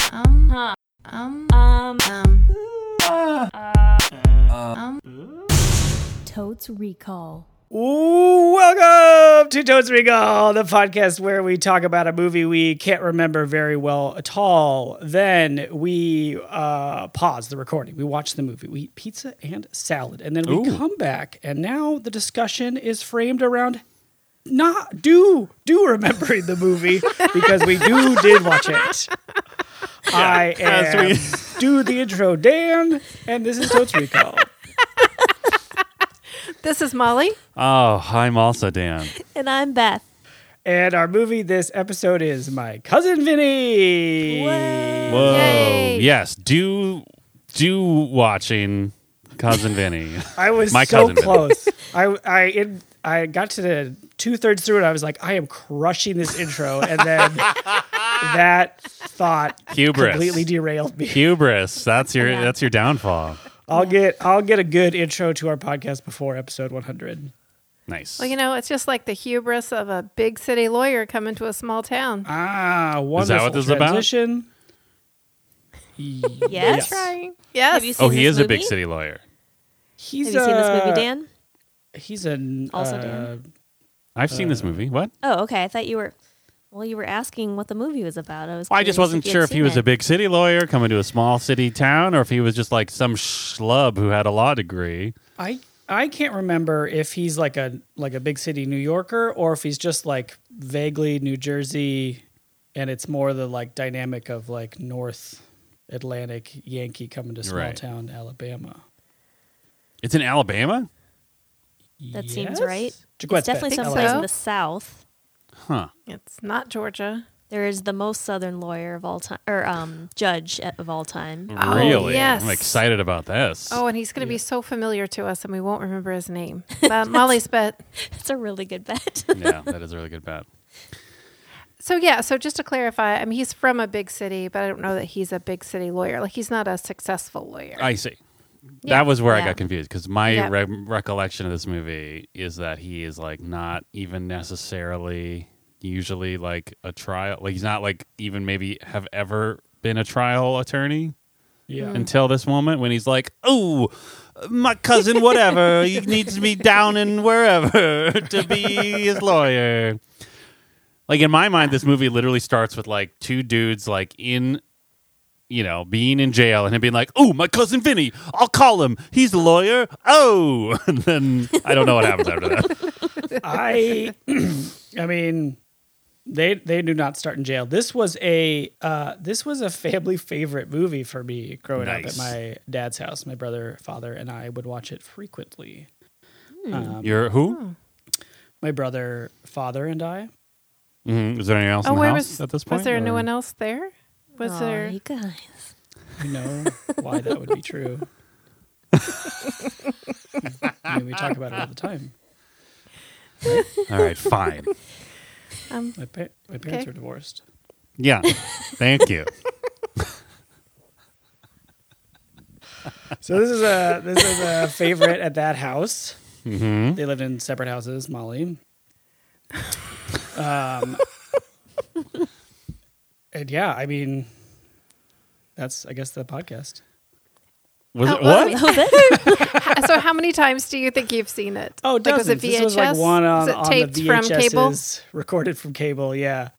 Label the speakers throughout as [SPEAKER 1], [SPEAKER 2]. [SPEAKER 1] Huh. Um. Um. Um.
[SPEAKER 2] Totes Recall.
[SPEAKER 3] Ooh, welcome to Totes Recall, the podcast where we talk about a movie we can't remember very well at all. Then we uh, pause the recording. We watch the movie. We eat pizza and salad. And then we
[SPEAKER 4] Ooh.
[SPEAKER 3] come back. And now the discussion is framed around not do do remembering the movie because we do did watch it. I
[SPEAKER 4] as
[SPEAKER 3] am do the intro, Dan, and this is Totes Recall.
[SPEAKER 1] This is Molly.
[SPEAKER 4] Oh, I'm also Dan.
[SPEAKER 2] And I'm Beth.
[SPEAKER 3] And our movie this episode is My Cousin Vinny.
[SPEAKER 4] Whoa.
[SPEAKER 1] Yay.
[SPEAKER 4] Yes, do do watching cousin Vinny.
[SPEAKER 3] I was
[SPEAKER 4] My
[SPEAKER 3] so
[SPEAKER 4] Cousin Vinny.
[SPEAKER 3] close. I I it, I got to the two thirds through and I was like, I am crushing this intro. And then that thought
[SPEAKER 4] Hubris.
[SPEAKER 3] completely derailed me.
[SPEAKER 4] Hubris. That's your that's your downfall.
[SPEAKER 3] I'll get I'll get a good intro to our podcast before episode one hundred.
[SPEAKER 4] Nice.
[SPEAKER 1] Well, you know, it's just like the hubris of a big city lawyer coming to a small town.
[SPEAKER 3] Ah, wonderful
[SPEAKER 4] what this is about?
[SPEAKER 3] transition.
[SPEAKER 2] Yes.
[SPEAKER 1] Trying. Yes.
[SPEAKER 2] Have you seen
[SPEAKER 4] oh, he
[SPEAKER 2] this
[SPEAKER 4] is a big
[SPEAKER 2] movie?
[SPEAKER 4] city lawyer.
[SPEAKER 3] He's
[SPEAKER 2] Have you seen this
[SPEAKER 3] uh,
[SPEAKER 2] movie, Dan?
[SPEAKER 3] He's an
[SPEAKER 2] Also
[SPEAKER 3] uh,
[SPEAKER 2] Dan.
[SPEAKER 4] I've seen this movie. What?
[SPEAKER 2] Oh, okay. I thought you were. Well, you were asking what the movie was about. I was.
[SPEAKER 4] I just
[SPEAKER 2] curious
[SPEAKER 4] wasn't
[SPEAKER 2] you had
[SPEAKER 4] sure if he
[SPEAKER 2] seen
[SPEAKER 4] was
[SPEAKER 2] it.
[SPEAKER 4] a big city lawyer coming to a small city town or if he was just like some schlub who had a law degree.
[SPEAKER 3] I I can't remember if he's like a like a big city New Yorker or if he's just like vaguely New Jersey, and it's more the like dynamic of like North Atlantic Yankee coming to small
[SPEAKER 4] Right.
[SPEAKER 3] town Alabama.
[SPEAKER 4] It's in Alabama?
[SPEAKER 2] That seems right.
[SPEAKER 3] Jaquette's
[SPEAKER 2] it's definitely
[SPEAKER 3] Bay,
[SPEAKER 1] Think
[SPEAKER 2] someplace
[SPEAKER 1] so.
[SPEAKER 2] in the South.
[SPEAKER 4] Huh.
[SPEAKER 1] It's not Georgia.
[SPEAKER 2] There is the most southern lawyer of all time, or um, judge at- of all time.
[SPEAKER 4] Hmm.
[SPEAKER 1] Oh,
[SPEAKER 4] really?
[SPEAKER 1] yes.
[SPEAKER 4] I'm excited about this.
[SPEAKER 1] Oh, and he's going to be so familiar to us, and we won't remember his name. Uh, Molly's bet.
[SPEAKER 2] That's a really good bet.
[SPEAKER 4] yeah, that is a really good bet.
[SPEAKER 1] So yeah. So just to clarify, I mean, he's from a big city, but I don't know that he's a big city lawyer. Like he's not a successful lawyer.
[SPEAKER 4] I see.
[SPEAKER 1] Yeah.
[SPEAKER 4] That was where I
[SPEAKER 2] Yeah.
[SPEAKER 4] got confused because my
[SPEAKER 1] Yeah.
[SPEAKER 4] re- recollection of this movie is that he is like not even necessarily usually like a trial. Like he's not like even maybe have ever been a trial attorney
[SPEAKER 3] Yeah.
[SPEAKER 4] until this moment when he's like, oh, my cousin, whatever, he needs to be down in wherever to be his lawyer. Like in my mind, this movie literally starts with like two dudes like in, you know, being in jail and him being like, "Oh, my cousin Vinny, I'll call him. He's a lawyer." Oh, and then I don't know what happens after that.
[SPEAKER 3] I I mean they they do not start in jail. This was a uh, this was a family favorite movie for me growing up at
[SPEAKER 4] Nice.
[SPEAKER 3] my dad's house. My brother, father, and I would watch it frequently. Um,
[SPEAKER 4] Hmm. You're who?
[SPEAKER 3] my brother, father, and I.
[SPEAKER 4] Mhm. Is there anyone else
[SPEAKER 1] oh,
[SPEAKER 4] in the
[SPEAKER 1] where
[SPEAKER 4] house
[SPEAKER 1] was
[SPEAKER 4] at this point?
[SPEAKER 1] Was there
[SPEAKER 4] or-
[SPEAKER 1] no one else there? Was
[SPEAKER 2] Aw,
[SPEAKER 1] there?
[SPEAKER 2] you guys?
[SPEAKER 3] You know why that would be true. I mean, we talk about it all the time.
[SPEAKER 4] All right, fine.
[SPEAKER 1] Um,
[SPEAKER 3] My, pa- my parents
[SPEAKER 1] Okay.
[SPEAKER 3] were divorced.
[SPEAKER 4] Yeah, thank you.
[SPEAKER 3] So this is a this is a favorite at that house.
[SPEAKER 4] hmm
[SPEAKER 3] They lived in separate houses, Molly. Um, and yeah, I mean, that's I guess the podcast.
[SPEAKER 4] Was
[SPEAKER 1] Oh, well,
[SPEAKER 4] it what?
[SPEAKER 1] I mean-
[SPEAKER 2] Oh, that-
[SPEAKER 1] so how many times do you think you've seen it?
[SPEAKER 3] Oh, it
[SPEAKER 1] Like, was
[SPEAKER 3] doesn't.
[SPEAKER 1] it VHS?
[SPEAKER 3] This was like one on,
[SPEAKER 1] was it
[SPEAKER 3] on
[SPEAKER 1] taped
[SPEAKER 3] the
[SPEAKER 1] from cable?
[SPEAKER 3] VHS's recorded from cable. Yeah.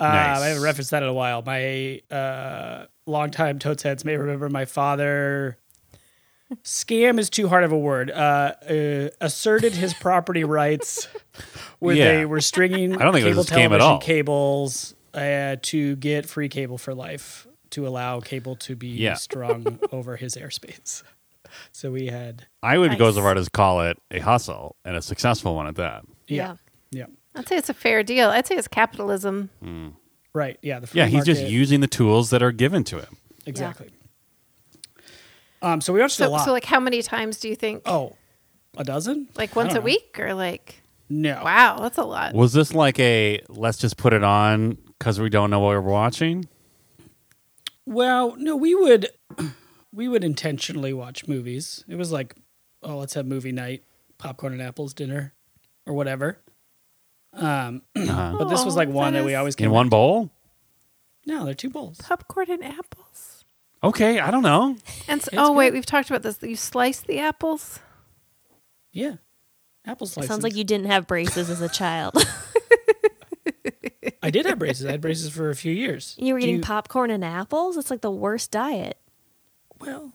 [SPEAKER 3] Uh,
[SPEAKER 4] Nice.
[SPEAKER 3] I haven't referenced that in a while. My uh, longtime totes heads may remember my father. Scam is too hard of a word. Uh, uh, asserted his property rights where
[SPEAKER 4] Yeah.
[SPEAKER 3] they were stringing
[SPEAKER 4] I don't think it
[SPEAKER 3] cable
[SPEAKER 4] was a scam at
[SPEAKER 3] television
[SPEAKER 4] all.
[SPEAKER 3] cables uh, to get free cable for life to allow cable to be
[SPEAKER 4] Yeah.
[SPEAKER 3] strung over his airspace. So we had,
[SPEAKER 4] I would go
[SPEAKER 2] Nice.
[SPEAKER 4] so far as call it a hustle and a successful one at that.
[SPEAKER 3] yeah,
[SPEAKER 2] yeah.
[SPEAKER 3] yeah,
[SPEAKER 1] I'd say it's a fair deal. I'd say it's capitalism.
[SPEAKER 3] Mm. right, yeah. The free
[SPEAKER 4] Yeah, he's just
[SPEAKER 3] market.
[SPEAKER 4] using the tools that are given to him.
[SPEAKER 3] Exactly. Um, so we watched a
[SPEAKER 1] So,
[SPEAKER 3] lot.
[SPEAKER 1] so like how many times do you think?
[SPEAKER 3] oh, a dozen?
[SPEAKER 1] like once
[SPEAKER 3] don't
[SPEAKER 1] a
[SPEAKER 3] know.
[SPEAKER 1] week or like?
[SPEAKER 3] No.
[SPEAKER 1] Wow, that's a lot.
[SPEAKER 4] Was this like a let's just put it on because we don't know what we're watching?
[SPEAKER 3] Well, no, we would we would intentionally watch movies. It was like, oh, let's have movie night, popcorn and apples dinner, or whatever. Um,
[SPEAKER 4] Uh-huh.
[SPEAKER 3] but this was
[SPEAKER 1] Oh,
[SPEAKER 3] like one that we
[SPEAKER 1] that
[SPEAKER 3] always
[SPEAKER 4] In
[SPEAKER 3] came.
[SPEAKER 4] one bowl?
[SPEAKER 3] No, they're two bowls.
[SPEAKER 1] Popcorn and apples.
[SPEAKER 4] Okay, I don't know.
[SPEAKER 1] And so, oh wait, we've talked about this. You slice the apples.
[SPEAKER 3] Yeah. Apple slices.
[SPEAKER 2] Sounds like you didn't have braces as a child.
[SPEAKER 3] I did have braces. I had braces for a few years.
[SPEAKER 2] you were
[SPEAKER 3] Do
[SPEAKER 2] eating popcorn and apples. It's like the worst diet.
[SPEAKER 3] Well,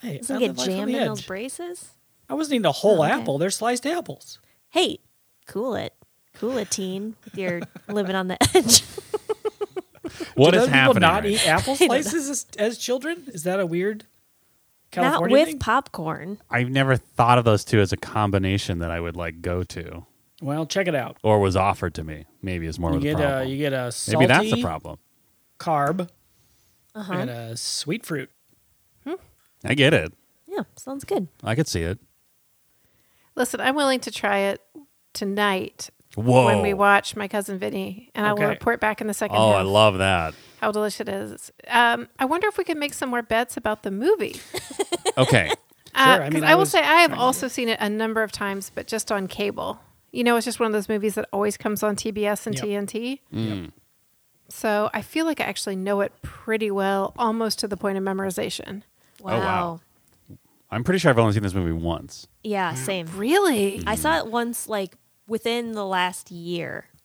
[SPEAKER 3] hey, I
[SPEAKER 2] Doesn't
[SPEAKER 3] live
[SPEAKER 2] get
[SPEAKER 3] life on
[SPEAKER 2] jam
[SPEAKER 3] the
[SPEAKER 2] in
[SPEAKER 3] edge.
[SPEAKER 2] those braces.
[SPEAKER 3] I wasn't eating a whole
[SPEAKER 2] Oh, okay.
[SPEAKER 3] apple. They're sliced apples.
[SPEAKER 2] Hey, cool it, cool it, teen. You're living on the edge.
[SPEAKER 4] What
[SPEAKER 3] Do
[SPEAKER 4] is
[SPEAKER 3] those people
[SPEAKER 4] happening?
[SPEAKER 3] not
[SPEAKER 4] right
[SPEAKER 3] eat apple slices as, as children? Is that a weird
[SPEAKER 2] Not
[SPEAKER 3] California
[SPEAKER 2] with
[SPEAKER 3] thing?
[SPEAKER 2] popcorn.
[SPEAKER 4] I've never thought of those two as a combination that I would like go to
[SPEAKER 3] well, check it out.
[SPEAKER 4] or was offered to me. Maybe is more
[SPEAKER 3] You
[SPEAKER 4] of the
[SPEAKER 3] get a
[SPEAKER 4] problem.
[SPEAKER 3] you get a salty
[SPEAKER 4] Maybe that's the problem.
[SPEAKER 3] carb
[SPEAKER 2] Uh-huh.
[SPEAKER 3] and a sweet fruit.
[SPEAKER 4] I get it.
[SPEAKER 2] Yeah, sounds good.
[SPEAKER 4] I could see it.
[SPEAKER 1] Listen, I'm willing to try it tonight
[SPEAKER 4] Whoa.
[SPEAKER 1] when we watch my cousin Vinny, and I
[SPEAKER 3] Oh. Okay.
[SPEAKER 1] will report back in the second.
[SPEAKER 4] oh, I
[SPEAKER 1] half
[SPEAKER 4] love that.
[SPEAKER 1] how delicious it is. Um, I wonder if we could make some more bets about the movie.
[SPEAKER 4] Okay.
[SPEAKER 1] Uh,
[SPEAKER 3] Sure, I
[SPEAKER 1] 'cause
[SPEAKER 3] mean,
[SPEAKER 1] I,
[SPEAKER 3] I
[SPEAKER 1] will
[SPEAKER 3] was
[SPEAKER 1] say I have also seen it a number of times, but just on cable. You know, it's just one of those movies that always comes on TBS and
[SPEAKER 3] Yep.
[SPEAKER 1] TNT.
[SPEAKER 4] Mm.
[SPEAKER 1] So I feel like I actually know it pretty well, almost to the point of memorization.
[SPEAKER 2] Wow.
[SPEAKER 4] wow. I'm pretty sure I've only seen this movie once.
[SPEAKER 2] Yeah, same.
[SPEAKER 1] Really?
[SPEAKER 2] I saw it once, like within the last year, I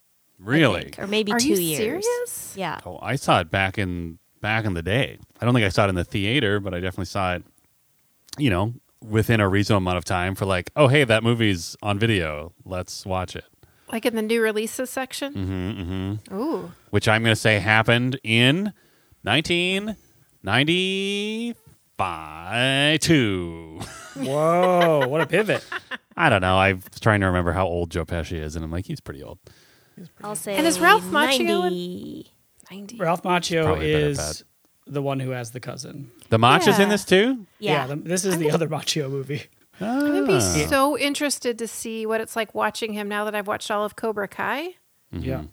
[SPEAKER 4] Really?
[SPEAKER 2] think, or maybe
[SPEAKER 1] Are
[SPEAKER 2] two
[SPEAKER 1] you
[SPEAKER 2] years.
[SPEAKER 1] serious?
[SPEAKER 2] Yeah.
[SPEAKER 4] Oh, I saw it back in back in the day. I don't think I saw it in the theater, but I definitely saw it, you know, within a reasonable amount of time for like, oh hey, that movie's on video. Let's watch it.
[SPEAKER 1] Like in the new releases section? Mm-hmm, Ooh.
[SPEAKER 4] Which I'm gonna say happened in nineteen ninety five two.
[SPEAKER 3] Whoa, what a pivot.
[SPEAKER 4] I don't know. I was trying to remember how old Joe Pesci is, and I'm like, he's pretty old.
[SPEAKER 2] I'll say.
[SPEAKER 1] And is Ralph Macchio in-
[SPEAKER 2] 90.
[SPEAKER 1] 90.
[SPEAKER 3] Ralph Macchio
[SPEAKER 4] Probably a better
[SPEAKER 3] is the one who has the cousin.
[SPEAKER 4] The Mach is
[SPEAKER 1] Yeah.
[SPEAKER 4] in this too.
[SPEAKER 2] Yeah.
[SPEAKER 3] the- this is the other Macchio movie.
[SPEAKER 1] I'm going to
[SPEAKER 4] Ah.
[SPEAKER 1] be
[SPEAKER 3] Ah.
[SPEAKER 1] so interested to see what it's like watching him now that I've watched all of Cobra Kai
[SPEAKER 4] Mm-hmm.
[SPEAKER 3] Yeah.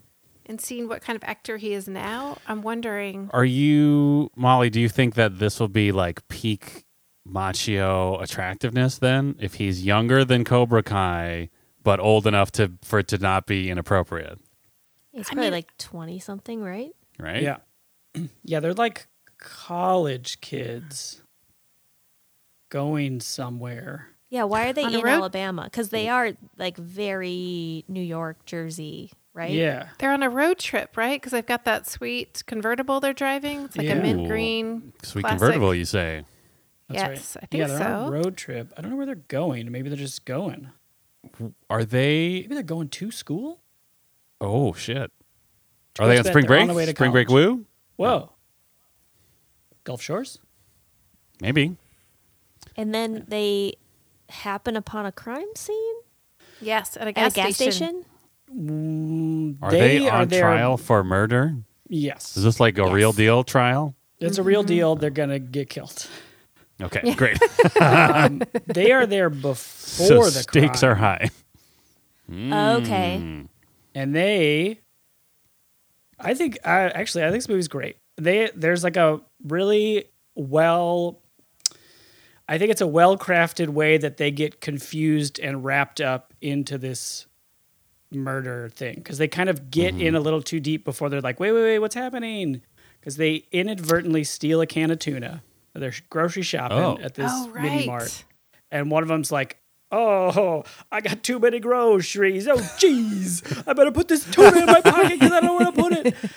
[SPEAKER 1] and seen what kind of actor he is now. I'm wondering.
[SPEAKER 4] Are you Molly? Do you think that this will be like peak Machio attractiveness? Then, if he's younger than Cobra Kai, but old enough to for it to not be inappropriate,
[SPEAKER 2] He's
[SPEAKER 1] I
[SPEAKER 2] probably
[SPEAKER 1] mean-
[SPEAKER 2] like twenty something, right?
[SPEAKER 4] right?
[SPEAKER 3] Yeah. Yeah, they're like college kids going somewhere.
[SPEAKER 2] Yeah. Why are they
[SPEAKER 1] On the
[SPEAKER 2] in
[SPEAKER 1] road?
[SPEAKER 2] Alabama? Because they are like very New York, Jersey, right?
[SPEAKER 3] Yeah.
[SPEAKER 1] They're on a road trip, right? Because they've got that sweet convertible they're driving. It's like
[SPEAKER 3] Yeah.
[SPEAKER 1] a mint
[SPEAKER 4] Ooh.
[SPEAKER 1] green.
[SPEAKER 4] Sweet
[SPEAKER 1] classic.
[SPEAKER 4] convertible, you say?
[SPEAKER 3] That's
[SPEAKER 1] Yes,
[SPEAKER 3] right.
[SPEAKER 1] I think
[SPEAKER 3] yeah, they're on
[SPEAKER 1] so.
[SPEAKER 3] a road trip. I don't know where they're going. Maybe they're just going.
[SPEAKER 4] Are they?
[SPEAKER 3] Maybe they're going to school?
[SPEAKER 4] Oh shit!
[SPEAKER 3] To
[SPEAKER 4] Are they
[SPEAKER 3] go
[SPEAKER 4] on
[SPEAKER 3] spend-
[SPEAKER 4] spring
[SPEAKER 3] they're
[SPEAKER 4] break?
[SPEAKER 3] on the way to
[SPEAKER 4] spring break
[SPEAKER 3] college.
[SPEAKER 4] woo?
[SPEAKER 3] Whoa. Gulf Shores?
[SPEAKER 4] Maybe.
[SPEAKER 2] And then they happen upon a crime scene
[SPEAKER 1] Yes, at a
[SPEAKER 2] at
[SPEAKER 1] gas,
[SPEAKER 2] a gas station.
[SPEAKER 3] Mm,
[SPEAKER 4] Are they, on
[SPEAKER 3] are there-
[SPEAKER 4] trial for murder? Is
[SPEAKER 3] Yes.
[SPEAKER 4] this like a
[SPEAKER 2] Yes.
[SPEAKER 4] real deal trial?
[SPEAKER 3] It's a real deal. They're going to get killed.
[SPEAKER 4] Okay, great.
[SPEAKER 3] Um, they are there before
[SPEAKER 4] so
[SPEAKER 3] the
[SPEAKER 4] stakes
[SPEAKER 3] crime.
[SPEAKER 4] are high.
[SPEAKER 2] Okay.
[SPEAKER 3] and they i think I, actually i think this movie's great they there's like a really well i think it's a well crafted way that they get confused and wrapped up into this murder thing because they kind of get in a little too deep before they're like wait wait wait what's happening because they inadvertently steal a can of tuna they're grocery shopping
[SPEAKER 4] Oh.
[SPEAKER 3] at this
[SPEAKER 1] oh,
[SPEAKER 3] mini
[SPEAKER 1] right.
[SPEAKER 3] mart and one of them's like, "Oh, I got too many groceries. Oh, jeez, I better put this tuna in my pocket because I don't want to put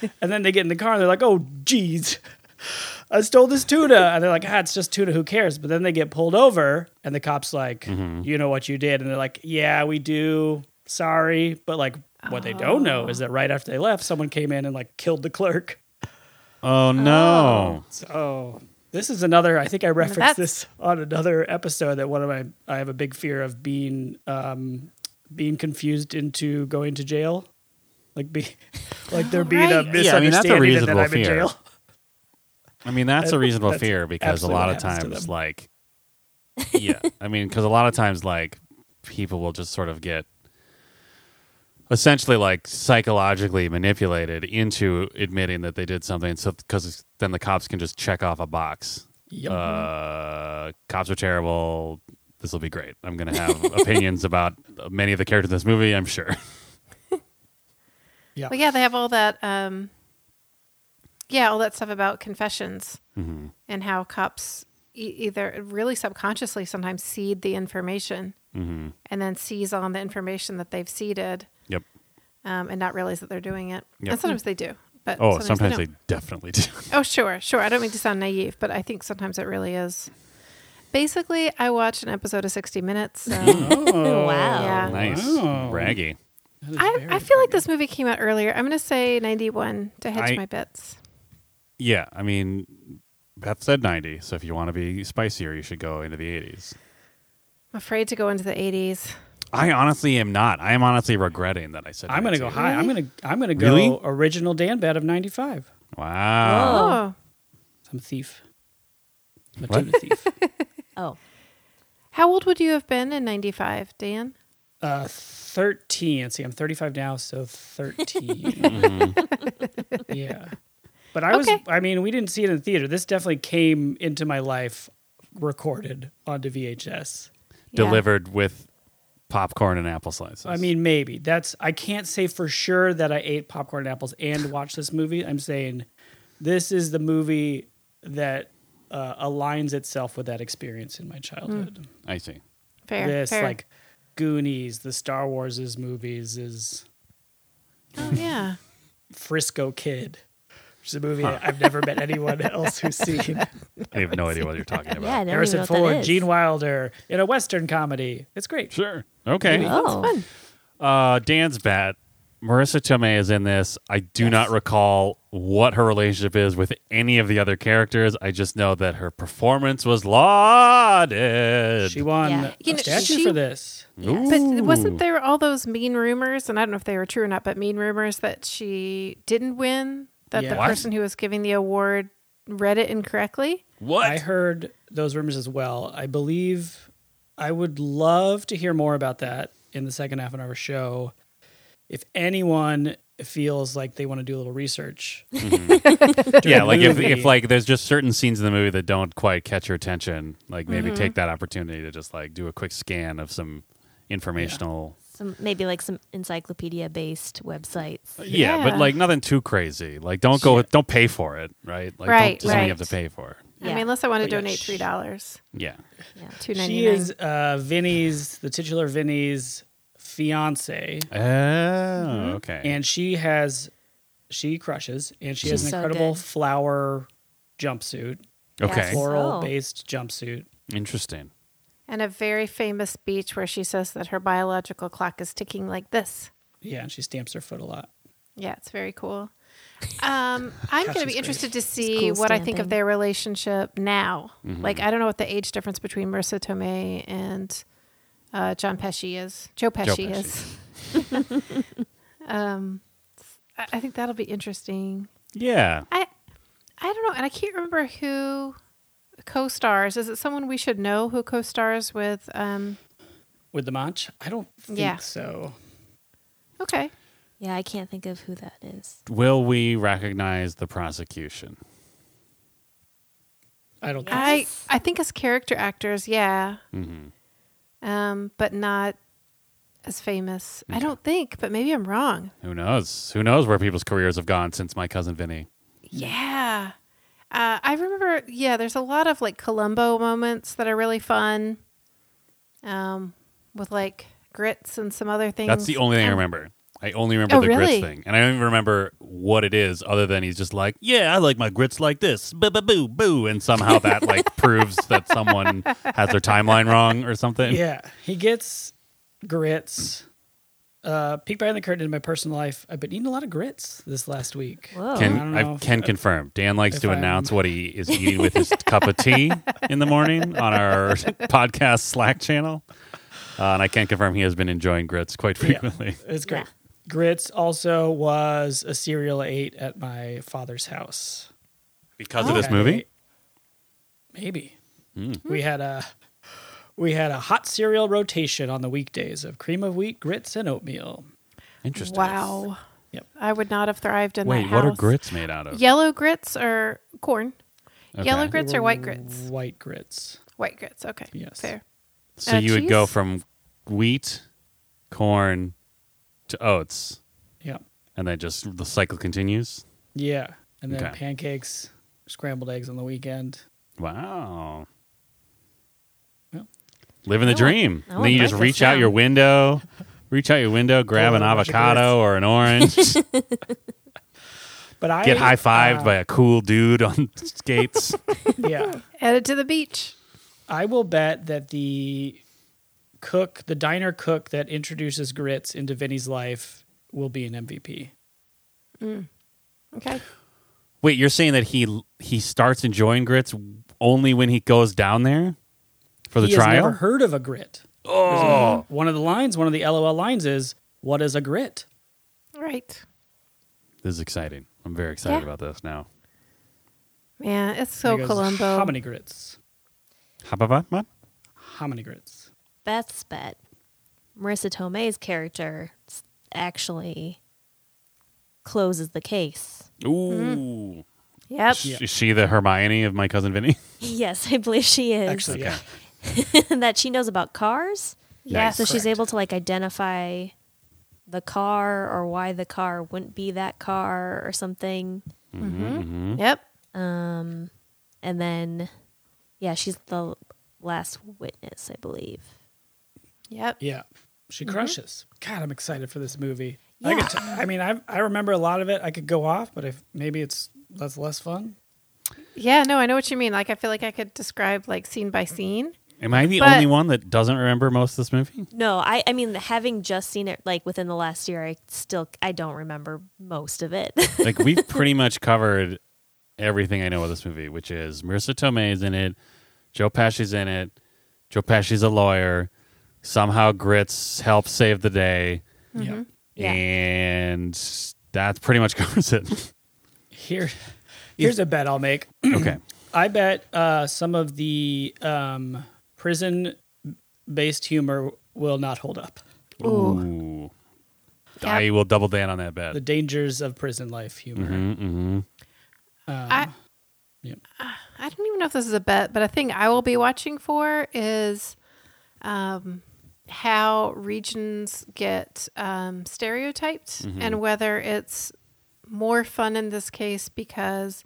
[SPEAKER 3] it." And then they get in the car and they're like, "Oh, jeez, I stole this tuna." And they're like, "Ah, it's just tuna. Who cares?" But then they get pulled over, and the cops like, "You know what you did?" And they're like, "Yeah, we do. Sorry, but like." What they don't know is that right after they left, someone came in and like killed the clerk.
[SPEAKER 4] Oh no.
[SPEAKER 3] So this is another. I think I referenced
[SPEAKER 1] that's-
[SPEAKER 3] this on another episode that one of my I have a big fear of being um, being confused into going to jail, like be like there being a Uh,
[SPEAKER 1] Right.
[SPEAKER 3] misunderstanding
[SPEAKER 4] Yeah, I mean, that's a
[SPEAKER 3] that- that
[SPEAKER 4] reasonable
[SPEAKER 3] I'm in
[SPEAKER 4] fear.
[SPEAKER 3] jail.
[SPEAKER 4] I mean, that's
[SPEAKER 3] That-
[SPEAKER 4] a reasonable
[SPEAKER 3] Uh, that's
[SPEAKER 4] fear because a
[SPEAKER 3] absolutely
[SPEAKER 4] lot
[SPEAKER 3] what
[SPEAKER 4] of
[SPEAKER 3] happens to
[SPEAKER 4] times,
[SPEAKER 3] them.
[SPEAKER 4] like, yeah, I mean, because a lot of times, like, people will just sort of get essentially like psychologically manipulated into admitting that they did something. So, because then the cops can just check off a box.
[SPEAKER 3] Yep. Mm-hmm.
[SPEAKER 4] Uh, cops are terrible. This will be great. I'm going to have opinions about many of the characters in this movie, I'm sure.
[SPEAKER 3] yeah.
[SPEAKER 1] Well, yeah, they have all that um, yeah, all that stuff about confessions
[SPEAKER 4] Mm-hmm.
[SPEAKER 1] and how cops e- either really subconsciously sometimes seed the information and then seize on the information that they've seeded
[SPEAKER 4] Mm-hmm. Yep.
[SPEAKER 1] um, and not realize that they're doing it.
[SPEAKER 4] Yep.
[SPEAKER 1] And sometimes they do. But
[SPEAKER 4] Oh, sometimes
[SPEAKER 1] don't.
[SPEAKER 4] they definitely do.
[SPEAKER 1] Oh, sure, sure. I don't mean to sound naive, but I think sometimes it really is. Basically, I watch an episode of 60 Minutes. So
[SPEAKER 2] Oh, wow.
[SPEAKER 3] Uh,
[SPEAKER 1] yeah.
[SPEAKER 4] Oh, nice,
[SPEAKER 3] Wow.
[SPEAKER 4] braggy.
[SPEAKER 1] I, I feel like this movie came out earlier. I'm going to say 91 to hedge
[SPEAKER 4] I-
[SPEAKER 1] my bets.
[SPEAKER 4] Yeah, I mean, Beth said ninety. So if you want to be spicier, you should go into the eighties.
[SPEAKER 1] I'm afraid to go into the 80s.
[SPEAKER 4] I honestly am not. I am honestly regretting that I said.
[SPEAKER 3] I'm gonna
[SPEAKER 4] 90.
[SPEAKER 3] go high. I'm gonna I'm gonna go
[SPEAKER 4] Really?
[SPEAKER 3] original Dan Bad of '95.
[SPEAKER 4] Wow.
[SPEAKER 1] Oh.
[SPEAKER 2] Oh.
[SPEAKER 3] I'm a thief. I'm a
[SPEAKER 4] What?
[SPEAKER 3] tuna thief.
[SPEAKER 2] Oh,
[SPEAKER 1] How old would you have been in 95, Dan?
[SPEAKER 3] Uh, Thirteen. Let's see, I'm 35 now, so 13. yeah, but I was.
[SPEAKER 1] Okay.
[SPEAKER 3] I mean, we didn't see it in the theater. This definitely came into my life, recorded onto VHS.
[SPEAKER 1] Yeah.
[SPEAKER 4] Delivered with popcorn and apple slices.
[SPEAKER 3] I mean, maybe that's. I can't say for sure that I ate popcorn and apples and watched this movie. I'm saying this is the movie that uh, aligns itself with that experience in my childhood.
[SPEAKER 4] I see.
[SPEAKER 1] Mm. Fair.
[SPEAKER 3] this
[SPEAKER 1] fair.
[SPEAKER 3] like Goonies, the Star Wars movies is
[SPEAKER 1] Oh, yeah.
[SPEAKER 3] Frisco Kid, which is a movie that I've never met anyone else who's seen.
[SPEAKER 4] I have no idea what you're talking about.
[SPEAKER 2] yeah. I don't even know
[SPEAKER 3] Harrison
[SPEAKER 2] what that
[SPEAKER 3] Ford,
[SPEAKER 2] is.
[SPEAKER 3] Gene Wilder in a Western comedy. It's great.
[SPEAKER 4] Sure. Okay.
[SPEAKER 2] Oh.
[SPEAKER 1] Fun.
[SPEAKER 4] Uh, Dan's bat. Marissa Tomei is in this. I do not recall what her relationship is with any of the other characters. I just know that her performance was lauded.
[SPEAKER 3] She won
[SPEAKER 2] Yeah.
[SPEAKER 1] You
[SPEAKER 3] a
[SPEAKER 1] know,
[SPEAKER 3] statue
[SPEAKER 1] she-
[SPEAKER 3] for this.
[SPEAKER 1] But
[SPEAKER 4] Ooh.
[SPEAKER 1] wasn't there all those mean rumors, and I don't know if they were true or not, but mean rumors that she didn't win, that
[SPEAKER 3] Yeah.
[SPEAKER 1] the
[SPEAKER 4] What?
[SPEAKER 1] person who was giving the award read it incorrectly?
[SPEAKER 4] what?
[SPEAKER 3] I heard those rumors as well. I believe I would love to hear more about that in the second half of our show. If anyone feels like they want to do a little research,
[SPEAKER 4] yeah, like if,
[SPEAKER 3] movie.
[SPEAKER 4] if like there's just certain scenes in the movie that don't quite catch your attention, like maybe
[SPEAKER 1] Mm-hmm.
[SPEAKER 4] take that opportunity to just like do a quick scan of some informational.
[SPEAKER 2] Some, maybe like some encyclopedia based websites.
[SPEAKER 4] Yeah,
[SPEAKER 1] Uh, Yeah.
[SPEAKER 4] but like nothing too crazy. Like don't go, don't pay for it, right? Like
[SPEAKER 1] Right,
[SPEAKER 4] don't do something you
[SPEAKER 1] right.
[SPEAKER 4] have to pay for.
[SPEAKER 1] I
[SPEAKER 2] Yeah.
[SPEAKER 1] mean, unless I want to
[SPEAKER 3] But yeah,
[SPEAKER 1] donate
[SPEAKER 3] sh-
[SPEAKER 1] three dollars,
[SPEAKER 4] Yeah.
[SPEAKER 2] Yeah.
[SPEAKER 1] two ninety nine.
[SPEAKER 3] she is uh, Vinny's, the titular Vinny's fiance,
[SPEAKER 1] Uh,
[SPEAKER 4] Oh,
[SPEAKER 1] mm-hmm.
[SPEAKER 4] okay.
[SPEAKER 3] and she has she crushes, and she has an
[SPEAKER 2] She's so
[SPEAKER 3] incredible
[SPEAKER 2] good.
[SPEAKER 3] flower jumpsuit,
[SPEAKER 4] okay.
[SPEAKER 2] Yes.
[SPEAKER 3] floral based jumpsuit.
[SPEAKER 4] Interesting.
[SPEAKER 1] and a very famous speech where she says that her biological clock is ticking like this.
[SPEAKER 3] Yeah, and she stamps her foot a lot.
[SPEAKER 1] Yeah, it's very cool. Um, I'm going
[SPEAKER 3] Gosh,
[SPEAKER 1] to
[SPEAKER 3] it's Mm-hmm.
[SPEAKER 1] be
[SPEAKER 3] great.
[SPEAKER 1] interested to see
[SPEAKER 2] cool
[SPEAKER 1] what I think of
[SPEAKER 2] stamping.
[SPEAKER 1] their relationship now. Like, I don't know what the age difference between Marissa Tomei and uh, John Pesci is. Joe Pesci,
[SPEAKER 4] Pesci.
[SPEAKER 1] is. um, I, I think that'll be interesting.
[SPEAKER 4] Yeah.
[SPEAKER 1] I I don't know, and I can't remember who co-stars. Is it someone we should know who co-stars with? Um,
[SPEAKER 3] With the match? I don't think
[SPEAKER 1] Yeah.
[SPEAKER 3] so.
[SPEAKER 1] okay,
[SPEAKER 2] Yeah, I can't think of who that is.
[SPEAKER 4] Will we recognize the prosecution?
[SPEAKER 3] I don't think
[SPEAKER 1] I I think as character actors, yeah,
[SPEAKER 4] Mm-hmm.
[SPEAKER 1] um, but not as famous. I don't think, but maybe I'm wrong.
[SPEAKER 4] Who knows? Who knows where people's careers have gone since my cousin Vinny?
[SPEAKER 1] Yeah, uh, I remember. Yeah, there's a lot of like Columbo moments that are really fun, um, with like grits and some other things.
[SPEAKER 4] That's the only thing I
[SPEAKER 1] Um,
[SPEAKER 4] remember. I only remember
[SPEAKER 1] Oh,
[SPEAKER 4] the
[SPEAKER 1] really?
[SPEAKER 4] grits thing, and I don't even remember what it is, other than he's just like, "Yeah, I like my grits like this, boo, boo, boo, boo," and somehow that like proves that someone has their timeline wrong or something.
[SPEAKER 3] Yeah, he gets grits. Uh, peek behind the curtain in my personal life. I've been eating a lot of grits this last week.
[SPEAKER 2] Whoa.
[SPEAKER 4] Can
[SPEAKER 3] I don't
[SPEAKER 4] I,
[SPEAKER 3] know if-
[SPEAKER 4] can confirm? Dan likes
[SPEAKER 3] if
[SPEAKER 4] to
[SPEAKER 3] I'm-
[SPEAKER 4] announce what he is eating with his cup of tea in the morning on our podcast Slack channel, uh, and I can confirm he has been enjoying grits quite frequently.
[SPEAKER 3] It's great.
[SPEAKER 2] Yeah.
[SPEAKER 3] Grits also was a cereal I ate at my father's house.
[SPEAKER 4] Because of this
[SPEAKER 3] Okay.
[SPEAKER 4] movie? Hmm.
[SPEAKER 3] Maybe we had a we had a hot cereal rotation on the weekdays of cream of wheat, grits, and oatmeal.
[SPEAKER 4] Interesting.
[SPEAKER 1] Wow.
[SPEAKER 3] Yep.
[SPEAKER 1] I would not have thrived in
[SPEAKER 4] Wait,
[SPEAKER 1] that
[SPEAKER 4] what are
[SPEAKER 1] house.
[SPEAKER 4] grits made out of?
[SPEAKER 1] Yellow grits or corn? Yellow
[SPEAKER 4] Okay.
[SPEAKER 1] grits
[SPEAKER 3] They
[SPEAKER 1] or
[SPEAKER 3] were
[SPEAKER 1] white grits?
[SPEAKER 3] White grits.
[SPEAKER 1] White grits. Okay.
[SPEAKER 3] Yes.
[SPEAKER 1] Fair.
[SPEAKER 4] So
[SPEAKER 1] Uh,
[SPEAKER 4] you would go
[SPEAKER 1] cheese?
[SPEAKER 4] from wheat, corn, to oats,
[SPEAKER 3] Yeah.
[SPEAKER 4] and then just the cycle continues.
[SPEAKER 3] Yeah. and then
[SPEAKER 4] Okay.
[SPEAKER 3] pancakes, scrambled eggs on the weekend.
[SPEAKER 4] Wow.
[SPEAKER 3] Well.
[SPEAKER 4] Living the
[SPEAKER 3] Oh,
[SPEAKER 2] I want-
[SPEAKER 4] dream.
[SPEAKER 2] I
[SPEAKER 4] And
[SPEAKER 2] want
[SPEAKER 4] then you just
[SPEAKER 2] breakfast
[SPEAKER 4] reach out
[SPEAKER 2] now.
[SPEAKER 4] your window, reach out your window, grab
[SPEAKER 3] Oh,
[SPEAKER 4] an
[SPEAKER 3] a bunch of
[SPEAKER 4] avocado or an orange,
[SPEAKER 3] But I
[SPEAKER 4] get high fived
[SPEAKER 3] uh,
[SPEAKER 4] by a cool dude on skates.
[SPEAKER 3] yeah.
[SPEAKER 1] Headed to the beach.
[SPEAKER 3] I will bet that the cook, the diner cook that introduces grits into Vinny's life, will be an MVP.
[SPEAKER 1] Okay.
[SPEAKER 4] Wait, you're saying that he he starts enjoying grits only when he goes down there for the
[SPEAKER 3] he
[SPEAKER 4] trial?
[SPEAKER 3] has never heard of a grit. Oh, one of the lines, one of the LOL lines is, "What is a grit?"
[SPEAKER 1] Right.
[SPEAKER 4] This is exciting. I'm very excited
[SPEAKER 1] Yeah.
[SPEAKER 4] about this now.
[SPEAKER 1] Man, it's
[SPEAKER 3] And
[SPEAKER 1] so
[SPEAKER 3] he goes,
[SPEAKER 1] Columbo.
[SPEAKER 3] How many grits?
[SPEAKER 4] Hababa?
[SPEAKER 3] How many grits?
[SPEAKER 2] Beth's bet. Marissa Tomei's character s- actually closes the case.
[SPEAKER 4] Ooh.
[SPEAKER 1] Yep.
[SPEAKER 3] Yeah.
[SPEAKER 4] Is she the Hermione of my cousin Vinny?
[SPEAKER 2] Yes, I believe she is.
[SPEAKER 3] Actually, yeah.
[SPEAKER 2] that she knows about cars.
[SPEAKER 1] Yes.
[SPEAKER 2] So she's able to like identify the car or why the car wouldn't be that car or something.
[SPEAKER 4] Mm-hmm.
[SPEAKER 1] Yep.
[SPEAKER 2] Um, and then, yeah, she's the last witness, I believe.
[SPEAKER 1] Yep.
[SPEAKER 3] Yeah, she crushes. God, I'm excited for this movie. I
[SPEAKER 2] Yeah.
[SPEAKER 3] could. T- I mean, I I remember a lot of it. I could go off, but if maybe it's that's less fun.
[SPEAKER 1] Yeah, no, I know what you mean. Like I feel like I could describe like scene by scene.
[SPEAKER 4] Am I the
[SPEAKER 1] But-
[SPEAKER 4] only one that doesn't remember most of this movie?
[SPEAKER 2] No, I, I mean, having just seen it like within the last year, I still I don't remember most of it.
[SPEAKER 4] like we've pretty much covered everything I know of this movie, which is Marissa Tomei's in it, Joe Pesci's in it, Joe Pesci's a lawyer, somehow Grits helps save the day,
[SPEAKER 3] Yeah.
[SPEAKER 2] Yeah.
[SPEAKER 4] and that pretty much covers it.
[SPEAKER 3] Here, here's a bet I'll make.
[SPEAKER 4] okay,
[SPEAKER 3] I bet uh, some of the um, prison-based humor will not hold up.
[SPEAKER 4] ooh, I
[SPEAKER 1] Yep.
[SPEAKER 4] will double down on that bet.
[SPEAKER 3] The dangers of prison life humor.
[SPEAKER 1] I
[SPEAKER 3] Uh-huh. Yep.
[SPEAKER 1] I don't even know if this is a bet, but a thing I will be watching for is um, how regions get um, stereotyped
[SPEAKER 3] Mm-hmm.
[SPEAKER 1] and whether it's more fun in this case because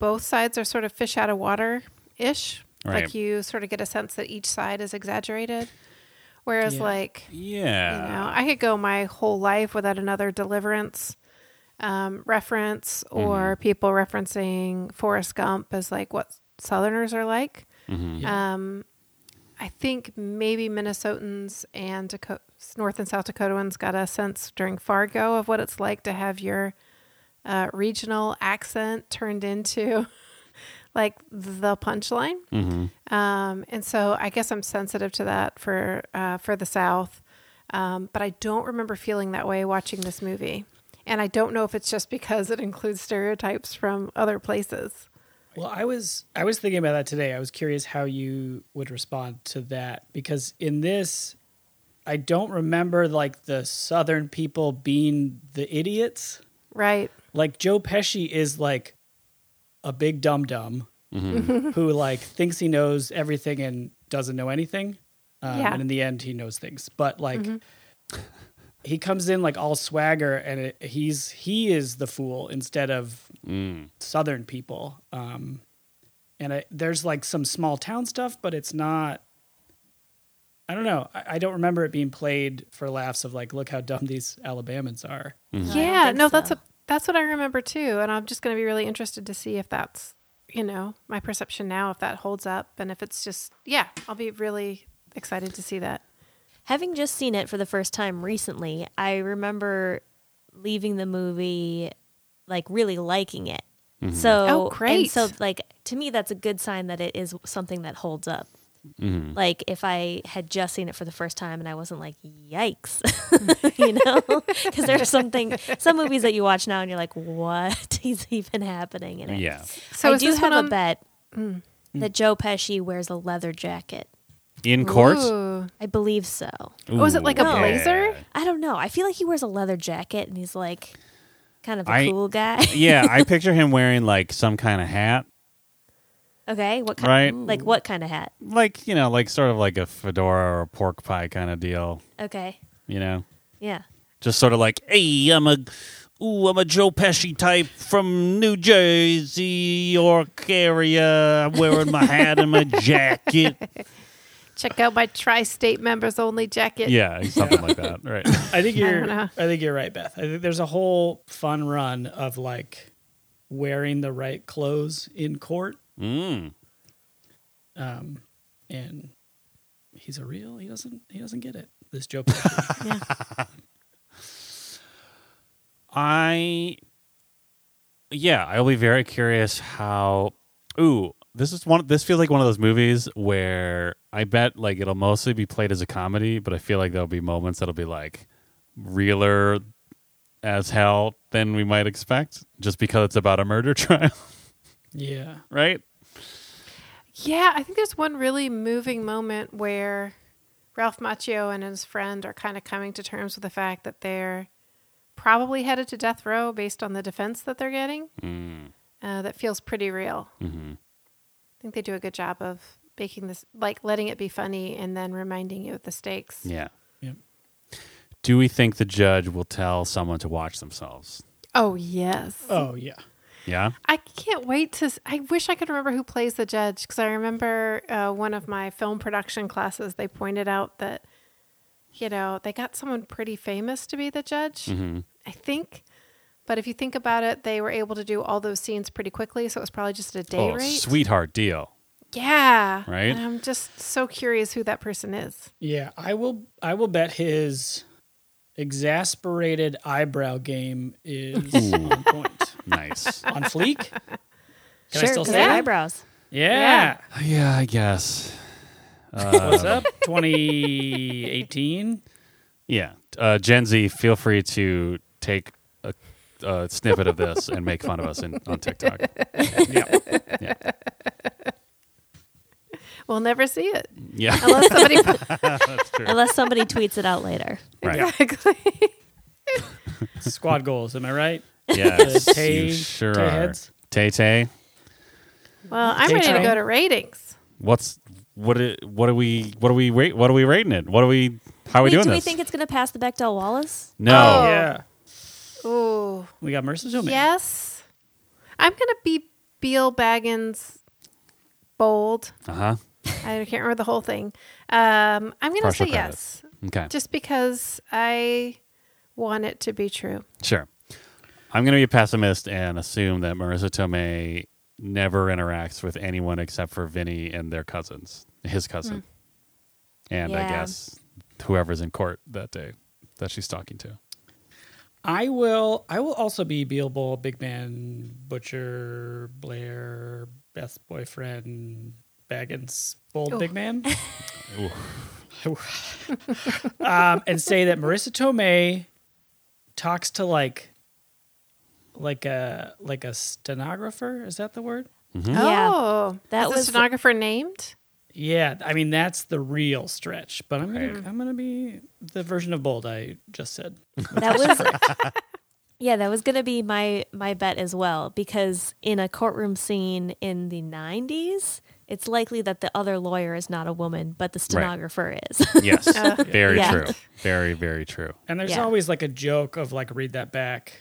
[SPEAKER 1] both sides are sort of fish out of water ish.
[SPEAKER 4] Right.
[SPEAKER 1] Like you sort of get a sense that each side is exaggerated. Whereas,
[SPEAKER 3] Yeah.
[SPEAKER 1] like, you
[SPEAKER 4] Yeah,
[SPEAKER 1] know, I could go my whole life without another deliverance um, reference or people referencing Forrest Gump as like what Southerners are like.
[SPEAKER 4] Mm-hmm.
[SPEAKER 1] Um, I think maybe Minnesotans and Daco- North and South Dakotans got a sense during Fargo of what it's like to have your uh, regional accent turned into like the punchline. Um, and so I guess I'm sensitive to that for uh, for the South, um, but I don't remember feeling that way watching this movie, and I don't know if it's just because it includes stereotypes from other places.
[SPEAKER 3] Well, I was I was thinking about that today. I was curious how you would respond to that because in this, I don't remember like the Southern people being the idiots.
[SPEAKER 1] Right?
[SPEAKER 3] Like Joe Pesci is like a big dum dum who like thinks he knows everything and doesn't know anything. Um,
[SPEAKER 1] Yeah.
[SPEAKER 3] And in the end, he knows things. But like. He comes in like all swagger, and it, he's he is the fool instead of
[SPEAKER 4] Mm.
[SPEAKER 3] southern people um and I, there's like some small town stuff but it's not i don't know I, I don't remember it being played for laughs of like look how dumb these alabamans are
[SPEAKER 2] No, I don't
[SPEAKER 1] yeah.
[SPEAKER 2] think
[SPEAKER 1] No, that's
[SPEAKER 2] so.
[SPEAKER 1] a that's what I remember too, and I'm just going to be really interested to see if that's you know my perception now if that holds up and if it's just yeah I'll be really excited to see that.
[SPEAKER 2] Having just seen it for the first time recently, I remember leaving the movie like really liking it. So
[SPEAKER 1] Oh,
[SPEAKER 2] and
[SPEAKER 1] great.
[SPEAKER 2] so like to me that's a good sign that it is something that holds up. Like if I had just seen it for the first time and I wasn't like yikes, you know, because there's something some movies that you watch now and you're like what is even happening in it.
[SPEAKER 4] Mm. yeah.
[SPEAKER 1] So
[SPEAKER 2] I
[SPEAKER 1] is
[SPEAKER 2] do
[SPEAKER 1] this one
[SPEAKER 2] have a
[SPEAKER 1] on- Mm.
[SPEAKER 2] bet that Joe Pesci wears a leather jacket.
[SPEAKER 4] In court,
[SPEAKER 1] Ooh.
[SPEAKER 2] I believe so.
[SPEAKER 1] Was it like a
[SPEAKER 4] Ooh, yeah.
[SPEAKER 1] blazer?
[SPEAKER 2] I don't know. I feel like he wears a leather jacket and he's like kind of a
[SPEAKER 4] I-
[SPEAKER 2] cool guy.
[SPEAKER 4] yeah, I picture him wearing like some kind of hat.
[SPEAKER 2] okay, what kind?
[SPEAKER 4] Right.
[SPEAKER 2] Like what kind of hat?
[SPEAKER 4] like you know, like sort of like a fedora or a pork pie kind of deal,
[SPEAKER 2] Okay,
[SPEAKER 4] you know,
[SPEAKER 2] yeah.
[SPEAKER 4] just sort of like, hey, I'm a ooh, I'm a Joe Pesci type from New Jersey, York area. I'm wearing my hat and my jacket.
[SPEAKER 1] Check out my tri-state members only jacket.
[SPEAKER 4] Yeah, something like that. Right.
[SPEAKER 3] I think
[SPEAKER 1] don't
[SPEAKER 3] you're. I,
[SPEAKER 1] know.
[SPEAKER 3] think you're right, Beth. I think there's a whole fun run of like wearing the right clothes in court,
[SPEAKER 4] Mm.
[SPEAKER 3] um, and he's a real. He doesn't. He doesn't get it. This Joe Pesci.
[SPEAKER 2] Yeah.
[SPEAKER 4] I yeah, I'll be very curious how ooh, this is one this feels like one of those movies where I bet like it'll mostly be played as a comedy, but I feel like there'll be moments that'll be like realer as hell than we might expect just because it's about a murder trial,
[SPEAKER 3] yeah.
[SPEAKER 4] right?
[SPEAKER 1] Yeah, I think there's one really moving moment where Ralph Macchio and his friend are kind of coming to terms with the fact that they're probably headed to death row based on the defense that they're getting.
[SPEAKER 4] Mm.
[SPEAKER 1] Uh, that feels pretty real. Mm-hmm. I think they do a good job of making this, like letting it be funny and then reminding you of the stakes.
[SPEAKER 4] Yeah.
[SPEAKER 3] Yep.
[SPEAKER 4] Do we think the judge will tell someone to watch themselves?
[SPEAKER 1] Oh, yes.
[SPEAKER 3] Oh yeah.
[SPEAKER 4] Yeah.
[SPEAKER 1] I can't wait to. s- I wish I could remember who plays the judge because I remember uh, one of my film production classes. They pointed out that, you know, they got someone pretty famous to be the judge,
[SPEAKER 4] Mm-hmm.
[SPEAKER 1] I think. But if you think about it, they were able to do all those scenes pretty quickly. So it was probably just a day
[SPEAKER 4] oh,
[SPEAKER 1] rate.
[SPEAKER 4] sweetheart deal.
[SPEAKER 1] Yeah.
[SPEAKER 4] Right?
[SPEAKER 1] And I'm just so curious who that person is.
[SPEAKER 3] Yeah, I will. I will bet his exasperated eyebrow game is
[SPEAKER 4] Ooh.
[SPEAKER 3] on point,
[SPEAKER 4] Nice.
[SPEAKER 3] on fleek. Can I
[SPEAKER 2] sure,
[SPEAKER 3] still
[SPEAKER 2] 'cause
[SPEAKER 3] say
[SPEAKER 2] the
[SPEAKER 3] that?
[SPEAKER 2] eyebrows.
[SPEAKER 3] Yeah.
[SPEAKER 4] yeah, I guess.
[SPEAKER 3] What's
[SPEAKER 4] Um,
[SPEAKER 3] up? 2018.
[SPEAKER 4] Yeah. Uh, Gen Z, feel free to take a, a snippet of this and make fun of us in, on TikTok.
[SPEAKER 3] yeah.
[SPEAKER 4] Yeah.
[SPEAKER 1] We'll never see it
[SPEAKER 2] Oh
[SPEAKER 4] Yeah.
[SPEAKER 1] unless somebody.
[SPEAKER 4] That's true.
[SPEAKER 2] Unless somebody tweets it out later.
[SPEAKER 4] Right.
[SPEAKER 1] Exactly.
[SPEAKER 3] Squad goals. Am I right?
[SPEAKER 4] Yes.
[SPEAKER 3] The Tay-
[SPEAKER 4] you sure
[SPEAKER 3] Tay
[SPEAKER 4] are.
[SPEAKER 3] heads?
[SPEAKER 4] Tay Tay,
[SPEAKER 1] Well, I'm ready to
[SPEAKER 3] Daytime.
[SPEAKER 1] go to ratings.
[SPEAKER 4] what's what? i- What are we? What are we? Rate? What are we rating it? What are we? How are we
[SPEAKER 2] Wait,
[SPEAKER 4] doing
[SPEAKER 2] do we
[SPEAKER 4] this?
[SPEAKER 2] think it's going to pass the Bechdel Wallace?
[SPEAKER 1] Oh.
[SPEAKER 4] no.
[SPEAKER 3] Yeah.
[SPEAKER 1] Ooh.
[SPEAKER 3] We got Marissa Tomei.
[SPEAKER 1] Yes. I'm going to be Beal Baggins bold.
[SPEAKER 2] Oh.
[SPEAKER 4] Uh huh.
[SPEAKER 1] I can't remember the whole thing. Um, I'm going to
[SPEAKER 4] Partial
[SPEAKER 1] say
[SPEAKER 4] credit.
[SPEAKER 1] yes,
[SPEAKER 4] Okay.
[SPEAKER 1] just because I want it to be true.
[SPEAKER 4] Sure. I'm going to be a pessimist and assume that Marissa Tomei never interacts with anyone except for Vinny and their cousins, his cousin.
[SPEAKER 1] Hmm.
[SPEAKER 4] And I
[SPEAKER 2] Yeah.
[SPEAKER 4] guess whoever's in court that day that she's talking to.
[SPEAKER 3] I will. I will also be Beelbull, Big Man, Butcher, Blair, Beth's boyfriend, Baggins, Bold Big Man. um, and say that Marissa Tomei talks to like, like a like a stenographer. Is that the word?
[SPEAKER 4] Hmm?
[SPEAKER 2] Yeah.
[SPEAKER 1] Oh,
[SPEAKER 2] That
[SPEAKER 1] that was the
[SPEAKER 2] was-
[SPEAKER 1] stenographer named.
[SPEAKER 3] Yeah, I mean that's the real stretch. But I'm gonna I'm gonna be the version of Bold I just said.
[SPEAKER 2] That was Yeah, that was going to be my my bet as well because in a courtroom scene in the 90s, it's likely that the other lawyer is not a woman, but the stenographer is.
[SPEAKER 4] Yes.
[SPEAKER 1] Uh,
[SPEAKER 4] very
[SPEAKER 2] Yeah.
[SPEAKER 4] true. Very, very true.
[SPEAKER 3] And there's
[SPEAKER 2] Yeah.
[SPEAKER 3] always like a joke of like read that back.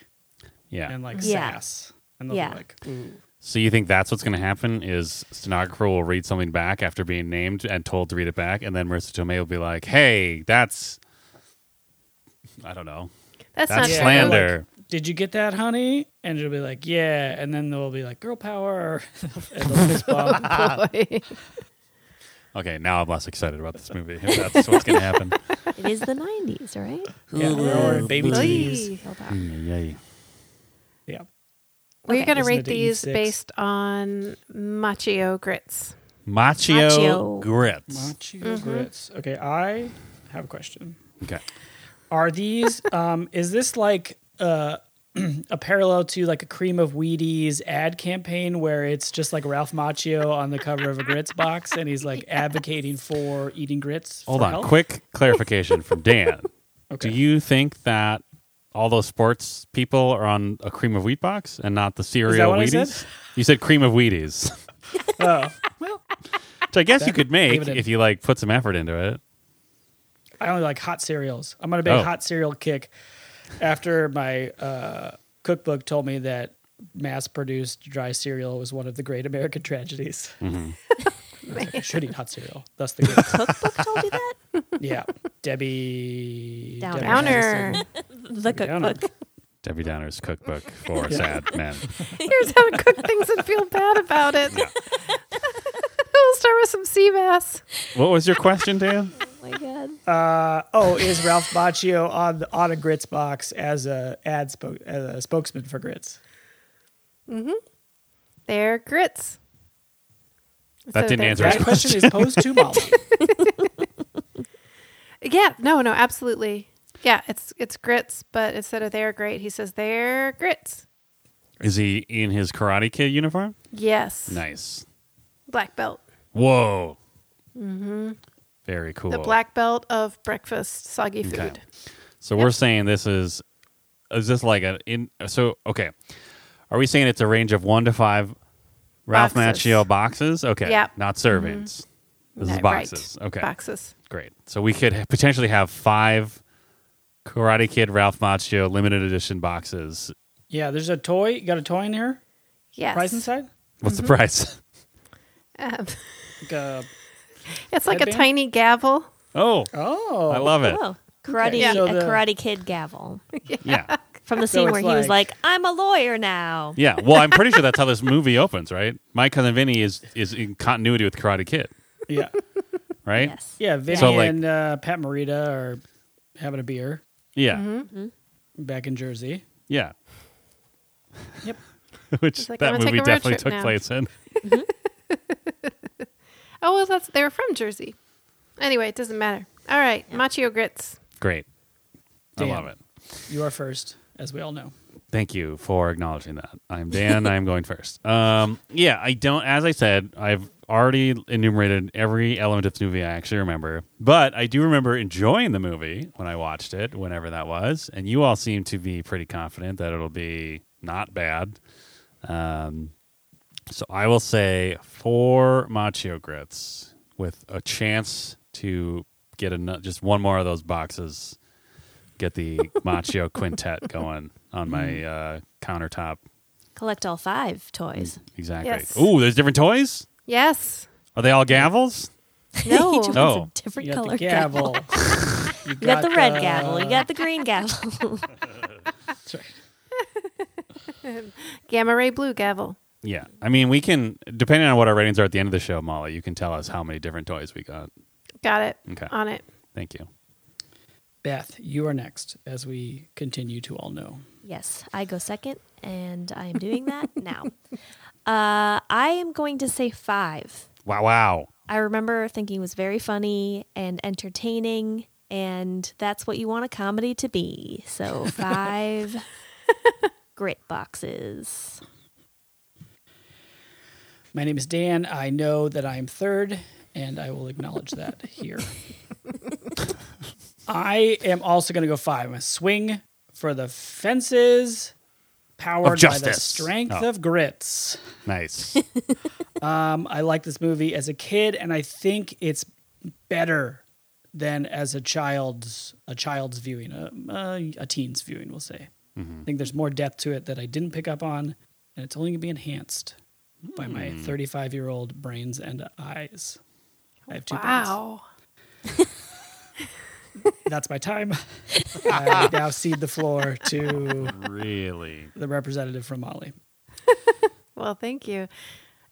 [SPEAKER 4] Yeah.
[SPEAKER 3] and like
[SPEAKER 2] Yeah.
[SPEAKER 3] sass. And they'll
[SPEAKER 2] Yeah.
[SPEAKER 3] be like, ooh.
[SPEAKER 4] so you think that's what's going to happen is stenographer will read something back after being named and told to read it back. And then Marissa Tomei will be like, hey, that's, I don't know.
[SPEAKER 1] That's,
[SPEAKER 4] That's
[SPEAKER 1] not
[SPEAKER 3] Yeah,
[SPEAKER 1] true.
[SPEAKER 3] slam.
[SPEAKER 4] slander.
[SPEAKER 3] Did you get that, honey? And she'll be like, yeah. And then they'll be like, girl power. and they'll fist bump.
[SPEAKER 1] Boy.
[SPEAKER 4] Okay, now I'm less excited about this movie. If that's what's going to happen.
[SPEAKER 2] it is the 90s, right?
[SPEAKER 3] Yeah, or baby tees.
[SPEAKER 1] Oy.
[SPEAKER 3] Yeah.
[SPEAKER 1] We're
[SPEAKER 2] Okay.
[SPEAKER 1] going to
[SPEAKER 3] Isn't it
[SPEAKER 1] rate
[SPEAKER 3] the
[SPEAKER 1] these
[SPEAKER 3] E6?
[SPEAKER 1] based on Machio grits.
[SPEAKER 4] Machio,
[SPEAKER 2] Machio.
[SPEAKER 4] grits.
[SPEAKER 3] Macho grits. Okay, I have a question.
[SPEAKER 4] Okay.
[SPEAKER 3] Are these, um, is this like uh, a parallel to like a cream of Wheaties ad campaign where it's just like Ralph Macchio on the cover of a grits box and he's like advocating for eating grits?
[SPEAKER 4] Hold
[SPEAKER 3] for
[SPEAKER 4] on.
[SPEAKER 3] health?
[SPEAKER 4] Quick clarification from Dan.
[SPEAKER 3] Okay.
[SPEAKER 4] Do you think that all those sports people are on a cream of wheat box and not the cereal
[SPEAKER 3] what I
[SPEAKER 4] Wheaties?
[SPEAKER 3] said?
[SPEAKER 4] You said cream of Wheaties,
[SPEAKER 3] Oh, well,
[SPEAKER 4] which I guess you could
[SPEAKER 3] leave
[SPEAKER 4] make
[SPEAKER 3] it in.
[SPEAKER 4] if you like put some effort into it.
[SPEAKER 3] I only like hot cereals. I'm gonna make
[SPEAKER 4] Oh.
[SPEAKER 3] a hot cereal kick after my uh, cookbook told me that mass produced dry cereal was one of the great American tragedies.
[SPEAKER 1] Mm-hmm.
[SPEAKER 3] I should eat hot cereal. That's the greatest.
[SPEAKER 2] Cookbook told you that?
[SPEAKER 3] yeah. Debbie
[SPEAKER 2] Downer.
[SPEAKER 3] Debbie
[SPEAKER 1] Downer.
[SPEAKER 3] Madison.
[SPEAKER 2] The
[SPEAKER 3] Downer.
[SPEAKER 2] cookbook.
[SPEAKER 4] Debbie Downer's cookbook for sad men.
[SPEAKER 1] Here's how to cook things and feel bad about it. we'll start with some sea bass.
[SPEAKER 4] What was your question, Dan?
[SPEAKER 2] Oh my god.
[SPEAKER 3] Uh, oh, is Ralph Macchio on the, on a grits box as a ad spoke as a spokesman for grits?
[SPEAKER 1] They're grits.
[SPEAKER 4] That
[SPEAKER 1] So
[SPEAKER 4] didn't
[SPEAKER 1] they're
[SPEAKER 4] answer
[SPEAKER 1] grits.
[SPEAKER 3] That question is posed to Molly.
[SPEAKER 1] Yeah, no, no, absolutely. Yeah, it's it's grits, but instead of they're great, he says they're grits.
[SPEAKER 4] Is he in his Karate Kid uniform?
[SPEAKER 1] Yes.
[SPEAKER 4] Nice.
[SPEAKER 1] Black belt.
[SPEAKER 4] Whoa. Mm-hmm. Very cool.
[SPEAKER 1] The black belt of breakfast soggy food.
[SPEAKER 4] Okay. So we're saying this is is this like a in so okay. Are we saying it's a range of one to five Ralph
[SPEAKER 1] Boxes.
[SPEAKER 4] Macchio boxes? Okay.
[SPEAKER 1] Yep.
[SPEAKER 4] Not servings. This is
[SPEAKER 1] No,
[SPEAKER 4] boxes.
[SPEAKER 1] right.
[SPEAKER 4] Okay.
[SPEAKER 1] Boxes.
[SPEAKER 4] Great. So we could ha- potentially have five Karate Kid Ralph Macchio limited edition boxes.
[SPEAKER 3] yeah, there's a toy. You got a toy in here?
[SPEAKER 1] Yes.
[SPEAKER 3] Price inside?
[SPEAKER 4] What's
[SPEAKER 1] Mm-hmm.
[SPEAKER 4] the price?
[SPEAKER 1] Um,
[SPEAKER 3] Like a-
[SPEAKER 1] it's like a
[SPEAKER 3] Headband?
[SPEAKER 1] tiny gavel.
[SPEAKER 4] Oh,
[SPEAKER 3] oh,
[SPEAKER 4] I love it.
[SPEAKER 2] Oh. Karate
[SPEAKER 3] Okay. Yeah. So
[SPEAKER 2] a
[SPEAKER 3] the-
[SPEAKER 2] karate kid gavel.
[SPEAKER 4] Yeah.
[SPEAKER 2] From the
[SPEAKER 3] So
[SPEAKER 2] scene
[SPEAKER 3] it's
[SPEAKER 2] where he was
[SPEAKER 3] like-
[SPEAKER 2] like, I'm a lawyer now.
[SPEAKER 4] Yeah. Well, I'm pretty sure that's how this movie opens, right? My cousin Vinny is is in continuity with Karate Kid,
[SPEAKER 3] yeah,
[SPEAKER 4] right?
[SPEAKER 2] Yes.
[SPEAKER 3] yeah. Vinny
[SPEAKER 4] So, like-
[SPEAKER 3] and uh, Pat Morita are having a beer
[SPEAKER 4] Yeah.
[SPEAKER 1] Mm-hmm.
[SPEAKER 3] back in Jersey.
[SPEAKER 4] Yeah.
[SPEAKER 3] Yep.
[SPEAKER 4] Which
[SPEAKER 1] He's like, "I'm
[SPEAKER 4] that
[SPEAKER 1] gonna take
[SPEAKER 4] movie
[SPEAKER 1] a road
[SPEAKER 4] definitely
[SPEAKER 1] trip
[SPEAKER 4] took
[SPEAKER 1] now."
[SPEAKER 4] place in.
[SPEAKER 1] Oh well that's they were from Jersey. Anyway, it doesn't matter. All right. Machio grits.
[SPEAKER 4] Great.
[SPEAKER 3] Dan.
[SPEAKER 4] I love it.
[SPEAKER 3] You are first, as we all know.
[SPEAKER 4] Thank you for acknowledging that. I'm Dan. I'm going first. Um, yeah, I don't. As I said, I've already enumerated every element of this movie I actually remember, but I do remember enjoying the movie when I watched it, whenever that was. And you all seem to be pretty confident that it'll be not bad. Um, so I will say four Machio grits with a chance to get ano- just one more of those boxes, get the Machio quintet going on my uh, countertop.
[SPEAKER 2] Collect all five toys.
[SPEAKER 4] Exactly.
[SPEAKER 1] Yes.
[SPEAKER 4] Ooh, there's different toys?
[SPEAKER 1] Yes.
[SPEAKER 4] Are they all gavels?
[SPEAKER 1] No.
[SPEAKER 2] Each one's
[SPEAKER 4] Oh.
[SPEAKER 2] a different
[SPEAKER 3] You got
[SPEAKER 2] color.
[SPEAKER 3] the gavel. you,
[SPEAKER 2] You got the red gavel. You got the green gavel.
[SPEAKER 3] That's right.
[SPEAKER 1] Gamma ray blue gavel.
[SPEAKER 4] Yeah. I mean, we can, depending on what our ratings are at the end of the show, Molly, you can tell us how many different toys we got.
[SPEAKER 1] Got it.
[SPEAKER 4] Okay.
[SPEAKER 1] On it.
[SPEAKER 4] Thank you.
[SPEAKER 3] Beth, you are next, as we continue to all know.
[SPEAKER 2] Yes, I go second, and I am doing that now. Uh, I am going to say five.
[SPEAKER 4] Wow, wow.
[SPEAKER 2] I remember thinking it was very funny and entertaining, and that's what you want a comedy to be. So five grit boxes.
[SPEAKER 3] My name is Dan. I know that I am third, and I will acknowledge that here. I am also going to go five. I'm going to swing for the fences, powered by the
[SPEAKER 4] justice.
[SPEAKER 3] strength
[SPEAKER 4] Oh.
[SPEAKER 3] of grits.
[SPEAKER 4] Nice.
[SPEAKER 3] Um, I liked this movie as a kid, and I think it's better than as a child's a child's viewing, a, a, a teen's viewing. We'll say.
[SPEAKER 4] Mm-hmm.
[SPEAKER 3] I think there's more depth to it that I didn't pick up on, and it's only gonna be enhanced by my
[SPEAKER 4] Hmm.
[SPEAKER 3] 35 year old brains and eyes. I have two.
[SPEAKER 1] Wow.
[SPEAKER 3] Brains. That's my time. I now cede the floor to
[SPEAKER 4] really?
[SPEAKER 3] the representative from Mali.
[SPEAKER 1] Well, thank you.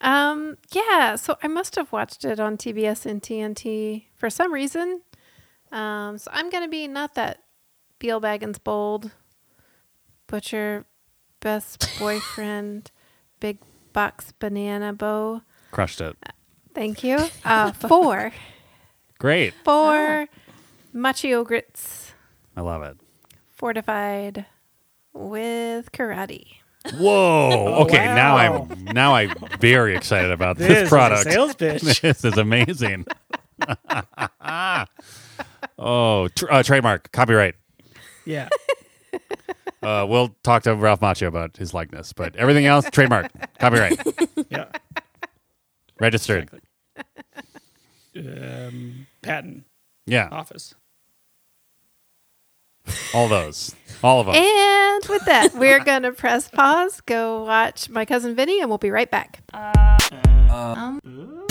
[SPEAKER 1] Um, yeah, so I must have watched it on TBS and TNT for some reason. Um, so I'm going to be not that Beal Baggins bold, butcher, best boyfriend, big box banana bow.
[SPEAKER 4] Crushed it.
[SPEAKER 1] Thank you. Uh, four, Oh.
[SPEAKER 4] Great.
[SPEAKER 1] four machio grits
[SPEAKER 4] I love it.
[SPEAKER 1] fortified with karate.
[SPEAKER 4] Whoa! Okay, now
[SPEAKER 3] wow.
[SPEAKER 4] I'm now I'm very excited about this,
[SPEAKER 3] is a
[SPEAKER 4] product.
[SPEAKER 3] sales pitch.
[SPEAKER 4] this is amazing. oh, tr- uh, trademark, copyright.
[SPEAKER 3] Yeah.
[SPEAKER 4] Uh, we'll talk to Ralph Macchio about his likeness, but everything else, trademark, copyright,
[SPEAKER 3] Yeah.
[SPEAKER 4] registered.
[SPEAKER 3] Um, patent
[SPEAKER 4] Yeah,
[SPEAKER 3] office.
[SPEAKER 4] All those. All of them.
[SPEAKER 1] And with that, we're going to press pause, go watch My Cousin Vinny, and we'll be right back. Um,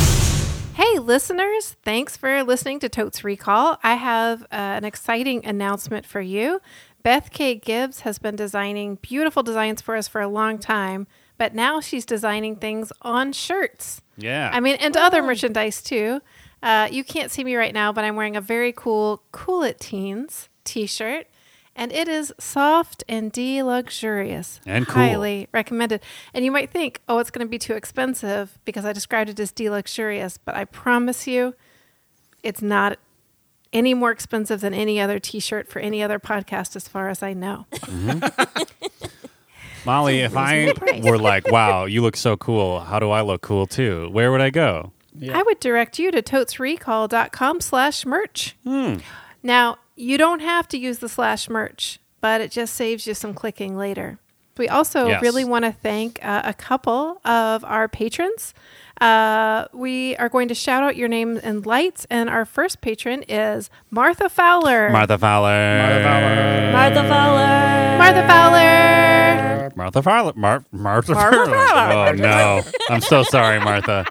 [SPEAKER 1] hey, listeners, thanks for listening to Totes Recall. I have uh, an exciting announcement for you. Beth K. Gibbs has been designing beautiful designs for us for a long time, but now she's designing things on shirts.
[SPEAKER 4] yeah.
[SPEAKER 1] I mean, and other merchandise too. Uh, you can't see me right now, but I'm wearing a very cool Cool It Teens t shirt. And it is soft and de luxurious.
[SPEAKER 4] And cool.
[SPEAKER 1] Highly recommended. And you might think, oh, it's going to be too expensive because I described it as de luxurious. But I promise you, it's not any more expensive than any other t shirt for any other podcast, as far as I know.
[SPEAKER 4] Molly, if I
[SPEAKER 1] price.
[SPEAKER 4] were like, wow, you look so cool, how do I look cool too? Where would I go?
[SPEAKER 1] I would direct you to totesrecall.com slash merch.
[SPEAKER 4] Hmm.
[SPEAKER 1] Now, you don't have to use the slash merch, but it just saves you some clicking later. We also
[SPEAKER 4] Yes.
[SPEAKER 1] really want to thank uh, a couple of our patrons. Uh, we are going to shout out your names and lights, and our first patron is Martha Fowler.
[SPEAKER 4] Martha Fowler.
[SPEAKER 3] Martha Fowler.
[SPEAKER 2] Martha Fowler.
[SPEAKER 1] Martha Fowler.
[SPEAKER 4] Martha Fowler. Mar- Martha,
[SPEAKER 1] Martha
[SPEAKER 4] Fowler. Oh, no. I'm so sorry, Martha.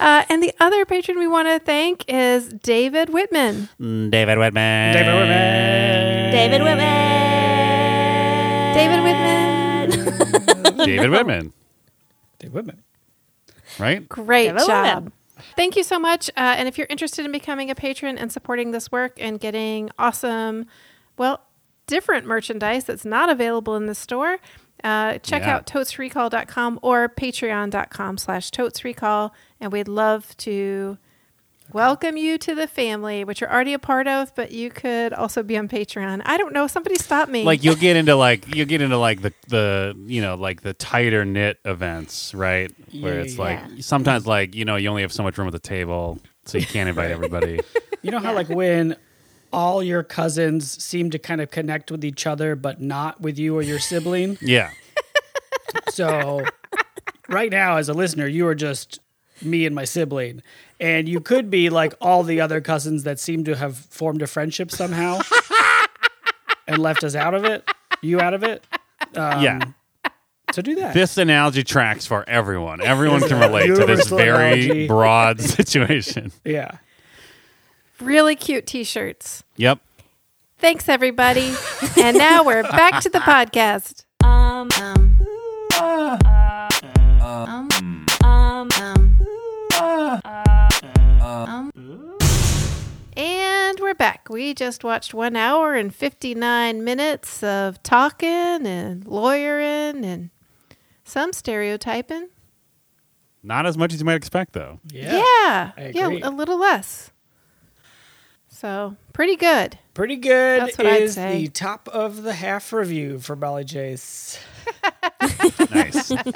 [SPEAKER 1] Uh, and the other patron we want to thank is David Whitman.
[SPEAKER 4] Mm, David Whitman.
[SPEAKER 3] David Whitman.
[SPEAKER 2] David
[SPEAKER 1] David
[SPEAKER 2] Whitman.
[SPEAKER 1] Whitman.
[SPEAKER 4] David Whitman.
[SPEAKER 3] David Whitman.
[SPEAKER 4] Right?
[SPEAKER 1] Great
[SPEAKER 2] Give it a
[SPEAKER 1] job.
[SPEAKER 2] whip.
[SPEAKER 1] Thank you so much. Uh, and if you're interested in becoming a patron and supporting this work and getting awesome, well, different merchandise that's not available in the store, uh, check
[SPEAKER 4] Yeah.
[SPEAKER 1] out totesrecall.com or patreon.com slash totesrecall. And we'd love to welcome you to the family, which you're already a part of, but you could also be on Patreon. I don't know. Somebody stop me.
[SPEAKER 4] Like you'll get into like you'll get into like the the you know like the tighter knit events, right? Where it's like
[SPEAKER 2] Yeah.
[SPEAKER 4] sometimes like you know you only have so much room at the table, so you can't invite everybody.
[SPEAKER 3] You know how like when all your cousins seem to kind of connect with each other, but not with you or your sibling.
[SPEAKER 4] Yeah,
[SPEAKER 3] So right now, as a listener, you are just me and my sibling. And you could be like all the other cousins that seem to have formed a friendship somehow and left us out of it, you out of it.
[SPEAKER 4] yeah.
[SPEAKER 3] So do that.
[SPEAKER 4] This analogy tracks for everyone. Everyone can relate to this
[SPEAKER 3] Universal
[SPEAKER 4] very
[SPEAKER 3] analogy.
[SPEAKER 4] broad situation.
[SPEAKER 3] yeah.
[SPEAKER 1] really cute t shirts.
[SPEAKER 4] Yep.
[SPEAKER 1] Thanks, everybody. and now we're back to the podcast.
[SPEAKER 2] Um, um,
[SPEAKER 1] And we're back. We just watched one hour and 59 minutes of talking and lawyering and some stereotyping.
[SPEAKER 4] Not as much as you might expect, though.
[SPEAKER 3] Yeah.
[SPEAKER 1] Yeah.
[SPEAKER 3] I
[SPEAKER 1] yeah,
[SPEAKER 3] agree.
[SPEAKER 1] a little less. So, pretty good.
[SPEAKER 3] Pretty good
[SPEAKER 1] That's what I'd
[SPEAKER 3] is
[SPEAKER 1] say.
[SPEAKER 3] the top of the half review for Molly Jace. Uh,
[SPEAKER 4] Nice. Great. Good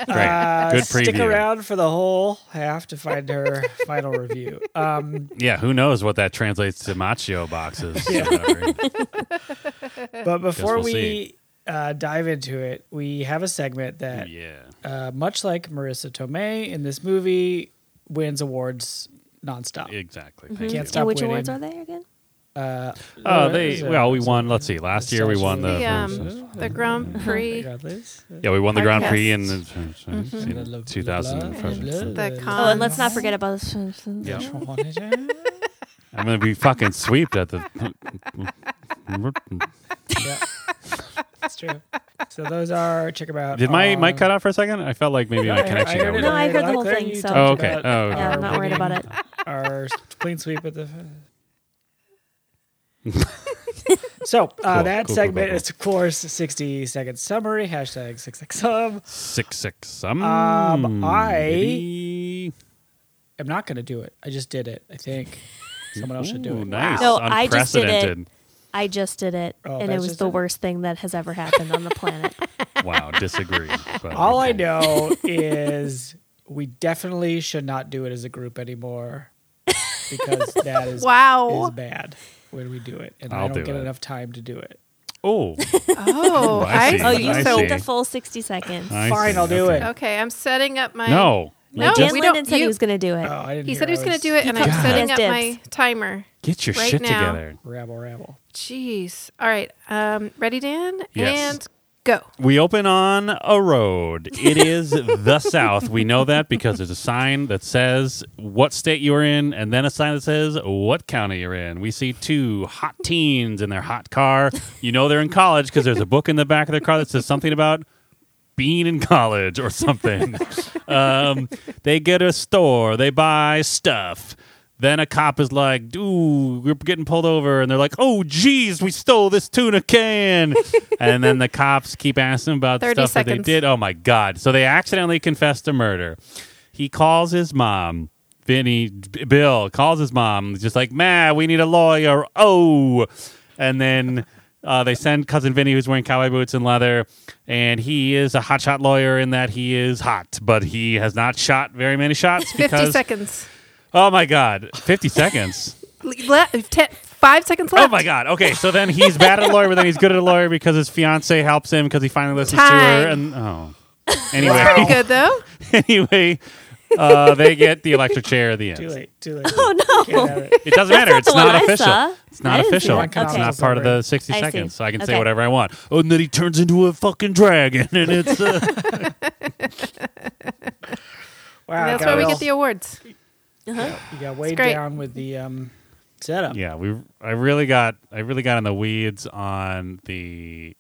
[SPEAKER 4] preview.
[SPEAKER 3] Stick around for the whole half to find her final review. Um,
[SPEAKER 4] Yeah, who knows what that translates to macho boxes. or whatever.
[SPEAKER 3] but before
[SPEAKER 4] we'll
[SPEAKER 3] we
[SPEAKER 4] see.
[SPEAKER 3] uh, dive into it, we have a segment that,
[SPEAKER 4] yeah.
[SPEAKER 3] uh, much like Marissa Tomei in this movie, wins awards nonstop.
[SPEAKER 4] Exactly. Thank
[SPEAKER 3] Can't
[SPEAKER 4] you.
[SPEAKER 3] stop
[SPEAKER 2] and which
[SPEAKER 3] winning.
[SPEAKER 2] awards are they again?
[SPEAKER 3] Uh,
[SPEAKER 4] Oh,
[SPEAKER 3] what
[SPEAKER 4] they
[SPEAKER 3] is it?
[SPEAKER 4] well, we won. Let's see. Last year we won the
[SPEAKER 1] The, um,
[SPEAKER 3] first-
[SPEAKER 1] the Grand Prix,
[SPEAKER 3] Regardless. Mm-hmm.
[SPEAKER 4] yeah we won the Grand
[SPEAKER 1] Podcast.
[SPEAKER 4] Prix in the,
[SPEAKER 1] Mm-hmm.
[SPEAKER 4] two thousand.
[SPEAKER 1] the con.
[SPEAKER 2] Oh, and let's not forget about this.
[SPEAKER 4] Yeah. I'm gonna be fucking sweeped at the.
[SPEAKER 3] yeah. That's true. So those are check about.
[SPEAKER 4] Did my
[SPEAKER 3] on-
[SPEAKER 4] mic cut out for a second? I felt like maybe my connection
[SPEAKER 3] Um, heard
[SPEAKER 4] got
[SPEAKER 3] it
[SPEAKER 4] weird.
[SPEAKER 2] No, I heard the
[SPEAKER 3] loud
[SPEAKER 2] whole
[SPEAKER 3] and
[SPEAKER 2] thing,
[SPEAKER 3] you
[SPEAKER 2] so-
[SPEAKER 3] talked
[SPEAKER 4] Oh, okay.
[SPEAKER 3] about
[SPEAKER 4] Oh, okay.
[SPEAKER 2] Yeah,
[SPEAKER 3] our
[SPEAKER 2] I'm not worried about it.
[SPEAKER 3] winning Our clean sweep at the. so uh,
[SPEAKER 4] Cool,
[SPEAKER 3] that
[SPEAKER 4] cool,
[SPEAKER 3] segment
[SPEAKER 4] cool, cool.
[SPEAKER 3] is of course 60 second summary hashtag 66 sub.
[SPEAKER 4] Six six some.
[SPEAKER 3] Um, I-
[SPEAKER 4] Hmm, maybe.
[SPEAKER 3] I'm not gonna do it. I just did it. I think someone else should do
[SPEAKER 4] Ooh,
[SPEAKER 3] it.
[SPEAKER 4] nice.
[SPEAKER 2] No, I just did it.
[SPEAKER 4] Unprecedented.
[SPEAKER 2] I just did it,
[SPEAKER 3] Oh,
[SPEAKER 2] and it
[SPEAKER 3] that's
[SPEAKER 2] was
[SPEAKER 3] just
[SPEAKER 2] the
[SPEAKER 3] it?
[SPEAKER 2] worst thing that has ever happened on the planet.
[SPEAKER 4] Wow. Disagree. But
[SPEAKER 3] All I
[SPEAKER 4] okay.
[SPEAKER 3] know is we definitely should not do it as a group anymore because that is
[SPEAKER 1] Wow.
[SPEAKER 3] is bad when we do it, and I
[SPEAKER 4] I'll
[SPEAKER 3] don't
[SPEAKER 4] do
[SPEAKER 3] get
[SPEAKER 4] it.
[SPEAKER 3] enough time to do it.
[SPEAKER 4] Oh,
[SPEAKER 1] Oh,
[SPEAKER 4] I
[SPEAKER 1] I,
[SPEAKER 4] see.
[SPEAKER 2] oh, you
[SPEAKER 4] I
[SPEAKER 1] so
[SPEAKER 4] see.
[SPEAKER 2] took the full sixty seconds.
[SPEAKER 4] I
[SPEAKER 3] Fine,
[SPEAKER 4] see.
[SPEAKER 3] I'll do
[SPEAKER 4] Okay.
[SPEAKER 3] it.
[SPEAKER 1] okay. I'm setting up my
[SPEAKER 4] No.
[SPEAKER 1] No,
[SPEAKER 2] Dan
[SPEAKER 1] we
[SPEAKER 2] Linden
[SPEAKER 1] don't.
[SPEAKER 2] said
[SPEAKER 1] you-
[SPEAKER 2] he was going to do it.
[SPEAKER 3] Oh, I didn't.
[SPEAKER 1] he
[SPEAKER 3] hear
[SPEAKER 1] said he was
[SPEAKER 3] I
[SPEAKER 1] going to do it, and I'm
[SPEAKER 4] God.
[SPEAKER 1] setting up
[SPEAKER 2] Yes,
[SPEAKER 1] my timer.
[SPEAKER 4] Get your
[SPEAKER 1] Right
[SPEAKER 4] shit
[SPEAKER 1] now.
[SPEAKER 4] together.
[SPEAKER 3] Rabble, rabble.
[SPEAKER 1] Jeez. All right. Um, ready, Dan?
[SPEAKER 4] Yes.
[SPEAKER 1] And go.
[SPEAKER 4] We open on a road. It is the South. We know that because there's a sign that says what state you're in, and then a sign that says what county you're in. We see two hot teens in their hot car. You know they're in college because there's a book in the back of their car that says something about being in college or something. um, they get a store, they buy stuff. Then a cop is like, "Ooh, we're getting pulled over," and they're like, "Oh, geez, we stole this tuna can." and then the cops keep asking about the
[SPEAKER 1] 30
[SPEAKER 4] stuff that
[SPEAKER 1] seconds.
[SPEAKER 4] they did. Oh my god! So they accidentally confessed to murder. He calls his mom. Vinny B- Bill calls his mom, just like, "Ma, we need a lawyer." Oh, and then uh, they send cousin Vinny, who's wearing cowboy boots and leather, and he is a hotshot lawyer in that he is hot, but he has not shot very many shots
[SPEAKER 1] 50
[SPEAKER 4] because
[SPEAKER 1] seconds.
[SPEAKER 4] oh my god, fifty seconds.
[SPEAKER 1] Le- le- ten, five seconds left.
[SPEAKER 4] Oh my god. Okay, so then he's bad at a lawyer, but then he's good at a lawyer because his fiance helps him because he finally listens to her.
[SPEAKER 1] Time.
[SPEAKER 4] And oh,
[SPEAKER 1] That's pretty
[SPEAKER 4] anyway,
[SPEAKER 1] good, though.
[SPEAKER 4] anyway, uh, they get the electric chair at the end.
[SPEAKER 3] Too late. Too late. Oh no.
[SPEAKER 4] It doesn't matter.
[SPEAKER 2] not
[SPEAKER 4] It's
[SPEAKER 2] the one
[SPEAKER 4] not
[SPEAKER 2] I
[SPEAKER 4] official.
[SPEAKER 2] saw.
[SPEAKER 4] It's not
[SPEAKER 2] I didn't see
[SPEAKER 4] official.
[SPEAKER 2] that.
[SPEAKER 4] It's
[SPEAKER 2] Okay.
[SPEAKER 4] not part of the 60
[SPEAKER 2] I see.
[SPEAKER 4] seconds, so I can say
[SPEAKER 2] Okay.
[SPEAKER 4] whatever I want. Oh, and then he turns into a fucking dragon, and it's uh,
[SPEAKER 3] Wow.
[SPEAKER 1] And that's
[SPEAKER 3] got
[SPEAKER 1] why we
[SPEAKER 3] real-
[SPEAKER 1] get the awards.
[SPEAKER 2] Uh-huh.
[SPEAKER 3] You got way
[SPEAKER 1] great.
[SPEAKER 3] down with the um, setup.
[SPEAKER 4] yeah. We I really got I really got in the weeds on the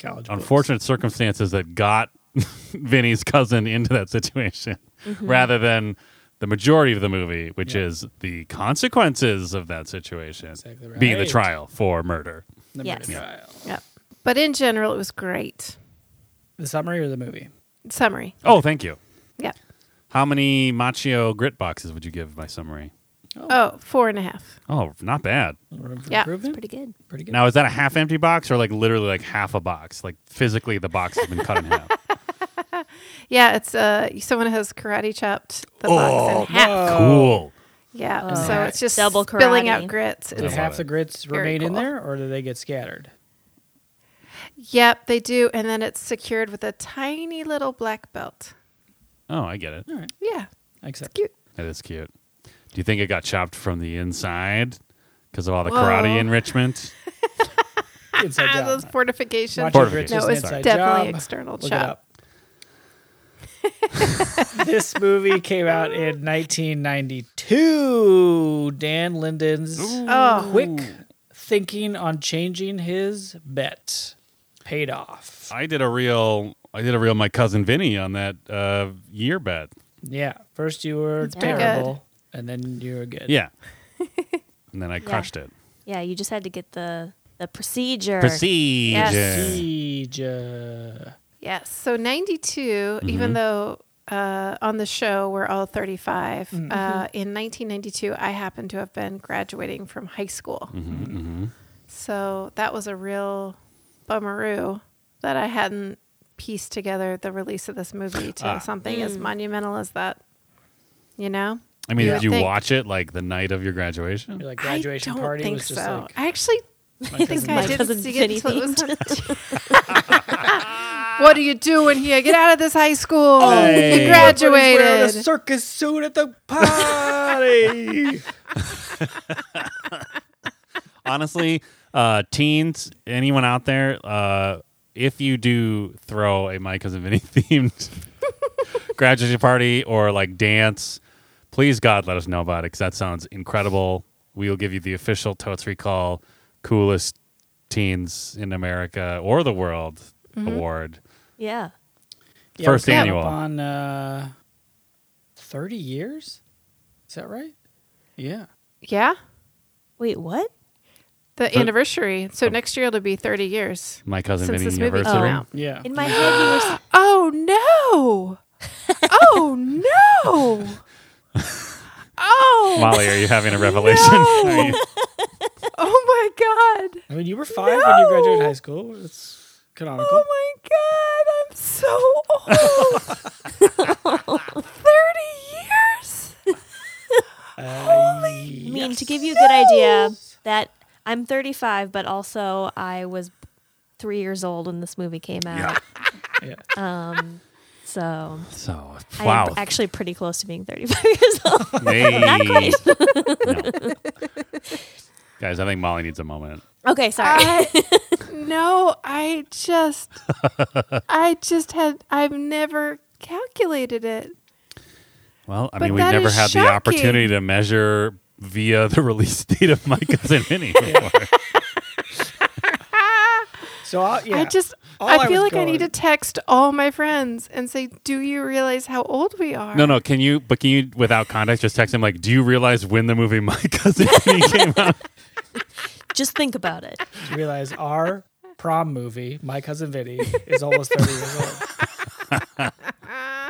[SPEAKER 3] College. books.
[SPEAKER 4] unfortunate circumstances that got Vinny's cousin into that situation, rather than the majority of the movie, which
[SPEAKER 3] Mm-hmm. Yeah.
[SPEAKER 4] is the consequences of that situation
[SPEAKER 3] Exactly
[SPEAKER 4] being the
[SPEAKER 3] right.
[SPEAKER 4] trial for murder.
[SPEAKER 3] Number
[SPEAKER 2] Yes.
[SPEAKER 3] two.
[SPEAKER 1] Yep. But in general, it was great.
[SPEAKER 3] The summary or the movie?
[SPEAKER 1] Summary.
[SPEAKER 4] Oh, thank you.
[SPEAKER 1] Yep.
[SPEAKER 4] How many Machio grit boxes would you give my summary?
[SPEAKER 1] Oh, four and a half.
[SPEAKER 4] Oh, not bad.
[SPEAKER 3] Room for
[SPEAKER 1] Yeah.
[SPEAKER 3] improvement?
[SPEAKER 2] Pretty good.
[SPEAKER 3] Pretty good.
[SPEAKER 4] Now, is that a half empty box or like literally like half a box? Like physically, the box has been cut in half.
[SPEAKER 1] Yeah, it's uh someone has karate chopped the
[SPEAKER 4] Oh,
[SPEAKER 1] box in half.
[SPEAKER 4] Cool.
[SPEAKER 1] Yeah,
[SPEAKER 2] Oh.
[SPEAKER 1] so it's just
[SPEAKER 2] Double
[SPEAKER 1] spilling
[SPEAKER 2] karate.
[SPEAKER 1] out grits.
[SPEAKER 4] I
[SPEAKER 3] Do
[SPEAKER 1] It's,
[SPEAKER 4] love
[SPEAKER 3] half
[SPEAKER 4] it.
[SPEAKER 3] the grits
[SPEAKER 1] Very
[SPEAKER 3] remain in
[SPEAKER 1] cool.
[SPEAKER 3] there, or do they get scattered?
[SPEAKER 1] Yep, they do, and then it's secured with a tiny little black belt.
[SPEAKER 4] Oh, I get it.
[SPEAKER 1] Yeah,
[SPEAKER 3] Except
[SPEAKER 1] cute.
[SPEAKER 4] That is cute. Do you think it got chopped from the inside because of all the
[SPEAKER 1] Whoa.
[SPEAKER 4] karate enrichment?
[SPEAKER 3] inside
[SPEAKER 1] Ah,
[SPEAKER 3] job.
[SPEAKER 1] those fortifications.
[SPEAKER 3] Watch
[SPEAKER 4] Part
[SPEAKER 3] your
[SPEAKER 4] of
[SPEAKER 3] grits
[SPEAKER 4] it.
[SPEAKER 1] No,
[SPEAKER 3] is an
[SPEAKER 1] it's
[SPEAKER 3] inside
[SPEAKER 1] definitely
[SPEAKER 3] job.
[SPEAKER 1] external
[SPEAKER 3] Look it
[SPEAKER 1] chop.
[SPEAKER 3] up. this movie came out in 1992. Dan Linden's
[SPEAKER 1] Oh,
[SPEAKER 3] quick thinking on changing his bet paid off.
[SPEAKER 4] I did a real, I did a real my cousin Vinny on that uh, year bet.
[SPEAKER 3] Yeah, first you were
[SPEAKER 2] pretty
[SPEAKER 3] terrible, and then you were good.
[SPEAKER 4] Yeah, and then I crushed it.
[SPEAKER 2] Yeah, you just had to get the the procedure.
[SPEAKER 4] Procedure.
[SPEAKER 1] Yes.
[SPEAKER 3] Siege, uh,
[SPEAKER 1] yes. So ninety even though uh, on the show we're all thirty
[SPEAKER 3] Mm-hmm.
[SPEAKER 1] Uh, in nineteen ninety two, I happened to have been graduating from high school, so that was a real bummeroo that I hadn't pieced together the release of this movie to
[SPEAKER 4] Ah.
[SPEAKER 1] something
[SPEAKER 3] Mm.
[SPEAKER 1] as monumental as that. You know.
[SPEAKER 4] I mean,
[SPEAKER 1] You
[SPEAKER 4] did
[SPEAKER 1] would
[SPEAKER 4] you
[SPEAKER 1] think-
[SPEAKER 4] watch it like the night of your graduation?
[SPEAKER 3] your like graduation
[SPEAKER 1] I don't
[SPEAKER 3] party
[SPEAKER 1] think
[SPEAKER 3] was just
[SPEAKER 1] so.
[SPEAKER 3] like
[SPEAKER 1] I actually
[SPEAKER 3] my
[SPEAKER 1] think
[SPEAKER 3] cousin
[SPEAKER 1] I
[SPEAKER 2] Mike
[SPEAKER 3] Mike.
[SPEAKER 1] didn't
[SPEAKER 2] hasn't
[SPEAKER 1] see
[SPEAKER 2] said
[SPEAKER 1] it until it was on. what are you doing here? Get out of this high school.
[SPEAKER 4] Hey.
[SPEAKER 1] You
[SPEAKER 3] Oh, Everybody's wearing a
[SPEAKER 1] graduated.
[SPEAKER 3] circus suit at the party.
[SPEAKER 4] Honestly, uh, teens, anyone out there, uh, if you do throw a my cousin Vinny themed graduation party or like dance, please God let us know about it because that sounds incredible. We will give you the official Totes Recall coolest teens in America or the world
[SPEAKER 1] Mm-hmm.
[SPEAKER 4] award.
[SPEAKER 2] Yeah.
[SPEAKER 3] Yeah,
[SPEAKER 4] First
[SPEAKER 3] we're coming
[SPEAKER 4] annual.
[SPEAKER 3] up on uh, 30 years. Is that right? Yeah.
[SPEAKER 1] Yeah,
[SPEAKER 2] Wait, what?
[SPEAKER 1] the
[SPEAKER 4] So-
[SPEAKER 1] anniversary. So next year it'll be 30 years
[SPEAKER 4] My cousin
[SPEAKER 1] since
[SPEAKER 4] Vinny
[SPEAKER 1] this movie came
[SPEAKER 3] Oh.
[SPEAKER 4] University.
[SPEAKER 1] out.
[SPEAKER 3] Yeah.
[SPEAKER 2] In my head, you were
[SPEAKER 4] Ah,
[SPEAKER 2] s-
[SPEAKER 1] Oh no! Oh no! Oh!
[SPEAKER 4] Molly, are you having a revelation? Are you-
[SPEAKER 1] Oh my god!
[SPEAKER 3] I mean, you were five when you graduated high school. It's canonical.
[SPEAKER 1] Oh my god! I'm so old. 30 years.
[SPEAKER 3] Uh,
[SPEAKER 2] I mean, to give you a good idea, that I'm 35, but also I was three years old when this movie came out.
[SPEAKER 3] yeah.
[SPEAKER 2] Um, so
[SPEAKER 4] so,
[SPEAKER 2] I'm
[SPEAKER 4] wow.
[SPEAKER 2] actually pretty close to being 35 years old.
[SPEAKER 4] Hey. No. Guys, I think Molly needs a moment.
[SPEAKER 2] Okay, sorry.
[SPEAKER 4] Ah.
[SPEAKER 1] I, no, I just, I just had, I've never calculated it.
[SPEAKER 4] Well, I
[SPEAKER 1] But
[SPEAKER 4] mean, we've
[SPEAKER 1] that
[SPEAKER 4] never
[SPEAKER 1] is
[SPEAKER 4] had the
[SPEAKER 1] shocking.
[SPEAKER 4] opportunity to measure via the release date of Micah's and Minnie. before.
[SPEAKER 3] So I'll, yeah,
[SPEAKER 1] I just,
[SPEAKER 3] All
[SPEAKER 1] I
[SPEAKER 3] I
[SPEAKER 1] feel
[SPEAKER 3] was
[SPEAKER 1] like I need to
[SPEAKER 3] going-
[SPEAKER 1] text all my friends and say, "Do you realize how old we are?"
[SPEAKER 4] no, no. Can you? But can you, without context, just text him like, "Do you realize when the movie My Cousin Vinny came out?"
[SPEAKER 2] Just think about it.
[SPEAKER 3] realize our prom movie, My Cousin Vinny, is almost 30 years old.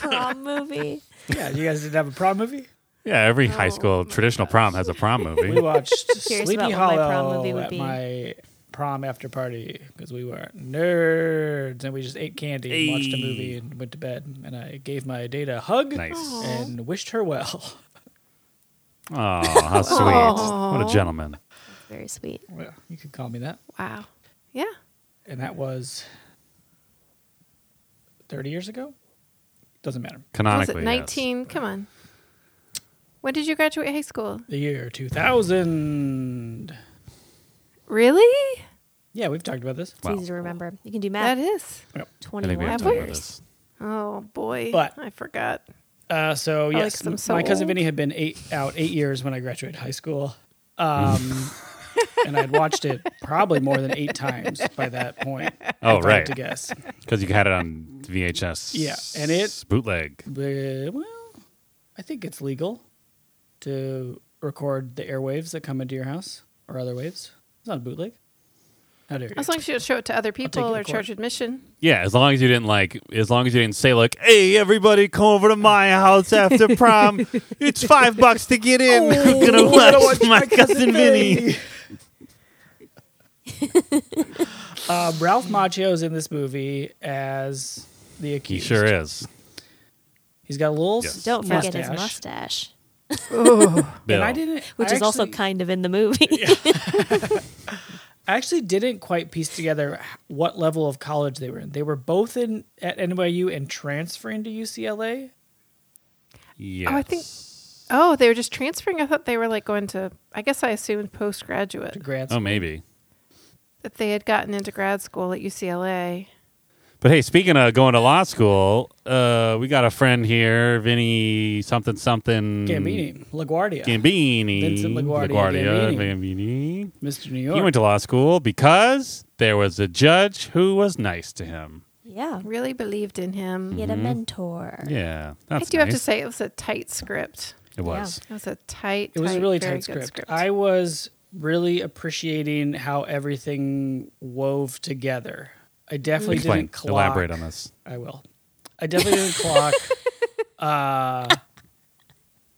[SPEAKER 2] Prom movie.
[SPEAKER 3] Yeah, you guys didn't have a prom movie?
[SPEAKER 4] Yeah, every high
[SPEAKER 1] Oh.
[SPEAKER 4] school traditional prom has a prom
[SPEAKER 3] We
[SPEAKER 4] movie.
[SPEAKER 3] watched
[SPEAKER 2] Curious
[SPEAKER 3] Sleepy
[SPEAKER 2] about what
[SPEAKER 3] Hollow
[SPEAKER 2] my prom movie would
[SPEAKER 3] at
[SPEAKER 2] be.
[SPEAKER 3] my prom after party because we were nerds and we just ate candy and watched a movie and went to bed. And I gave my date a hug
[SPEAKER 4] nice.
[SPEAKER 3] and wished her well.
[SPEAKER 4] Oh, how sweet! What a gentleman.
[SPEAKER 2] Very sweet.
[SPEAKER 3] Well, you could call me that.
[SPEAKER 1] Wow. Yeah.
[SPEAKER 3] And that was 30 years ago? Doesn't matter.
[SPEAKER 1] Was it
[SPEAKER 4] Canonically, yes.
[SPEAKER 1] nineteen? Come on. When did you graduate high school?
[SPEAKER 3] The year 2000.
[SPEAKER 1] Really?
[SPEAKER 3] Yeah, we've talked about this.
[SPEAKER 2] It's
[SPEAKER 4] Wow.
[SPEAKER 2] easy to remember. You can do
[SPEAKER 1] That
[SPEAKER 2] math.
[SPEAKER 1] is.
[SPEAKER 4] I think we have time
[SPEAKER 2] 21.
[SPEAKER 4] for this.
[SPEAKER 1] Oh boy.
[SPEAKER 3] But-
[SPEAKER 1] I forgot.
[SPEAKER 3] Uh,
[SPEAKER 2] Oh,
[SPEAKER 3] so
[SPEAKER 1] like
[SPEAKER 3] yes,
[SPEAKER 1] them
[SPEAKER 3] m-
[SPEAKER 1] so
[SPEAKER 3] my cousin
[SPEAKER 1] old.
[SPEAKER 3] Vinny had been eight out eight years when I graduated high school, um, and I'd watched it probably more than eight times by that point.
[SPEAKER 4] Oh,
[SPEAKER 3] if I had
[SPEAKER 4] right.
[SPEAKER 3] to guess.
[SPEAKER 4] Because you had it on VHS.
[SPEAKER 3] Yeah, and it-
[SPEAKER 4] bootleg.
[SPEAKER 3] But, well, I think it's legal to record the airwaves that come into your house or other waves. It's not a bootleg. How dare you?
[SPEAKER 1] As long as you don't show it to other people
[SPEAKER 3] it
[SPEAKER 1] or
[SPEAKER 3] to
[SPEAKER 1] charge
[SPEAKER 3] court.
[SPEAKER 1] admission.
[SPEAKER 4] Yeah, as long as you didn't like, as long as you didn't say like, "Hey, everybody, come over to my house after prom. it's five bucks to get in. We're gonna watch, my, cousin Vinny."
[SPEAKER 3] um, Ralph Macchio's in this movie as the
[SPEAKER 4] He
[SPEAKER 3] accused.
[SPEAKER 4] sure is.
[SPEAKER 3] He's got a little
[SPEAKER 4] Yes.
[SPEAKER 2] Don't forget his
[SPEAKER 3] mustache.
[SPEAKER 2] mustache,
[SPEAKER 4] Bill.
[SPEAKER 3] And I didn't,
[SPEAKER 2] which
[SPEAKER 3] I
[SPEAKER 2] is also
[SPEAKER 3] actually-
[SPEAKER 2] kind of in the movie.
[SPEAKER 3] I actually didn't quite piece together what level of college they were in. They were both in at NYU and transferring to UCLA.
[SPEAKER 4] Yes.
[SPEAKER 1] Oh, I think- Oh, they were just transferring. I thought they were like going to. I guess I assumed postgraduate
[SPEAKER 3] Grad
[SPEAKER 4] Oh,
[SPEAKER 3] school.
[SPEAKER 4] maybe.
[SPEAKER 1] that they had gotten into grad school at UCLA.
[SPEAKER 4] But hey, speaking of going to law school, uh, we got a friend here, Vinny something something
[SPEAKER 3] Gambini, LaGuardia,
[SPEAKER 4] Gambini.
[SPEAKER 3] Vincent LaGuardia
[SPEAKER 4] Gambini.
[SPEAKER 3] Mr. New York.
[SPEAKER 4] He went to law school because there was a judge who was nice to him.
[SPEAKER 2] yeah.
[SPEAKER 3] Mm-hmm.
[SPEAKER 1] Really believed in him.
[SPEAKER 2] He had a mentor.
[SPEAKER 4] Yeah, that's
[SPEAKER 1] I do have to
[SPEAKER 4] nice.
[SPEAKER 1] say it was a tight script.
[SPEAKER 4] it was.
[SPEAKER 1] It was a tight.
[SPEAKER 3] it was a
[SPEAKER 1] tight,
[SPEAKER 3] really
[SPEAKER 1] very
[SPEAKER 3] tight
[SPEAKER 1] good
[SPEAKER 3] script. I was really appreciating how everything wove together. I definitely
[SPEAKER 4] Explain.
[SPEAKER 3] didn't clock.
[SPEAKER 4] Elaborate on this.
[SPEAKER 3] I will. I definitely didn't clock. Uh,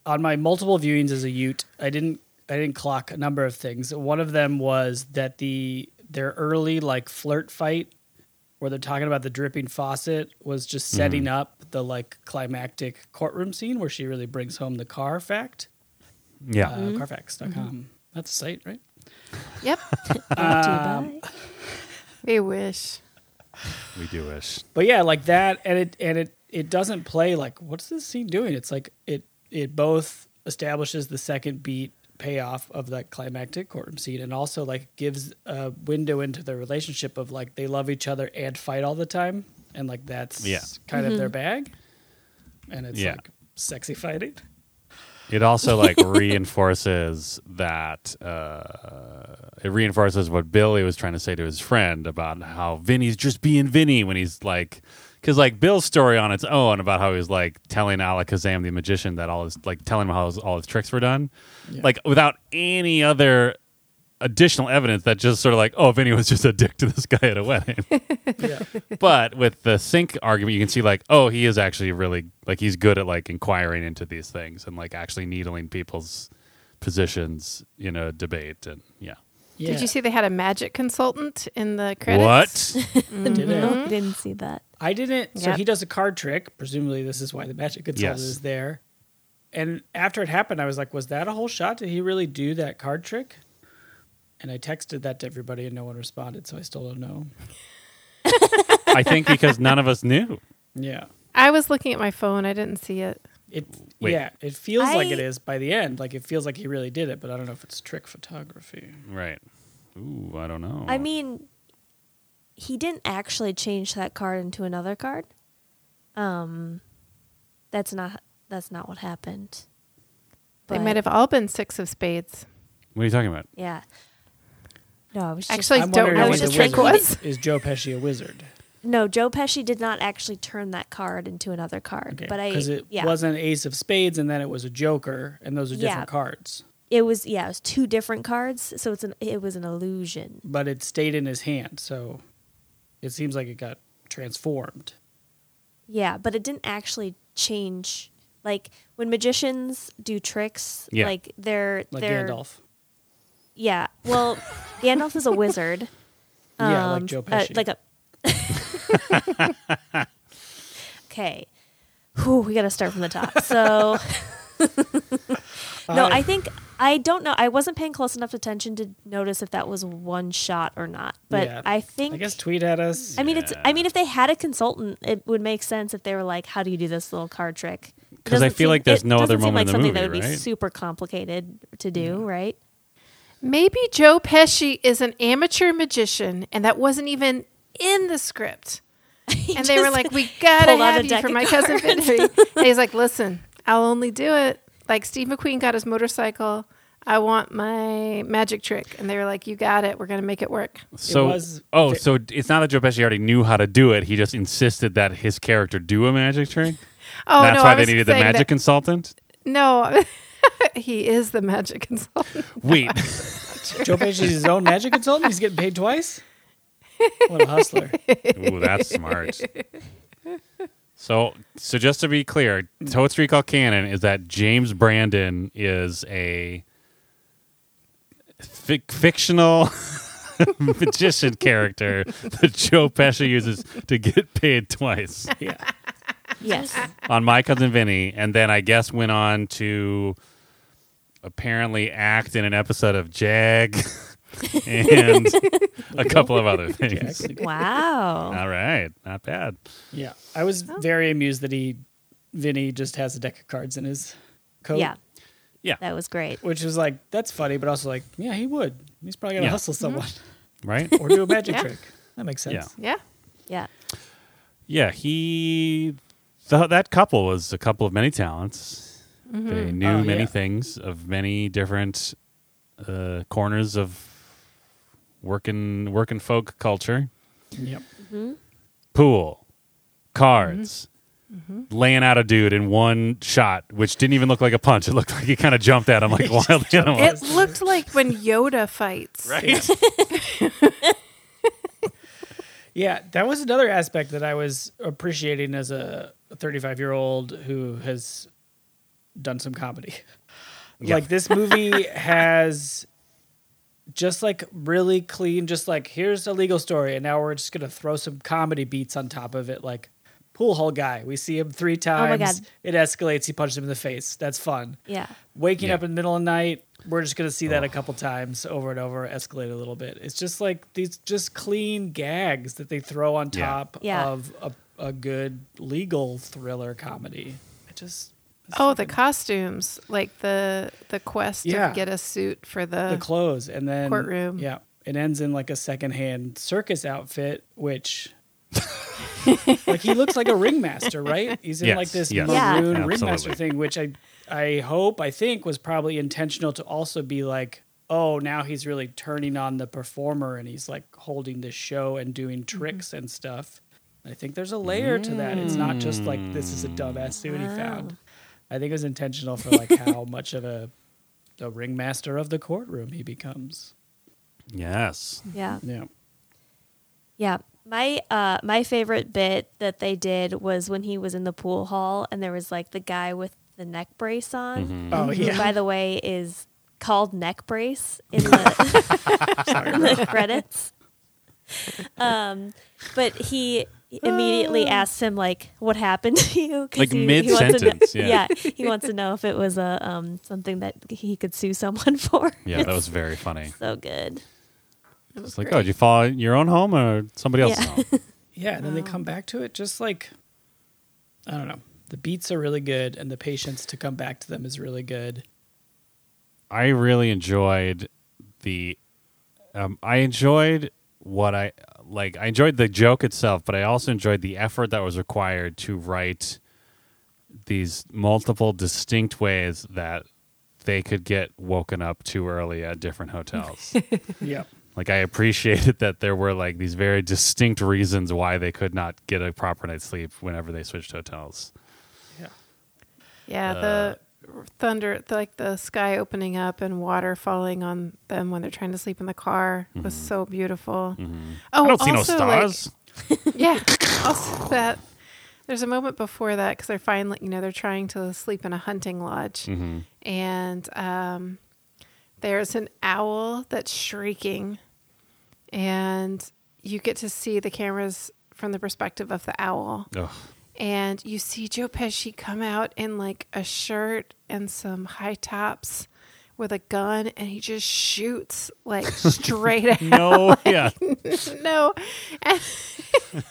[SPEAKER 3] on my multiple viewings as a Ute, I didn't. I didn't clock a number of things. One of them was that the their early like flirt fight, where they're talking about the dripping faucet, was just setting up the like climactic courtroom scene where she really brings home the car fact.
[SPEAKER 4] Yeah.
[SPEAKER 3] Uh, Carfax.com. That's a site, right?
[SPEAKER 1] Yep.
[SPEAKER 2] Brought to you
[SPEAKER 3] Um,
[SPEAKER 2] by-
[SPEAKER 1] They wish.
[SPEAKER 4] We do wish.
[SPEAKER 3] but yeah, like that, and it and it it doesn't play like what's this scene doing? It's like it it both establishes the second beat payoff of that climactic courtroom scene, and also like gives a window into their relationship of like they love each other and fight all the time, and like that's
[SPEAKER 4] Yeah.
[SPEAKER 3] kind of their
[SPEAKER 1] Mm-hmm.
[SPEAKER 3] bag, and it's
[SPEAKER 4] Yeah.
[SPEAKER 3] like sexy fighting.
[SPEAKER 4] It also like reinforces that uh, it reinforces what Billy was trying to say to his friend about how Vinny's just being Vinny when he's like because like Bill's story on its own about how he was like telling Alakazam the magician that all his like telling him how his, all his tricks were done,
[SPEAKER 3] Yeah.
[SPEAKER 4] like without any other additional evidence that just sort of like oh Vinny was just a dick to this guy at a wedding.
[SPEAKER 3] Yeah,
[SPEAKER 4] but with the sync argument, you can see like, oh, he is actually really like he's good at like inquiring into these things and like actually needling people's positions in a debate and yeah.
[SPEAKER 3] yeah.
[SPEAKER 1] Did you see they had a magic consultant in the credits?
[SPEAKER 4] What?
[SPEAKER 3] Did it?
[SPEAKER 2] No, Mm-hmm. I didn't see that.
[SPEAKER 3] I didn't. So
[SPEAKER 1] Yep.
[SPEAKER 3] he does a card trick. Presumably, this is why the magic consultant
[SPEAKER 4] Yes.
[SPEAKER 3] is there. And after it happened, I was like, "Was that a whole shot? Did he really do that card trick?" And I texted that to everybody, and no one responded. So I still don't know.
[SPEAKER 4] I think because none of us knew.
[SPEAKER 3] Yeah,
[SPEAKER 1] I was looking at my phone. I didn't see it.
[SPEAKER 3] It
[SPEAKER 4] Wait.
[SPEAKER 3] yeah, it feels like it
[SPEAKER 2] I-
[SPEAKER 3] is by the end. Like it feels like he really did it, but I don't know if it's trick photography.
[SPEAKER 4] Right. Ooh, I don't know.
[SPEAKER 2] I mean, he didn't actually change that card into another card. Um, that's not that's not what happened.
[SPEAKER 1] They
[SPEAKER 2] But-
[SPEAKER 1] might have all been six of spades.
[SPEAKER 4] what are you talking about?
[SPEAKER 2] Yeah. No, I was just,
[SPEAKER 1] Actually, I
[SPEAKER 3] I'm
[SPEAKER 1] don't
[SPEAKER 3] wondering
[SPEAKER 1] know what
[SPEAKER 3] if
[SPEAKER 2] was
[SPEAKER 3] he's
[SPEAKER 1] the
[SPEAKER 3] a
[SPEAKER 2] just
[SPEAKER 1] trick
[SPEAKER 2] thinking-
[SPEAKER 1] was.
[SPEAKER 3] wizard. Is Joe Pesci a wizard?
[SPEAKER 2] No, Joe Pesci did not actually turn that card into another card.
[SPEAKER 3] Okay,
[SPEAKER 2] but I
[SPEAKER 3] because it
[SPEAKER 2] yeah,
[SPEAKER 3] was an Ace of Spades, and then it was a Joker, and those are
[SPEAKER 2] Yeah.
[SPEAKER 3] different cards.
[SPEAKER 2] it was yeah, it was two different cards, so it's an it was an illusion.
[SPEAKER 3] But it stayed in his hand, so it seems like it got transformed.
[SPEAKER 2] Yeah, but it didn't actually change. Like when magicians do tricks,
[SPEAKER 4] Yeah.
[SPEAKER 2] like they're
[SPEAKER 3] like
[SPEAKER 2] they're
[SPEAKER 3] Gandalf.
[SPEAKER 2] yeah. Well, Gandalf is a wizard.
[SPEAKER 3] yeah, like Joe
[SPEAKER 2] uh,
[SPEAKER 3] Pesci.
[SPEAKER 2] like a. okay, Whew, we got to start from the top. So, no, I think I don't know. I wasn't paying close enough attention to notice if that was one shot or not. But
[SPEAKER 3] Yeah.
[SPEAKER 2] I think
[SPEAKER 3] I guess tweet at us.
[SPEAKER 2] I mean, it's. I mean, if they had a consultant, it would make sense if they were like, "How do you do this little card trick?" It
[SPEAKER 4] 'Cause I
[SPEAKER 2] doesn't
[SPEAKER 4] feel like there's
[SPEAKER 2] it
[SPEAKER 4] no other
[SPEAKER 2] doesn't seem
[SPEAKER 4] moment in
[SPEAKER 2] like
[SPEAKER 4] the
[SPEAKER 2] something that
[SPEAKER 4] movie,
[SPEAKER 2] would be
[SPEAKER 4] right?
[SPEAKER 2] super complicated to do, right?
[SPEAKER 1] Maybe Joe Pesci is an amateur magician, and that wasn't even in the script. And they were
[SPEAKER 2] just
[SPEAKER 1] like, "We gotta
[SPEAKER 2] pulled out
[SPEAKER 1] have
[SPEAKER 2] a
[SPEAKER 1] you
[SPEAKER 2] deck
[SPEAKER 1] for
[SPEAKER 2] of
[SPEAKER 1] my cousin
[SPEAKER 2] cards.
[SPEAKER 1] Vinny." and he's like, "Listen, I'll only do it like Steve McQueen got his motorcycle. I want my magic trick." And they were like, "You got it. We're gonna make it work."
[SPEAKER 4] So
[SPEAKER 3] was-
[SPEAKER 4] oh, so it's not that Joe Pesci already knew how to do it. He just insisted that his character do a magic trick.
[SPEAKER 1] Oh
[SPEAKER 4] That's
[SPEAKER 1] no,
[SPEAKER 4] why
[SPEAKER 1] I
[SPEAKER 4] they
[SPEAKER 1] was
[SPEAKER 4] needed the
[SPEAKER 1] saying
[SPEAKER 4] magic
[SPEAKER 1] That,
[SPEAKER 4] consultant.
[SPEAKER 1] no, he is the magic consultant.
[SPEAKER 4] Wait,
[SPEAKER 3] Joe Pesci's his own magic consultant. He's getting paid twice. What a hustler!
[SPEAKER 4] ooh, that's smart. So, so just to be clear, Totes Recall canon is that James Brandon is a fic- fictional magician character that Joe Pesci uses to get paid twice.
[SPEAKER 3] Yeah,
[SPEAKER 2] Yes.
[SPEAKER 4] on My Cousin Vinny, and then I guess went on to apparently act in an episode of Jag and a couple of other things.
[SPEAKER 3] Jack.
[SPEAKER 2] wow.
[SPEAKER 4] All right, not bad.
[SPEAKER 3] yeah. I was
[SPEAKER 2] Oh.
[SPEAKER 3] very amused that he, Vinny, just has a deck of cards in his coat.
[SPEAKER 2] Yeah,
[SPEAKER 4] Yeah,
[SPEAKER 2] that was great.
[SPEAKER 3] which was like that's funny, but also like yeah, he would. He's probably gonna
[SPEAKER 4] Yeah.
[SPEAKER 3] hustle
[SPEAKER 2] Mm-hmm.
[SPEAKER 3] someone
[SPEAKER 4] right.
[SPEAKER 3] or do a magic
[SPEAKER 1] Yeah.
[SPEAKER 3] trick. That makes sense.
[SPEAKER 4] Yeah.
[SPEAKER 1] Yeah,
[SPEAKER 2] Yeah.
[SPEAKER 4] Yeah, he th- that couple was a couple of many talents. They knew
[SPEAKER 3] Oh,
[SPEAKER 4] many
[SPEAKER 3] yeah.
[SPEAKER 4] things of many different uh, corners of working working folk culture.
[SPEAKER 3] Yep.
[SPEAKER 4] pool, cards, laying out a dude in one shot, which didn't even look like a punch. It looked like he kind of jumped at him like a wild animal.
[SPEAKER 1] it looked like when Yoda fights.
[SPEAKER 4] Oh, right?
[SPEAKER 3] Yeah, that was another aspect that I was appreciating as a 35 year old who has done some comedy. Like this movie has just like really clean, just like here's a legal story, and now we're just gonna throw some comedy beats on top of it, like pool hall guy. We see him three
[SPEAKER 2] Oh my
[SPEAKER 3] times.
[SPEAKER 2] God.
[SPEAKER 3] It escalates. He punches him in the face. That's fun.
[SPEAKER 2] Yeah.
[SPEAKER 3] waking
[SPEAKER 4] Yeah.
[SPEAKER 3] up in the middle of the night we're just going to see that a couple times over and over escalate a little bit it's just like these just clean gags that they throw on
[SPEAKER 4] Yeah.
[SPEAKER 3] top
[SPEAKER 2] Yeah.
[SPEAKER 3] of a, a good legal thriller comedy i just
[SPEAKER 1] Oh, the costumes, like the the quest
[SPEAKER 3] Yeah.
[SPEAKER 1] to get a suit for
[SPEAKER 3] the
[SPEAKER 1] the.
[SPEAKER 3] clothes and then
[SPEAKER 1] Courtroom.
[SPEAKER 3] yeah it ends in like a secondhand circus outfit which like he looks like a ringmaster right he's in
[SPEAKER 4] Yes,
[SPEAKER 3] like this
[SPEAKER 4] yes.
[SPEAKER 2] Yeah.
[SPEAKER 3] maroon
[SPEAKER 4] Absolutely.
[SPEAKER 3] ringmaster thing which i i hope i think was probably intentional to also be like oh now he's really turning on the performer and he's like holding this show and doing
[SPEAKER 2] Mm-hmm.
[SPEAKER 3] tricks and stuff i think there's a layer to that it's not just like this is a dumbass suit he found i think it was intentional for like how much of a the ringmaster of the courtroom he becomes.
[SPEAKER 4] Yes.
[SPEAKER 2] Yeah.
[SPEAKER 3] Yeah.
[SPEAKER 2] Yeah. My uh my favorite bit that they did was when he was in the pool hall and there was like the guy with the neck brace on.
[SPEAKER 4] Mm-hmm.
[SPEAKER 3] Oh
[SPEAKER 2] who,
[SPEAKER 3] yeah.
[SPEAKER 2] by the way, is called neck brace in the, in the credits. Um, but he immediately
[SPEAKER 3] Ah.
[SPEAKER 2] asks him like, "What happened to you?" 'Cause
[SPEAKER 4] Like
[SPEAKER 2] he- he wants to know-
[SPEAKER 4] mid-sentence, yeah.
[SPEAKER 2] he wants to know if it was a um something that he could sue someone for.
[SPEAKER 4] Mm-hmm. Yeah, that was very funny.
[SPEAKER 2] so good.
[SPEAKER 4] It's like, oh, did you fall in your own home or somebody else's
[SPEAKER 2] Yeah.
[SPEAKER 4] home?
[SPEAKER 3] Yeah, and then they come back to it just like I don't know. The beats are really good, and the patience to come back to them is really good.
[SPEAKER 4] I really enjoyed the. Um, I enjoyed what I like. I enjoyed the joke itself, but I also enjoyed the effort that was required to write these multiple distinct ways that they could get woken up too early at different hotels.
[SPEAKER 3] Yeah.
[SPEAKER 4] like I appreciated that there were like these very distinct reasons why they could not get a proper night's sleep whenever they switched hotels.
[SPEAKER 3] Yeah.
[SPEAKER 1] Yeah, the
[SPEAKER 4] uh,
[SPEAKER 1] thunder, the, like the sky opening up and water falling on them when they're trying to sleep in the car was
[SPEAKER 4] Mm-hmm.
[SPEAKER 1] so beautiful. Oh,
[SPEAKER 4] I don't see no
[SPEAKER 1] also, like-
[SPEAKER 4] stars.
[SPEAKER 1] yeah. Also, that there's a moment before that because they're finally, you know, they're trying to sleep in a hunting lodge,
[SPEAKER 4] Mm-hmm.
[SPEAKER 1] and um, there's an owl that's shrieking, and you get to see the cameras from the perspective of the owl
[SPEAKER 4] Ugh.
[SPEAKER 1] and you see Joe Pesci come out in like a shirt and some high tops with a gun, and he just shoots like straight at
[SPEAKER 4] No, yeah.
[SPEAKER 1] no, and, and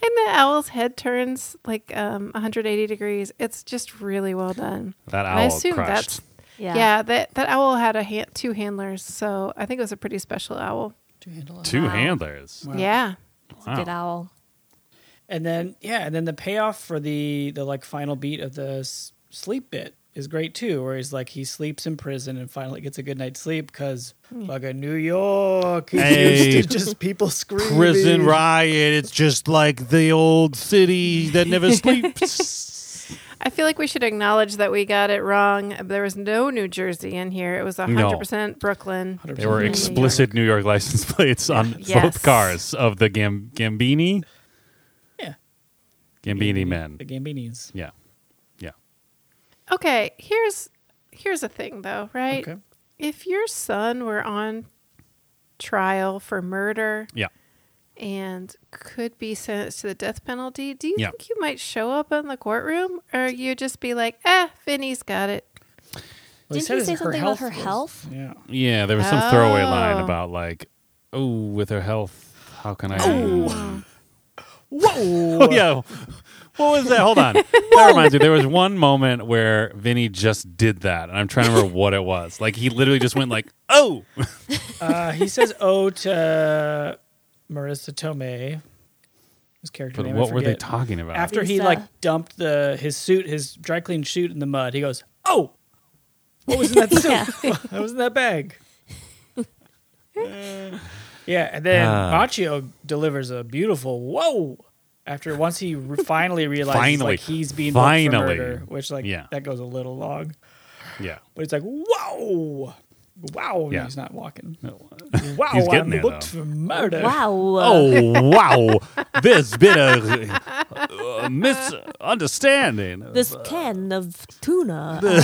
[SPEAKER 1] the owl's head turns like um, 180 degrees. It's just really well done.
[SPEAKER 4] That
[SPEAKER 1] And I
[SPEAKER 4] owl
[SPEAKER 1] assume
[SPEAKER 4] crushed.
[SPEAKER 1] that's yeah. that that owl had a ha- two handlers, so I think it was a pretty special owl.
[SPEAKER 3] To handle it.
[SPEAKER 4] Two handlers.
[SPEAKER 3] Wow.
[SPEAKER 1] Yeah,
[SPEAKER 2] It's a good owl.
[SPEAKER 3] And then yeah, and then the payoff for the the like final beat of the s- sleep bit is great too, where he's like he sleeps in prison and finally gets a good night's sleep because
[SPEAKER 2] Hmm.
[SPEAKER 3] like in New York, he's
[SPEAKER 4] Hey.
[SPEAKER 3] used to just people screaming.
[SPEAKER 4] Prison riot. It's just like the old city that never sleeps.
[SPEAKER 1] I feel like we should acknowledge that we got it wrong. There was no New Jersey in here. It was 100% Brooklyn.
[SPEAKER 3] 100%
[SPEAKER 4] there were
[SPEAKER 3] New
[SPEAKER 4] explicit New York license plates on
[SPEAKER 1] Yes.
[SPEAKER 4] both cars of the Gam- Gambini
[SPEAKER 3] York.
[SPEAKER 4] Gambini men.
[SPEAKER 3] The Gambinis.
[SPEAKER 4] Yeah, yeah.
[SPEAKER 1] Okay, here's here's a thing though, right?
[SPEAKER 3] Okay.
[SPEAKER 1] If your son were on trial for murder
[SPEAKER 4] Yeah.
[SPEAKER 1] and could be sentenced to the death penalty, do you
[SPEAKER 4] Yeah.
[SPEAKER 1] think you might show up in the courtroom or you just be like, "Eh, Vinny's got it."
[SPEAKER 3] Well,
[SPEAKER 2] Didn't
[SPEAKER 3] said
[SPEAKER 2] he
[SPEAKER 3] his-
[SPEAKER 2] say something about her
[SPEAKER 3] was-
[SPEAKER 2] health?
[SPEAKER 3] Yeah.
[SPEAKER 4] Yeah, there was some throwaway line
[SPEAKER 1] Oh.
[SPEAKER 4] about like, oh, with her health, how can I?
[SPEAKER 3] Whoa.
[SPEAKER 4] Oh yeah. What was that? Hold on. That reminds me. There was one moment where Vinny just did that, and I'm trying to remember what it was. Like he literally just went like, "Oh,
[SPEAKER 3] Uh, he says "oh" to Marissa Tomei. His character
[SPEAKER 4] But
[SPEAKER 3] name. I
[SPEAKER 4] what were they
[SPEAKER 3] forget.
[SPEAKER 4] talking about?
[SPEAKER 3] After he
[SPEAKER 2] Lisa.
[SPEAKER 3] like dumped the his suit, his dry clean suit in the mud, he goes, "Oh, what was in that suit?
[SPEAKER 2] Yeah.
[SPEAKER 3] what was in that bag?" yeah, and then
[SPEAKER 4] Ah.
[SPEAKER 3] Machio delivers a beautiful "whoa" after once he re- finally realizes
[SPEAKER 4] Finally.
[SPEAKER 3] like he's being finally. for
[SPEAKER 4] Finally.
[SPEAKER 3] murder, which like
[SPEAKER 4] Yeah.
[SPEAKER 3] that goes a little long,
[SPEAKER 4] yeah,
[SPEAKER 3] but it's like "whoa, wow!"
[SPEAKER 4] Yeah.
[SPEAKER 3] Yeah. He's not walking.
[SPEAKER 4] oh
[SPEAKER 3] Wow,
[SPEAKER 4] He's getting
[SPEAKER 3] I'm
[SPEAKER 4] there,
[SPEAKER 3] booked
[SPEAKER 4] though.
[SPEAKER 3] for murder.
[SPEAKER 2] Wow.
[SPEAKER 4] Oh.
[SPEAKER 2] uh,
[SPEAKER 4] wow, there's been a, a misunderstanding.
[SPEAKER 2] This can of tuna.
[SPEAKER 3] wow,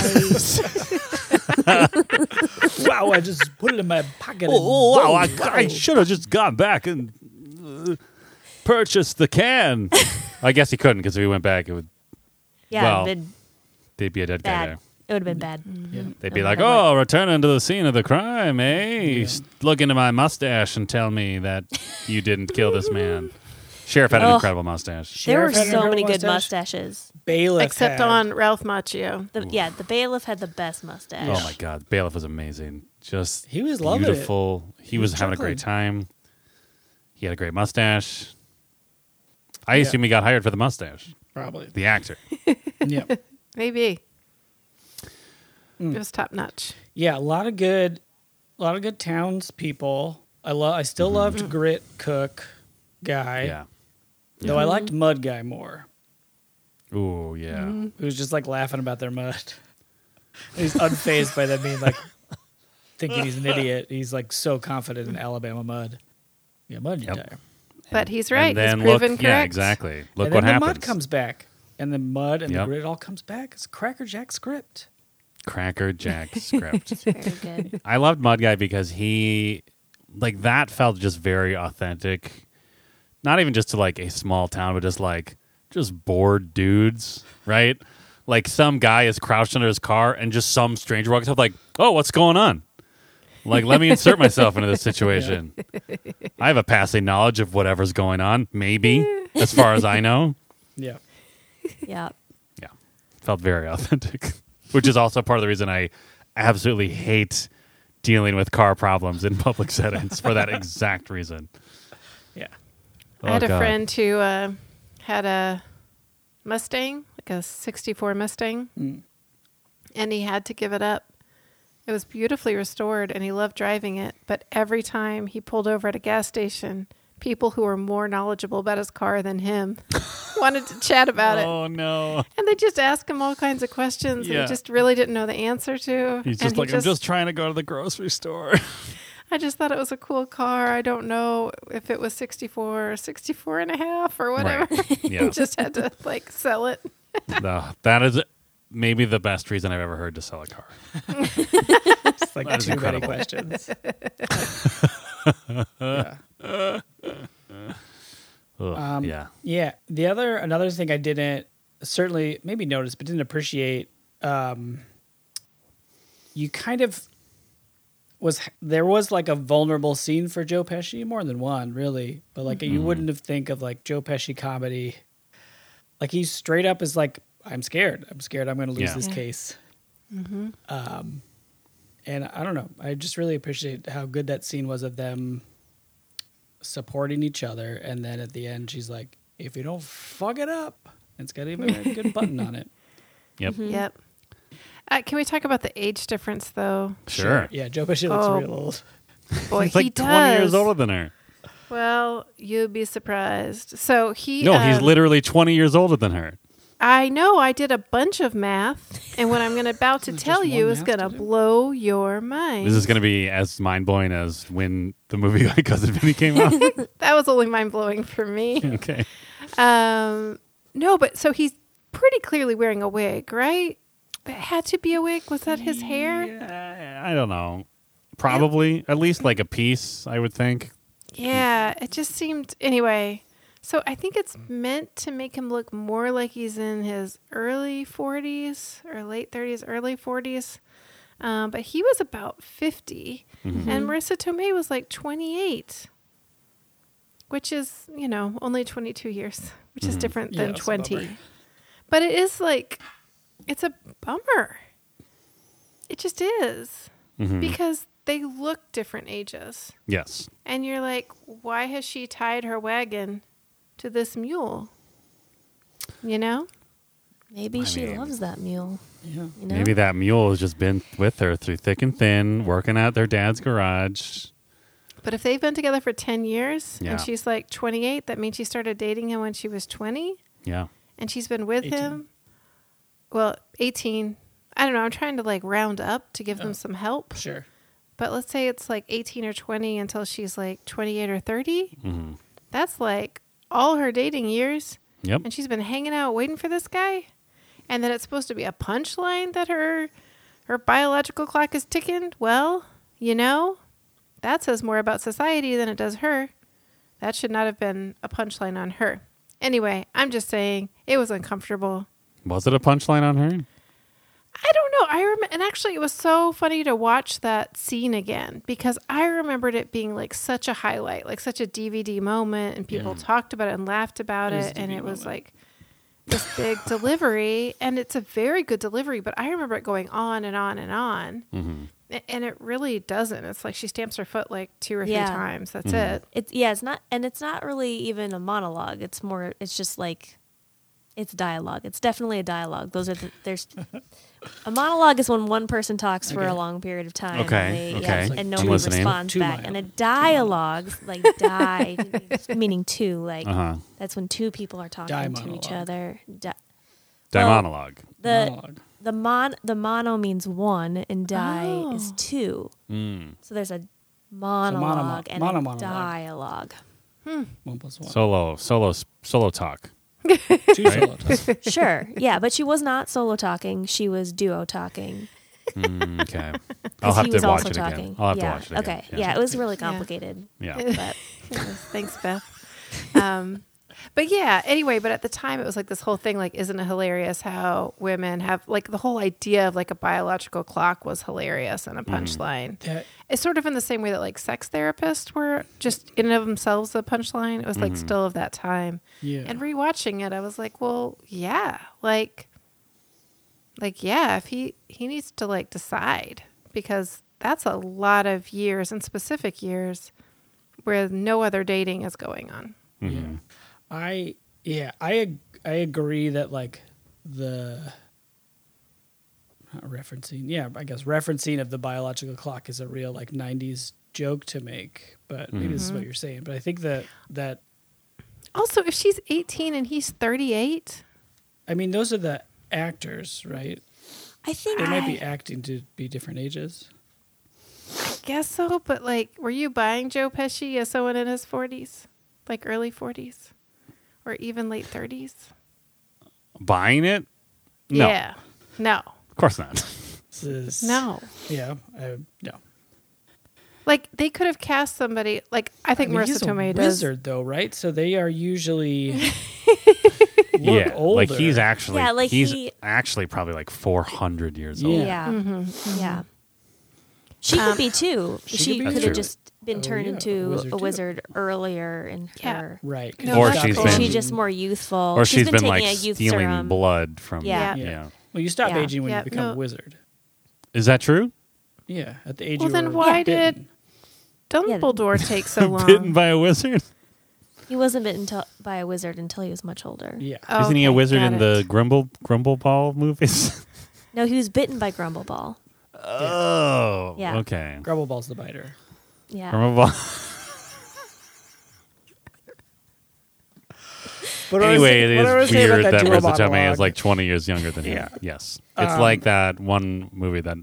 [SPEAKER 3] I just put it in my pocket. and
[SPEAKER 4] oh wow, I,
[SPEAKER 3] whoa,
[SPEAKER 4] I should have just gone back and uh, purchased the can. I guess he couldn't because if he went back, it would
[SPEAKER 2] yeah,
[SPEAKER 4] Well,
[SPEAKER 2] it'd been
[SPEAKER 4] they'd be a dead guy
[SPEAKER 2] bad.
[SPEAKER 4] there.
[SPEAKER 2] It would have been bad.
[SPEAKER 4] They'd be
[SPEAKER 2] No
[SPEAKER 4] like,
[SPEAKER 2] matter
[SPEAKER 4] "Oh, returning to the scene of the crime, eh? S- Look into my mustache and tell me that you didn't kill this man." Sheriff had an
[SPEAKER 2] Ugh.
[SPEAKER 4] incredible mustache.
[SPEAKER 2] There were
[SPEAKER 3] Sheriff had
[SPEAKER 2] so
[SPEAKER 3] another
[SPEAKER 2] many good
[SPEAKER 3] mustache.
[SPEAKER 2] mustaches.
[SPEAKER 3] bailiff
[SPEAKER 1] Except
[SPEAKER 4] uh,
[SPEAKER 3] had.
[SPEAKER 1] on Ralph Macchio.
[SPEAKER 2] The, yeah, the bailiff had the best mustache.
[SPEAKER 4] Oh my God, bailiff was amazing. Just
[SPEAKER 3] He was loving it.
[SPEAKER 4] beautiful. He, was,
[SPEAKER 3] was
[SPEAKER 4] having a
[SPEAKER 3] chuckling.
[SPEAKER 4] great time. He had a great mustache. I
[SPEAKER 3] Yeah.
[SPEAKER 4] assume he got hired for the mustache.
[SPEAKER 3] probably.
[SPEAKER 4] The actor.
[SPEAKER 3] Yeah,
[SPEAKER 1] Maybe.
[SPEAKER 4] Hmm.
[SPEAKER 1] It was top notch.
[SPEAKER 3] yeah, a lot of good, a lot of good townspeople. I love. I still loved Grit Cook guy.
[SPEAKER 4] Mm-hmm. yeah.
[SPEAKER 3] Though I liked Mud guy more,
[SPEAKER 4] Ooh, yeah.
[SPEAKER 3] who's just like laughing about their mud. He's unfazed by them being like thinking he's an idiot. He's like so confident in Alabama mud. Yeah, mud
[SPEAKER 4] Yep.
[SPEAKER 3] guy.
[SPEAKER 1] But he's right.
[SPEAKER 4] And then
[SPEAKER 1] he's
[SPEAKER 4] look,
[SPEAKER 1] proven correct.
[SPEAKER 4] yeah, exactly. Look
[SPEAKER 3] and
[SPEAKER 4] what
[SPEAKER 3] then the
[SPEAKER 4] happens.
[SPEAKER 3] mud comes back, and the mud and
[SPEAKER 4] Yep.
[SPEAKER 3] the grit all comes back. It's Cracker Jack script.
[SPEAKER 4] Cracker Jack script.
[SPEAKER 2] Very good.
[SPEAKER 4] I loved Mud Guy because he, like, that felt just very authentic. Not even just to like a small town, but just like just bored dudes, right? Like some guy is crouched under his car, and just some stranger walks up, like, "Oh, what's going on?" Like, let me insert myself into this situation. I have a passing knowledge of whatever's going on, maybe, as far as I know.
[SPEAKER 3] Yeah.
[SPEAKER 2] Yeah.
[SPEAKER 4] Yeah. felt very authentic, which is also part of the reason I absolutely hate dealing with car problems in public settings for that exact reason.
[SPEAKER 3] Yeah.
[SPEAKER 1] I had
[SPEAKER 4] Oh,
[SPEAKER 1] a
[SPEAKER 4] God.
[SPEAKER 1] friend who uh, had a Mustang, like a 64 Mustang,
[SPEAKER 3] Mm.
[SPEAKER 1] and he had to give it up. It was beautifully restored and he loved driving it, but every time he pulled over at a gas station, people who were more knowledgeable about his car than him wanted to chat about it.
[SPEAKER 4] Oh no!
[SPEAKER 1] And they just asked him all kinds of questions that
[SPEAKER 4] Yeah.
[SPEAKER 1] he just really didn't know the answer to. and
[SPEAKER 4] He's just
[SPEAKER 1] he
[SPEAKER 4] like I'm just trying to go to the grocery store.
[SPEAKER 1] I just thought it was a cool car. I don't know if it was 64 or 64 and a half or whatever.
[SPEAKER 4] Right. Yeah.
[SPEAKER 1] just had to like sell it.
[SPEAKER 4] No, that is maybe the best reason I've ever heard to sell a car.
[SPEAKER 3] It's like
[SPEAKER 4] is
[SPEAKER 3] too many
[SPEAKER 4] incredible.
[SPEAKER 3] questions. yeah.
[SPEAKER 4] Ugh, yeah.
[SPEAKER 3] Yeah. The other another thing I didn't certainly maybe notice but didn't appreciate um you kind of was there was like a vulnerable scene for Joe Pesci, more than one, really. But like
[SPEAKER 4] Mm-hmm.
[SPEAKER 3] you wouldn't have think of like Joe Pesci comedy. Like he straight up is like, I'm scared. I'm scared I'm gonna lose
[SPEAKER 4] Yeah.
[SPEAKER 3] this
[SPEAKER 1] Yeah.
[SPEAKER 3] case. Um and I don't know. I just really appreciate how good that scene was of them supporting each other. And then at the end, she's like, if you don't fuck it up, it's got even a good button on it.
[SPEAKER 4] Yep.
[SPEAKER 1] Yep. Uh, can we talk about the age difference though?
[SPEAKER 4] Sure.
[SPEAKER 3] Yeah, Joe Pesci looks
[SPEAKER 1] Oh.
[SPEAKER 3] real old.
[SPEAKER 1] Boy,
[SPEAKER 4] He's like
[SPEAKER 1] he
[SPEAKER 4] 20 years
[SPEAKER 1] does.
[SPEAKER 4] older than her.
[SPEAKER 1] Well, you'd be surprised. So he
[SPEAKER 4] No, he's
[SPEAKER 1] um,
[SPEAKER 4] literally 20 years older than her.
[SPEAKER 1] I know I did a bunch of math, and what I'm gonna about to tell
[SPEAKER 3] one
[SPEAKER 1] you is
[SPEAKER 3] math
[SPEAKER 1] gonna
[SPEAKER 3] to do?
[SPEAKER 1] blow your mind.
[SPEAKER 4] This is going to be as mind blowing as when the movie My Cousin Vinny came out.
[SPEAKER 1] that was only mind blowing for me.
[SPEAKER 4] okay.
[SPEAKER 1] um, no, but so he's pretty clearly wearing a wig, right? That had to be a wig. Was that his hair?
[SPEAKER 4] Yeah, I don't know. Probably at least like a piece, I would think.
[SPEAKER 1] Yeah, it just seemed anyway. So I think it's meant to make him look more like he's in his early 40s or late 30s, early 40s. Um, but he was about 50, and Marissa Tomei was like 28, which is you know only 22 years, which is different
[SPEAKER 3] Yeah,
[SPEAKER 1] than
[SPEAKER 3] it's a
[SPEAKER 1] 20.
[SPEAKER 3] bummer.
[SPEAKER 1] But it is like it's a bummer. It just is
[SPEAKER 4] Mm-hmm.
[SPEAKER 1] because they look different ages.
[SPEAKER 4] Yes.
[SPEAKER 1] And you're like, why has she tied her wagon to this mule? You know?
[SPEAKER 2] Maybe
[SPEAKER 4] I
[SPEAKER 2] she
[SPEAKER 4] mean-
[SPEAKER 2] loves that mule.
[SPEAKER 3] Yeah.
[SPEAKER 2] You know?
[SPEAKER 4] Maybe that mule has just been with her through thick and thin, working at their dad's garage.
[SPEAKER 1] But if they've been together for 10 years
[SPEAKER 4] Yeah.
[SPEAKER 1] and she's like 28, that means she started dating him when she was 20
[SPEAKER 4] Yeah.
[SPEAKER 1] and she's been with
[SPEAKER 3] 18.
[SPEAKER 1] him. Well, 18. I don't know. I'm trying to like round up to give them some help.
[SPEAKER 3] Sure.
[SPEAKER 1] But let's say it's like 18 or 20 until she's like 28 or 30. That's like all her dating years.
[SPEAKER 4] Yep.
[SPEAKER 1] and she's been hanging out waiting for this guy and then it's supposed to be a punchline that her her biological clock is ticking well you know that says more about society than it does her that should not have been a punchline on her anyway i'm just saying it was uncomfortable
[SPEAKER 4] Was it a punchline on her?
[SPEAKER 1] i don't know i remember and actually it was so funny to watch that scene again because i remembered it being like such a highlight like such a dvd moment and people talked about it and laughed about
[SPEAKER 3] It was
[SPEAKER 1] it
[SPEAKER 3] a
[SPEAKER 1] and
[SPEAKER 3] DVD
[SPEAKER 1] it was
[SPEAKER 3] moment.
[SPEAKER 1] like this big delivery and it's a very good delivery but i remember it going on and on and on
[SPEAKER 4] Mm-hmm.
[SPEAKER 1] A- and it really doesn't it's like she stamps her foot like two or
[SPEAKER 2] Yeah.
[SPEAKER 1] three times that's
[SPEAKER 3] Mm-hmm.
[SPEAKER 1] it
[SPEAKER 2] It's yeah, it's not and it's not really even a monologue. It's more it's just like it's dialogue. It's definitely a dialogue. Those are the, there's a monologue is when one person talks for a
[SPEAKER 3] Okay.
[SPEAKER 2] long period of time.
[SPEAKER 4] Okay,
[SPEAKER 2] And, they- yeah,
[SPEAKER 4] okay.
[SPEAKER 2] and no
[SPEAKER 4] I'm
[SPEAKER 2] one
[SPEAKER 4] listening.
[SPEAKER 2] responds
[SPEAKER 3] Two
[SPEAKER 2] back.
[SPEAKER 3] mile.
[SPEAKER 2] And a
[SPEAKER 3] Two mile.
[SPEAKER 2] dialogue like die meaning two like
[SPEAKER 4] Uh huh.
[SPEAKER 2] that's when two people are talking
[SPEAKER 3] Die
[SPEAKER 2] to each
[SPEAKER 3] monologue.
[SPEAKER 2] other. Di-
[SPEAKER 4] Di
[SPEAKER 2] Well-
[SPEAKER 4] monologue.
[SPEAKER 2] the
[SPEAKER 3] Monologue.
[SPEAKER 2] the mon the mono means one and die is
[SPEAKER 1] Oh.
[SPEAKER 2] two.
[SPEAKER 4] Mm.
[SPEAKER 2] So there's a monologue and a
[SPEAKER 3] monomonologue.
[SPEAKER 2] dialogue.
[SPEAKER 3] One plus one.
[SPEAKER 4] Solo, solo, solo talk.
[SPEAKER 3] Two solo tests.
[SPEAKER 2] Sure. Yeah, but she was not solo talking. She was duo talking.
[SPEAKER 4] Mm, okay.
[SPEAKER 2] 'Cause
[SPEAKER 4] I'll have
[SPEAKER 2] he
[SPEAKER 4] to
[SPEAKER 2] was
[SPEAKER 4] watch
[SPEAKER 2] also
[SPEAKER 4] it
[SPEAKER 2] talking.
[SPEAKER 4] again. I'll have
[SPEAKER 2] yeah.
[SPEAKER 4] to watch it again.
[SPEAKER 2] Okay. Yeah. it was really
[SPEAKER 1] Yeah.
[SPEAKER 2] complicated.
[SPEAKER 4] Yeah.
[SPEAKER 2] But
[SPEAKER 1] Thanks, Beth. Um, but yeah, anyway, but at the time it was like this whole thing like isn't it hilarious how women have like the whole idea of like a biological clock was hilarious and a punchline.
[SPEAKER 3] That-
[SPEAKER 1] It's sort of in the same way that like sex therapists were just in and of themselves a punchline. It was like still of that time.
[SPEAKER 3] Yeah.
[SPEAKER 1] And rewatching it, I was like, well, yeah, like like yeah if he he needs to like decide because that's a lot of years and specific years where no other dating is going on
[SPEAKER 4] Mm-hmm.
[SPEAKER 3] Yeah. I yeah, I ag- I agree that like the not referencing. Yeah, I guess referencing of the biological clock is a real like 90s joke to make, but maybe this is
[SPEAKER 1] Mm-hmm.
[SPEAKER 3] what you're saying, but I think that that
[SPEAKER 1] also if she's 18 and he's 38
[SPEAKER 3] I mean those are the actors, right?
[SPEAKER 2] I think
[SPEAKER 3] They might be acting to be different ages.
[SPEAKER 1] i guess so but like were you buying joe pesci as someone in his 40s like early 40s or even late 30s
[SPEAKER 4] Buying it? No.
[SPEAKER 1] yeah no
[SPEAKER 4] Of course not.
[SPEAKER 3] This is
[SPEAKER 1] no
[SPEAKER 3] Yeah, I, no.
[SPEAKER 1] like they could have cast somebody like i think
[SPEAKER 3] I mean,
[SPEAKER 1] marissa
[SPEAKER 3] he's a
[SPEAKER 1] tomei does
[SPEAKER 3] wizard though, right? So they are usually look
[SPEAKER 4] yeah, like
[SPEAKER 3] older.
[SPEAKER 4] he's actually
[SPEAKER 2] Yeah, like
[SPEAKER 4] he's
[SPEAKER 2] he-
[SPEAKER 4] actually probably like 400 years
[SPEAKER 3] Yeah. Mm-hmm, Um,
[SPEAKER 4] old.
[SPEAKER 2] Yeah. Yeah.
[SPEAKER 1] Mm-hmm.
[SPEAKER 2] She could be too. She,
[SPEAKER 3] could be
[SPEAKER 4] That's
[SPEAKER 2] could
[SPEAKER 4] true.
[SPEAKER 2] have just been
[SPEAKER 3] Oh,
[SPEAKER 2] turned
[SPEAKER 3] yeah, a
[SPEAKER 2] into a
[SPEAKER 3] wizard
[SPEAKER 2] wizard,
[SPEAKER 3] too.
[SPEAKER 2] earlier in
[SPEAKER 1] Yeah.
[SPEAKER 2] her.
[SPEAKER 3] right.
[SPEAKER 1] No, Or that's she's cool.
[SPEAKER 2] Or
[SPEAKER 1] been-
[SPEAKER 2] she's just more youthful.
[SPEAKER 4] Or she's been,
[SPEAKER 2] taking
[SPEAKER 4] like
[SPEAKER 2] a youth
[SPEAKER 4] stealing
[SPEAKER 2] serum.
[SPEAKER 4] blood from
[SPEAKER 2] Yeah.
[SPEAKER 1] Yeah.
[SPEAKER 4] yeah.
[SPEAKER 3] Well, you stop
[SPEAKER 2] Yeah.
[SPEAKER 3] aging when
[SPEAKER 1] Yeah,
[SPEAKER 3] you become a
[SPEAKER 1] no.
[SPEAKER 3] wizard.
[SPEAKER 4] Is that true?
[SPEAKER 3] Yeah, at the age.
[SPEAKER 1] Well,
[SPEAKER 3] you
[SPEAKER 1] then
[SPEAKER 3] were
[SPEAKER 1] why
[SPEAKER 3] bitten.
[SPEAKER 1] did- dumbledore take so
[SPEAKER 2] Uh,
[SPEAKER 1] long
[SPEAKER 4] Bitten by a wizard?
[SPEAKER 2] He wasn't bitten to- by a wizard until he was much older.
[SPEAKER 3] Yeah,
[SPEAKER 1] Oh,
[SPEAKER 4] Isn't he a
[SPEAKER 1] okay,
[SPEAKER 4] wizard
[SPEAKER 1] got
[SPEAKER 4] in
[SPEAKER 1] it.
[SPEAKER 4] the Grumble Grumble Ball movies?
[SPEAKER 2] No, he was bitten by Grumbleball.
[SPEAKER 4] oh,
[SPEAKER 2] Yeah.
[SPEAKER 4] okay.
[SPEAKER 3] Grubble Ball's the biter.
[SPEAKER 2] Yeah.
[SPEAKER 4] Grumble Ball.
[SPEAKER 3] But
[SPEAKER 4] anyway, it
[SPEAKER 3] I was
[SPEAKER 4] is
[SPEAKER 3] saying
[SPEAKER 4] weird that,
[SPEAKER 3] dual
[SPEAKER 4] Marissa Tomei
[SPEAKER 3] monologue-
[SPEAKER 4] is like 20 years younger than him.
[SPEAKER 3] Yeah.
[SPEAKER 4] Yes. It's like that one movie that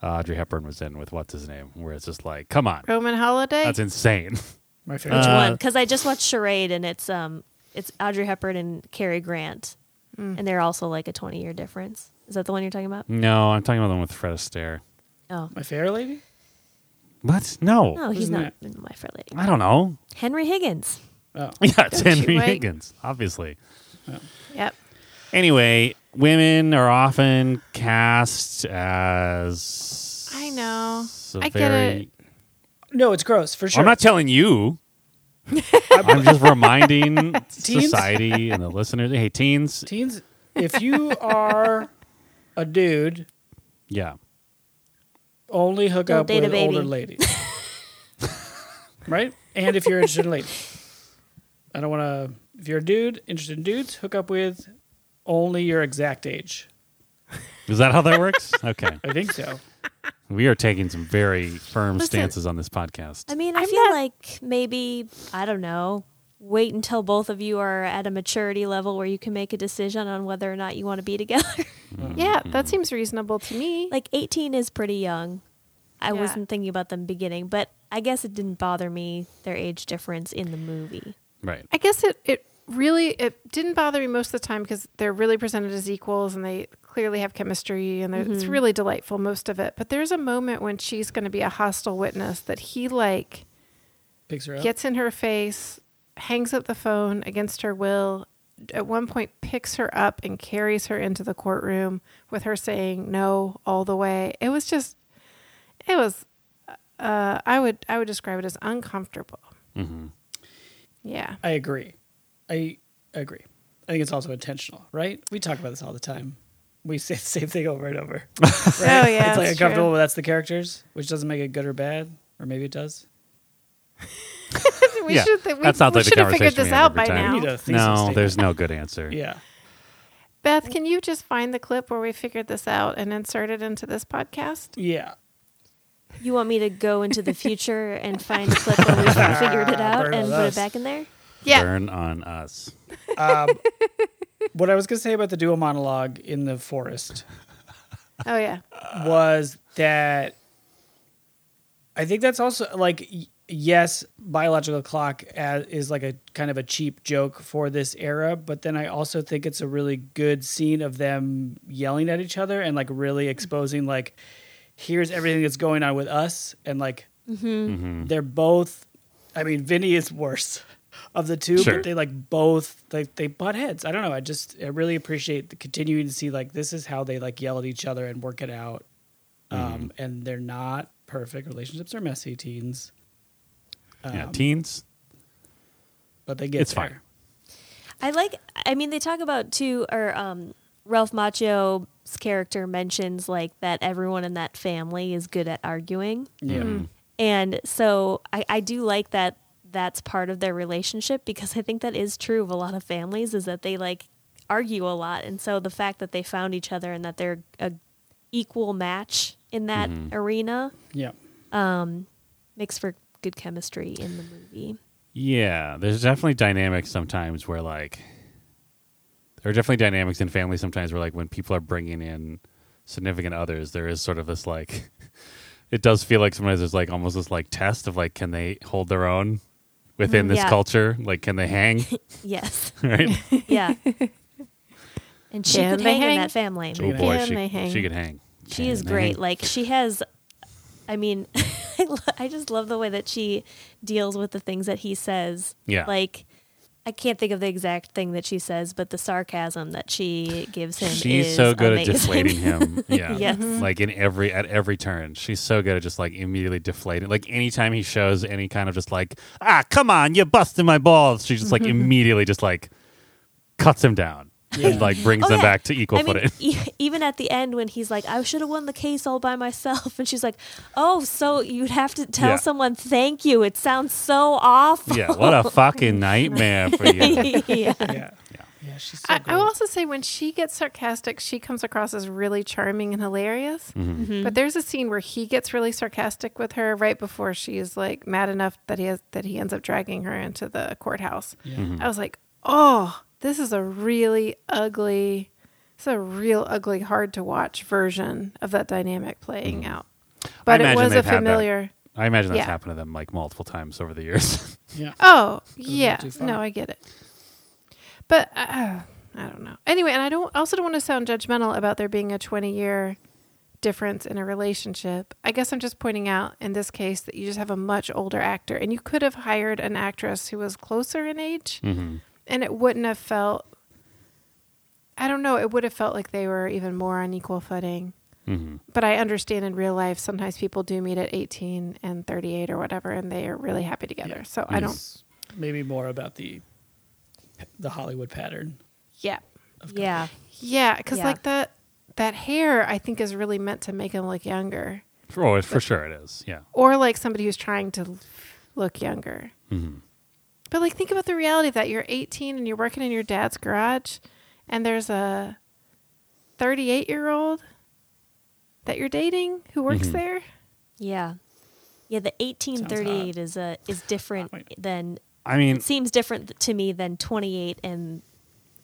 [SPEAKER 4] uh, Audrey Hepburn was in with what's his name, where it's just like, come on,
[SPEAKER 1] roman holiday
[SPEAKER 4] that's insane.
[SPEAKER 3] my favorite.
[SPEAKER 2] Which
[SPEAKER 4] Uh,
[SPEAKER 2] one? Because I just watched Charade, and it's um, it's Audrey Hepburn and Cary Grant,
[SPEAKER 1] Mm.
[SPEAKER 2] and they're also like a twenty year difference. Is that the one you're talking about?
[SPEAKER 4] no, I'm talking about the one with Fred Astaire.
[SPEAKER 2] Oh
[SPEAKER 3] my fair lady.
[SPEAKER 4] What? No.
[SPEAKER 2] no, he's
[SPEAKER 3] Isn't
[SPEAKER 2] not
[SPEAKER 3] it-
[SPEAKER 2] in My Fair Lady.
[SPEAKER 4] I don't know.
[SPEAKER 2] Henry Higgins.
[SPEAKER 3] Oh,
[SPEAKER 4] Yeah, it's
[SPEAKER 1] Don't you
[SPEAKER 4] Henry
[SPEAKER 1] like-
[SPEAKER 4] Higgins, obviously.
[SPEAKER 1] yep
[SPEAKER 4] Anyway, women are often cast as.
[SPEAKER 1] I know.
[SPEAKER 4] a
[SPEAKER 1] I get it.
[SPEAKER 3] no, it's gross for sure.
[SPEAKER 4] I'm not telling you. I'm just reminding society and the listeners. Hey, teens.
[SPEAKER 3] Teens, if you are a dude,
[SPEAKER 4] Yeah.
[SPEAKER 3] only hook
[SPEAKER 2] Don't
[SPEAKER 3] up
[SPEAKER 2] date a
[SPEAKER 3] with
[SPEAKER 2] baby.
[SPEAKER 3] older ladies, right? And if you're interested in ladies, I don't want to. If you're a dude interested in dudes, hook up with only your exact age.
[SPEAKER 4] Is that how that works? Okay.
[SPEAKER 3] I think so.
[SPEAKER 4] We are taking some very firm
[SPEAKER 2] Listen.
[SPEAKER 4] stances on this podcast.
[SPEAKER 2] I mean, I
[SPEAKER 1] I'm
[SPEAKER 2] feel
[SPEAKER 1] not-
[SPEAKER 2] like maybe I don't know. Wait until both of you are at a maturity level where you can make a decision on whether or not you want to be together.
[SPEAKER 4] Mm-hmm.
[SPEAKER 1] yeah that seems reasonable to me
[SPEAKER 2] like 18 is pretty young. I
[SPEAKER 1] Yeah.
[SPEAKER 2] wasn't thinking about them beginning, but I guess it didn't bother me their age difference in the movie.
[SPEAKER 4] Right.
[SPEAKER 1] I guess it, it really it didn't bother me most of the time because they're really presented as equals and they clearly have chemistry and they're it's really delightful most of it. But there's a moment when she's going to be a hostile witness that he like
[SPEAKER 3] Picks her up.
[SPEAKER 1] gets in her face, hangs up the phone against her will. At one point, picks her up and carries her into the courtroom with her saying no all the way. It was just, it was. Uh, I would I would describe it as uncomfortable. Mm-hmm. Yeah.
[SPEAKER 3] I agree. I agree. I think it's also intentional, right? We talk about this all the time. We say the same thing over and over. Right?
[SPEAKER 1] Oh yeah,
[SPEAKER 3] it's like
[SPEAKER 1] that's
[SPEAKER 3] uncomfortable,
[SPEAKER 1] true.
[SPEAKER 3] but that's the characters, which doesn't make it good or bad, or maybe it does.
[SPEAKER 1] We
[SPEAKER 4] Yeah,
[SPEAKER 1] should we,
[SPEAKER 4] that sounds
[SPEAKER 1] we
[SPEAKER 4] like the
[SPEAKER 1] should have figured
[SPEAKER 4] conversation we
[SPEAKER 1] this
[SPEAKER 4] have
[SPEAKER 1] out by
[SPEAKER 4] every time.
[SPEAKER 3] We need
[SPEAKER 1] now.
[SPEAKER 3] a thesis
[SPEAKER 4] No,
[SPEAKER 3] statement.
[SPEAKER 4] there's no good answer.
[SPEAKER 3] Yeah,
[SPEAKER 1] Beth, can you just find the clip where we figured this out and insert it into this podcast?
[SPEAKER 3] yeah.
[SPEAKER 2] You want me to go into the future and find a clip where we figured it out
[SPEAKER 3] Burn
[SPEAKER 2] and
[SPEAKER 3] with
[SPEAKER 2] put
[SPEAKER 3] us.
[SPEAKER 2] it back in there?
[SPEAKER 1] Yeah.
[SPEAKER 4] Burn on us.
[SPEAKER 3] What I was gonna say about the dual monologue in the forest
[SPEAKER 1] Oh yeah.
[SPEAKER 3] was that I think that's also like y- yes, biological clock as, is like a kind of a cheap joke for this era, but then I also think it's a really good scene of them yelling at each other and like really exposing like here's everything that's going on with us and like
[SPEAKER 1] Mm-hmm.
[SPEAKER 4] Mm-hmm.
[SPEAKER 3] they're both I mean Vinny is worse of the two
[SPEAKER 4] Sure.
[SPEAKER 3] but they like both like they butt heads. I don't know. I just I really appreciate the continuing to see like this is how they like yell at each other and work it out um,
[SPEAKER 4] Mm-hmm.
[SPEAKER 3] and they're not perfect. Relationships are messy, teens, Um,
[SPEAKER 4] yeah, teens.
[SPEAKER 3] but they get
[SPEAKER 4] It's
[SPEAKER 3] there.
[SPEAKER 4] fine.
[SPEAKER 2] I like. I mean, they talk about too, or um, Ralph Macchio Phelps' character mentions like that everyone in that family is good at arguing.
[SPEAKER 3] Yeah.
[SPEAKER 2] And so I, I do like that that's part of their relationship because I think that is true of a lot of families is that they like argue a lot. And so the fact that they found each other and that they're a equal match in that arena
[SPEAKER 3] Yeah.
[SPEAKER 1] Mm-hmm.
[SPEAKER 2] makes for good chemistry in the movie.
[SPEAKER 4] Yeah, there's definitely dynamics sometimes where like there are definitely dynamics in families sometimes where like when people are bringing in significant others, there is sort of this like it does feel like sometimes there's like almost this like test of like can they hold their own within this
[SPEAKER 2] Mm, Yeah.
[SPEAKER 4] culture? Like can they hang?
[SPEAKER 2] Yes.
[SPEAKER 4] right?
[SPEAKER 2] Yeah. and she
[SPEAKER 1] Can
[SPEAKER 2] could
[SPEAKER 1] they
[SPEAKER 2] hang, in
[SPEAKER 1] hang?
[SPEAKER 2] that family.
[SPEAKER 4] oh
[SPEAKER 3] can
[SPEAKER 4] boy,
[SPEAKER 1] hang.
[SPEAKER 4] she,
[SPEAKER 1] Can they hang?
[SPEAKER 4] she could hang.
[SPEAKER 2] She is
[SPEAKER 4] Can they
[SPEAKER 2] great.
[SPEAKER 4] hang?
[SPEAKER 2] Like she has, I mean, I, lo- I just love the way that she deals with the things that he says.
[SPEAKER 4] Yeah.
[SPEAKER 2] Like I can't think of the exact thing that she says, but the sarcasm that she gives him.
[SPEAKER 4] She's
[SPEAKER 2] is
[SPEAKER 4] so good
[SPEAKER 2] amazing.
[SPEAKER 4] at deflating him. Yeah.
[SPEAKER 2] Yes. Mhm.
[SPEAKER 4] Like in every at every turn. She's so good at just like immediately deflating. Like anytime he shows any kind of just like, ah, come on, you're busting my balls. She just like immediately just like cuts him down. And like brings
[SPEAKER 2] Oh,
[SPEAKER 4] him
[SPEAKER 2] yeah.
[SPEAKER 4] back to equal
[SPEAKER 2] I mean,
[SPEAKER 4] footing.
[SPEAKER 2] e- even at the end when he's like, "I should have won the case all by myself," and she's like, "Oh, so you'd have to tell
[SPEAKER 4] Yeah.
[SPEAKER 2] someone thank you? It sounds so awful."
[SPEAKER 4] yeah, what a fucking nightmare for you.
[SPEAKER 2] yeah.
[SPEAKER 3] Yeah. Yeah. She's so
[SPEAKER 1] I,
[SPEAKER 3] great.
[SPEAKER 1] I will also say when she gets sarcastic, she comes across as really charming and hilarious.
[SPEAKER 4] Mm-hmm.
[SPEAKER 1] But there's a scene where he gets really sarcastic with her right before she is like mad enough that he has, that he ends up dragging her into the courthouse.
[SPEAKER 4] Mm-hmm. Mm.
[SPEAKER 1] I was like, oh, this is a really ugly, it's a real ugly, hard to watch version of that dynamic playing out. But it
[SPEAKER 4] Mm. imagine
[SPEAKER 1] was a
[SPEAKER 4] they've had that.
[SPEAKER 1] familiar.
[SPEAKER 4] I imagine that's
[SPEAKER 1] Yeah.
[SPEAKER 4] happened to them like multiple times over the years.
[SPEAKER 3] yeah.
[SPEAKER 1] Oh, yeah.
[SPEAKER 3] too far.
[SPEAKER 1] No, I get it. But uh, I don't know. Anyway, and I don't I also don't want to sound judgmental about there being a 20 year difference in a relationship. I guess I'm just pointing out in this case that you just have a much older actor and you could have hired an actress who was closer in age
[SPEAKER 4] Hmm.
[SPEAKER 1] and it wouldn't have felt I don't know, it would have felt like they were even more on equal footing. But I understand in real life sometimes people do meet at 18 and 38 or whatever and they are really happy together. So I don't
[SPEAKER 3] Maybe more about the the Hollywood pattern.
[SPEAKER 1] Yeah.
[SPEAKER 2] Yeah.
[SPEAKER 1] Yeah, because
[SPEAKER 2] Yeah.
[SPEAKER 1] like that that hair, I think is really meant to make him look younger,
[SPEAKER 4] Oh, for sure it is. Yeah.
[SPEAKER 1] or like somebody who's trying to l- look younger.
[SPEAKER 4] Mm-hmm.
[SPEAKER 1] But like, think about the reality of that. You're 18 and you're working in your dad's garage, and there's a 38 year old that you're dating who works there.
[SPEAKER 2] Yeah. Yeah, the 1838 is a is different
[SPEAKER 3] Wait.
[SPEAKER 2] than
[SPEAKER 4] I mean,
[SPEAKER 2] it seems different to me than 28 and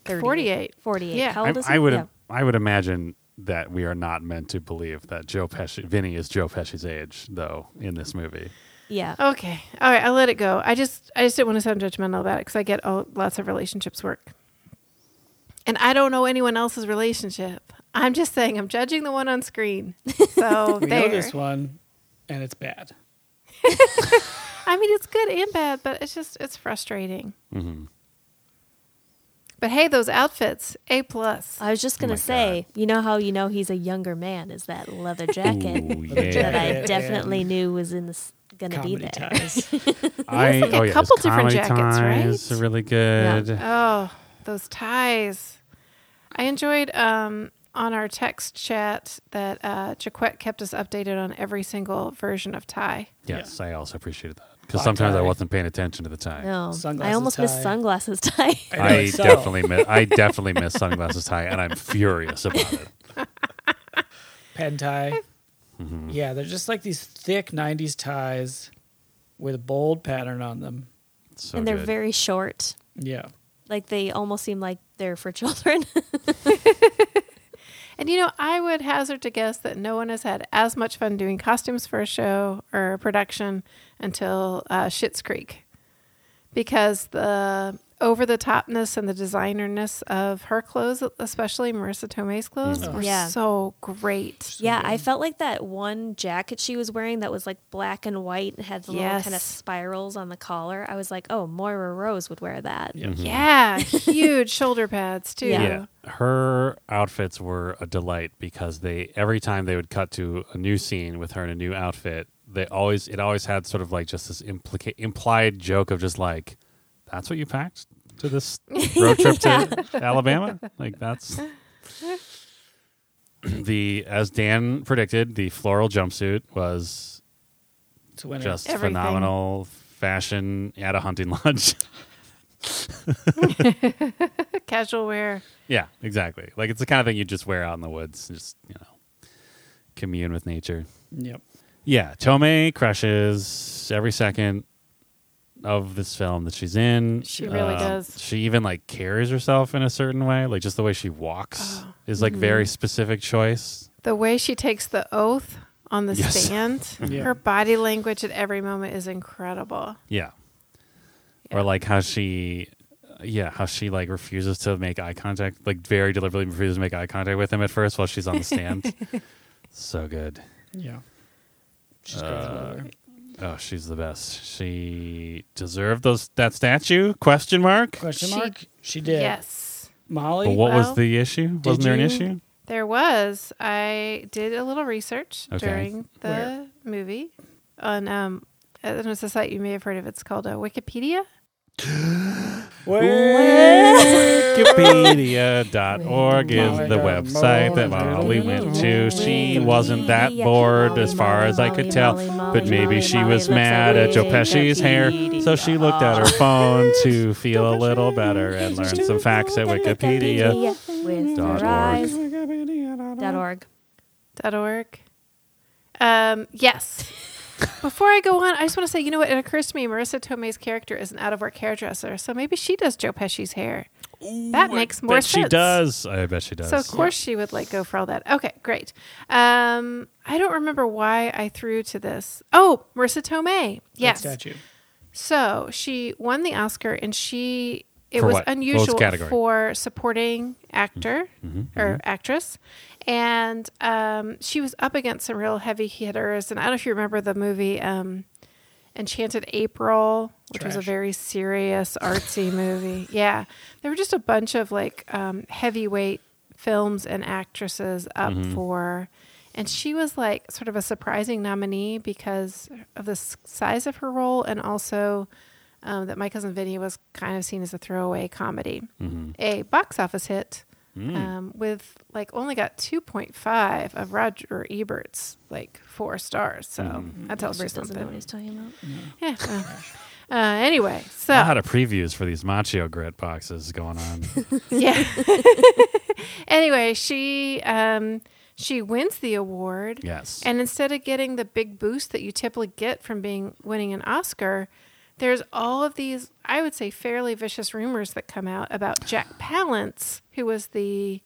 [SPEAKER 2] 38.
[SPEAKER 1] 48.
[SPEAKER 2] 48.
[SPEAKER 1] Yeah.
[SPEAKER 2] How
[SPEAKER 4] I,
[SPEAKER 2] old is
[SPEAKER 4] I
[SPEAKER 2] he?
[SPEAKER 4] would
[SPEAKER 2] Yeah.
[SPEAKER 4] I would imagine that we are not meant to believe that Joe Pesci, Vinny is Joe Pesci's age, though, in this movie.
[SPEAKER 2] yeah.
[SPEAKER 1] Okay, all right, I'll let it go. I just I just didn't want to sound judgmental about it because I get all, lots of relationships work, and I don't know anyone else's relationship. I'm just saying I'm judging the one on screen. So
[SPEAKER 3] We
[SPEAKER 1] there.
[SPEAKER 3] know this one, and it's bad.
[SPEAKER 1] I mean, it's good and bad, but it's just it's frustrating.
[SPEAKER 3] Mm-hmm.
[SPEAKER 1] But hey, those outfits, a plus.
[SPEAKER 2] I was
[SPEAKER 4] Oh
[SPEAKER 2] just going to say, you know how you know he's a younger man is that leather jacket
[SPEAKER 4] Ooh,
[SPEAKER 2] that
[SPEAKER 4] yeah.
[SPEAKER 2] I definitely knew was in this going to be
[SPEAKER 3] Comedy
[SPEAKER 2] there.
[SPEAKER 3] ties.
[SPEAKER 4] I, oh,
[SPEAKER 1] like a
[SPEAKER 4] yeah,
[SPEAKER 1] couple different
[SPEAKER 4] his comedy
[SPEAKER 1] jackets,
[SPEAKER 4] ties
[SPEAKER 1] right?
[SPEAKER 4] are really good.
[SPEAKER 2] Uh,
[SPEAKER 1] Oh, those ties. I enjoyed um, on our text chat that uh, Jaquette kept us updated on every single version of tie.
[SPEAKER 4] Yes, I also appreciated that because
[SPEAKER 3] Hot
[SPEAKER 4] sometimes I
[SPEAKER 3] tie.
[SPEAKER 4] wasn't paying attention to the time.
[SPEAKER 2] No. Oh, I
[SPEAKER 3] Sunglasses
[SPEAKER 2] almost missed
[SPEAKER 3] tie.
[SPEAKER 2] sunglasses tie.
[SPEAKER 3] I know,
[SPEAKER 4] I
[SPEAKER 3] it's so-
[SPEAKER 4] definitely miss. I definitely miss sunglasses tie, and I'm furious about it.
[SPEAKER 3] pen tie.
[SPEAKER 4] Mm-hmm.
[SPEAKER 3] Yeah, they're just like these thick '90s ties with a bold pattern on them.
[SPEAKER 4] It's so
[SPEAKER 2] and they're
[SPEAKER 4] good.
[SPEAKER 2] very short.
[SPEAKER 3] Yeah,
[SPEAKER 2] Like they almost seem like they're for children.
[SPEAKER 1] And you know, I would hazard to guess that no one has had as much fun doing costumes for a show or a production until uh, Schitt's Creek, because the over the topness and the designerness of her clothes, especially Marissa Tomei's clothes, were
[SPEAKER 2] Yeah.
[SPEAKER 1] so great.
[SPEAKER 2] Yeah, I felt like that one jacket she was wearing that was like black and white and had the little kind of
[SPEAKER 1] Yes.
[SPEAKER 2] spirals on the collar. I was like, oh, Moira Rose would wear that. Yeah.
[SPEAKER 4] Mm-hmm.
[SPEAKER 1] Yeah, huge shoulder pads too.
[SPEAKER 2] Yeah.
[SPEAKER 4] Yeah, her outfits were a delight because they every time they would cut to a new scene with her in a new outfit, they always it always had sort of like just this implica- implied joke of just like, that's what you packed to this road trip to Alabama, like that's. the as Dan predicted, the floral jumpsuit was
[SPEAKER 3] It's a winner.
[SPEAKER 4] just
[SPEAKER 1] Everything.
[SPEAKER 4] phenomenal fashion at a hunting lodge.
[SPEAKER 1] Casual wear.
[SPEAKER 4] yeah, exactly. Like it's the kind of thing you just wear out in the woods, just you know, commune with nature.
[SPEAKER 3] Yep.
[SPEAKER 4] Yeah, Tomei crushes every second of this film that she's in. Um,
[SPEAKER 1] She really does.
[SPEAKER 4] She even like carries herself in a certain way, like just the way she walks
[SPEAKER 1] Oh.
[SPEAKER 4] is like
[SPEAKER 1] Mm-hmm.
[SPEAKER 4] very specific choice.
[SPEAKER 1] The way she takes the oath on the
[SPEAKER 4] Yes.
[SPEAKER 1] stand,
[SPEAKER 3] Yeah.
[SPEAKER 1] her body language at every moment is incredible.
[SPEAKER 4] Yeah.
[SPEAKER 1] Yeah.
[SPEAKER 4] Or like how she yeah, how she like refuses to make eye contact, like very deliberately refuses to make eye contact with him at first while she's on the stand. so good.
[SPEAKER 3] Yeah. She's
[SPEAKER 4] Uh,
[SPEAKER 3] great.
[SPEAKER 4] Oh, she's the best. She deserved those that statue? Question mark.
[SPEAKER 3] Question
[SPEAKER 1] She-
[SPEAKER 3] mark? She, did.
[SPEAKER 1] Yes.
[SPEAKER 3] Molly.
[SPEAKER 4] But what
[SPEAKER 1] Well,
[SPEAKER 4] was the issue? Wasn't there an
[SPEAKER 3] you-
[SPEAKER 4] issue?
[SPEAKER 1] There was. I did a little research
[SPEAKER 4] Okay.
[SPEAKER 1] during the
[SPEAKER 3] Where?
[SPEAKER 1] movie on um and it's a site you may have heard of. It's called uh, Wikipedia.
[SPEAKER 4] Wikipedia.org is the website that Molly went to. She wasn't that bored, as far as I could tell, but maybe she was mad at Joe Pesci's hair, so she looked at her phone to feel a little better and learn some facts at Wikipedia.
[SPEAKER 2] with
[SPEAKER 4] Dot
[SPEAKER 2] her eyes. Dot org.
[SPEAKER 1] dot org. Um, yes. Before I go on, I just want to say, you know what? It occurs to me Marissa Tomei's character is an out of work hairdresser, so maybe she does Joe Pesci's hair. that makes more
[SPEAKER 4] Bet
[SPEAKER 1] sense.
[SPEAKER 4] she does. I bet she does.
[SPEAKER 1] So of course she would let go for all that. Okay, great. Um, I don't remember why I threw to this. Oh, Marissa Tomei. Yes.
[SPEAKER 3] Statue.
[SPEAKER 1] So she won the Oscar, and she it
[SPEAKER 4] For
[SPEAKER 1] was
[SPEAKER 4] what? What was the
[SPEAKER 1] unusual
[SPEAKER 4] category? Mm-hmm.
[SPEAKER 1] for supporting actor or actress, and um, she was up against some real heavy hitters. And I don't know if you remember the movie um, Enchanted April, which was a
[SPEAKER 3] Trash.
[SPEAKER 1] very serious artsy movie. Yeah, there were just a bunch of like um, heavyweight films and actresses up for. And she was like sort of a surprising nominee because of the s- size of her role and also um, that My Cousin Vinny was kind of seen as a throwaway comedy. A box office hit um, with like only got 2.5 of Roger Ebert's like four stars. So that tells you
[SPEAKER 2] Bruce doesn't know what
[SPEAKER 1] something.
[SPEAKER 2] he's talking about.
[SPEAKER 1] Yeah. well. Uh, anyway, so
[SPEAKER 4] I had a previews for these Macho Grit boxes going on.
[SPEAKER 1] yeah. anyway, she um, she wins the award.
[SPEAKER 4] Yes.
[SPEAKER 1] And instead of getting the big boost that you typically get from being winning an Oscar, there's all of these, I would say, fairly vicious rumors that come out about Jack Palance, who was the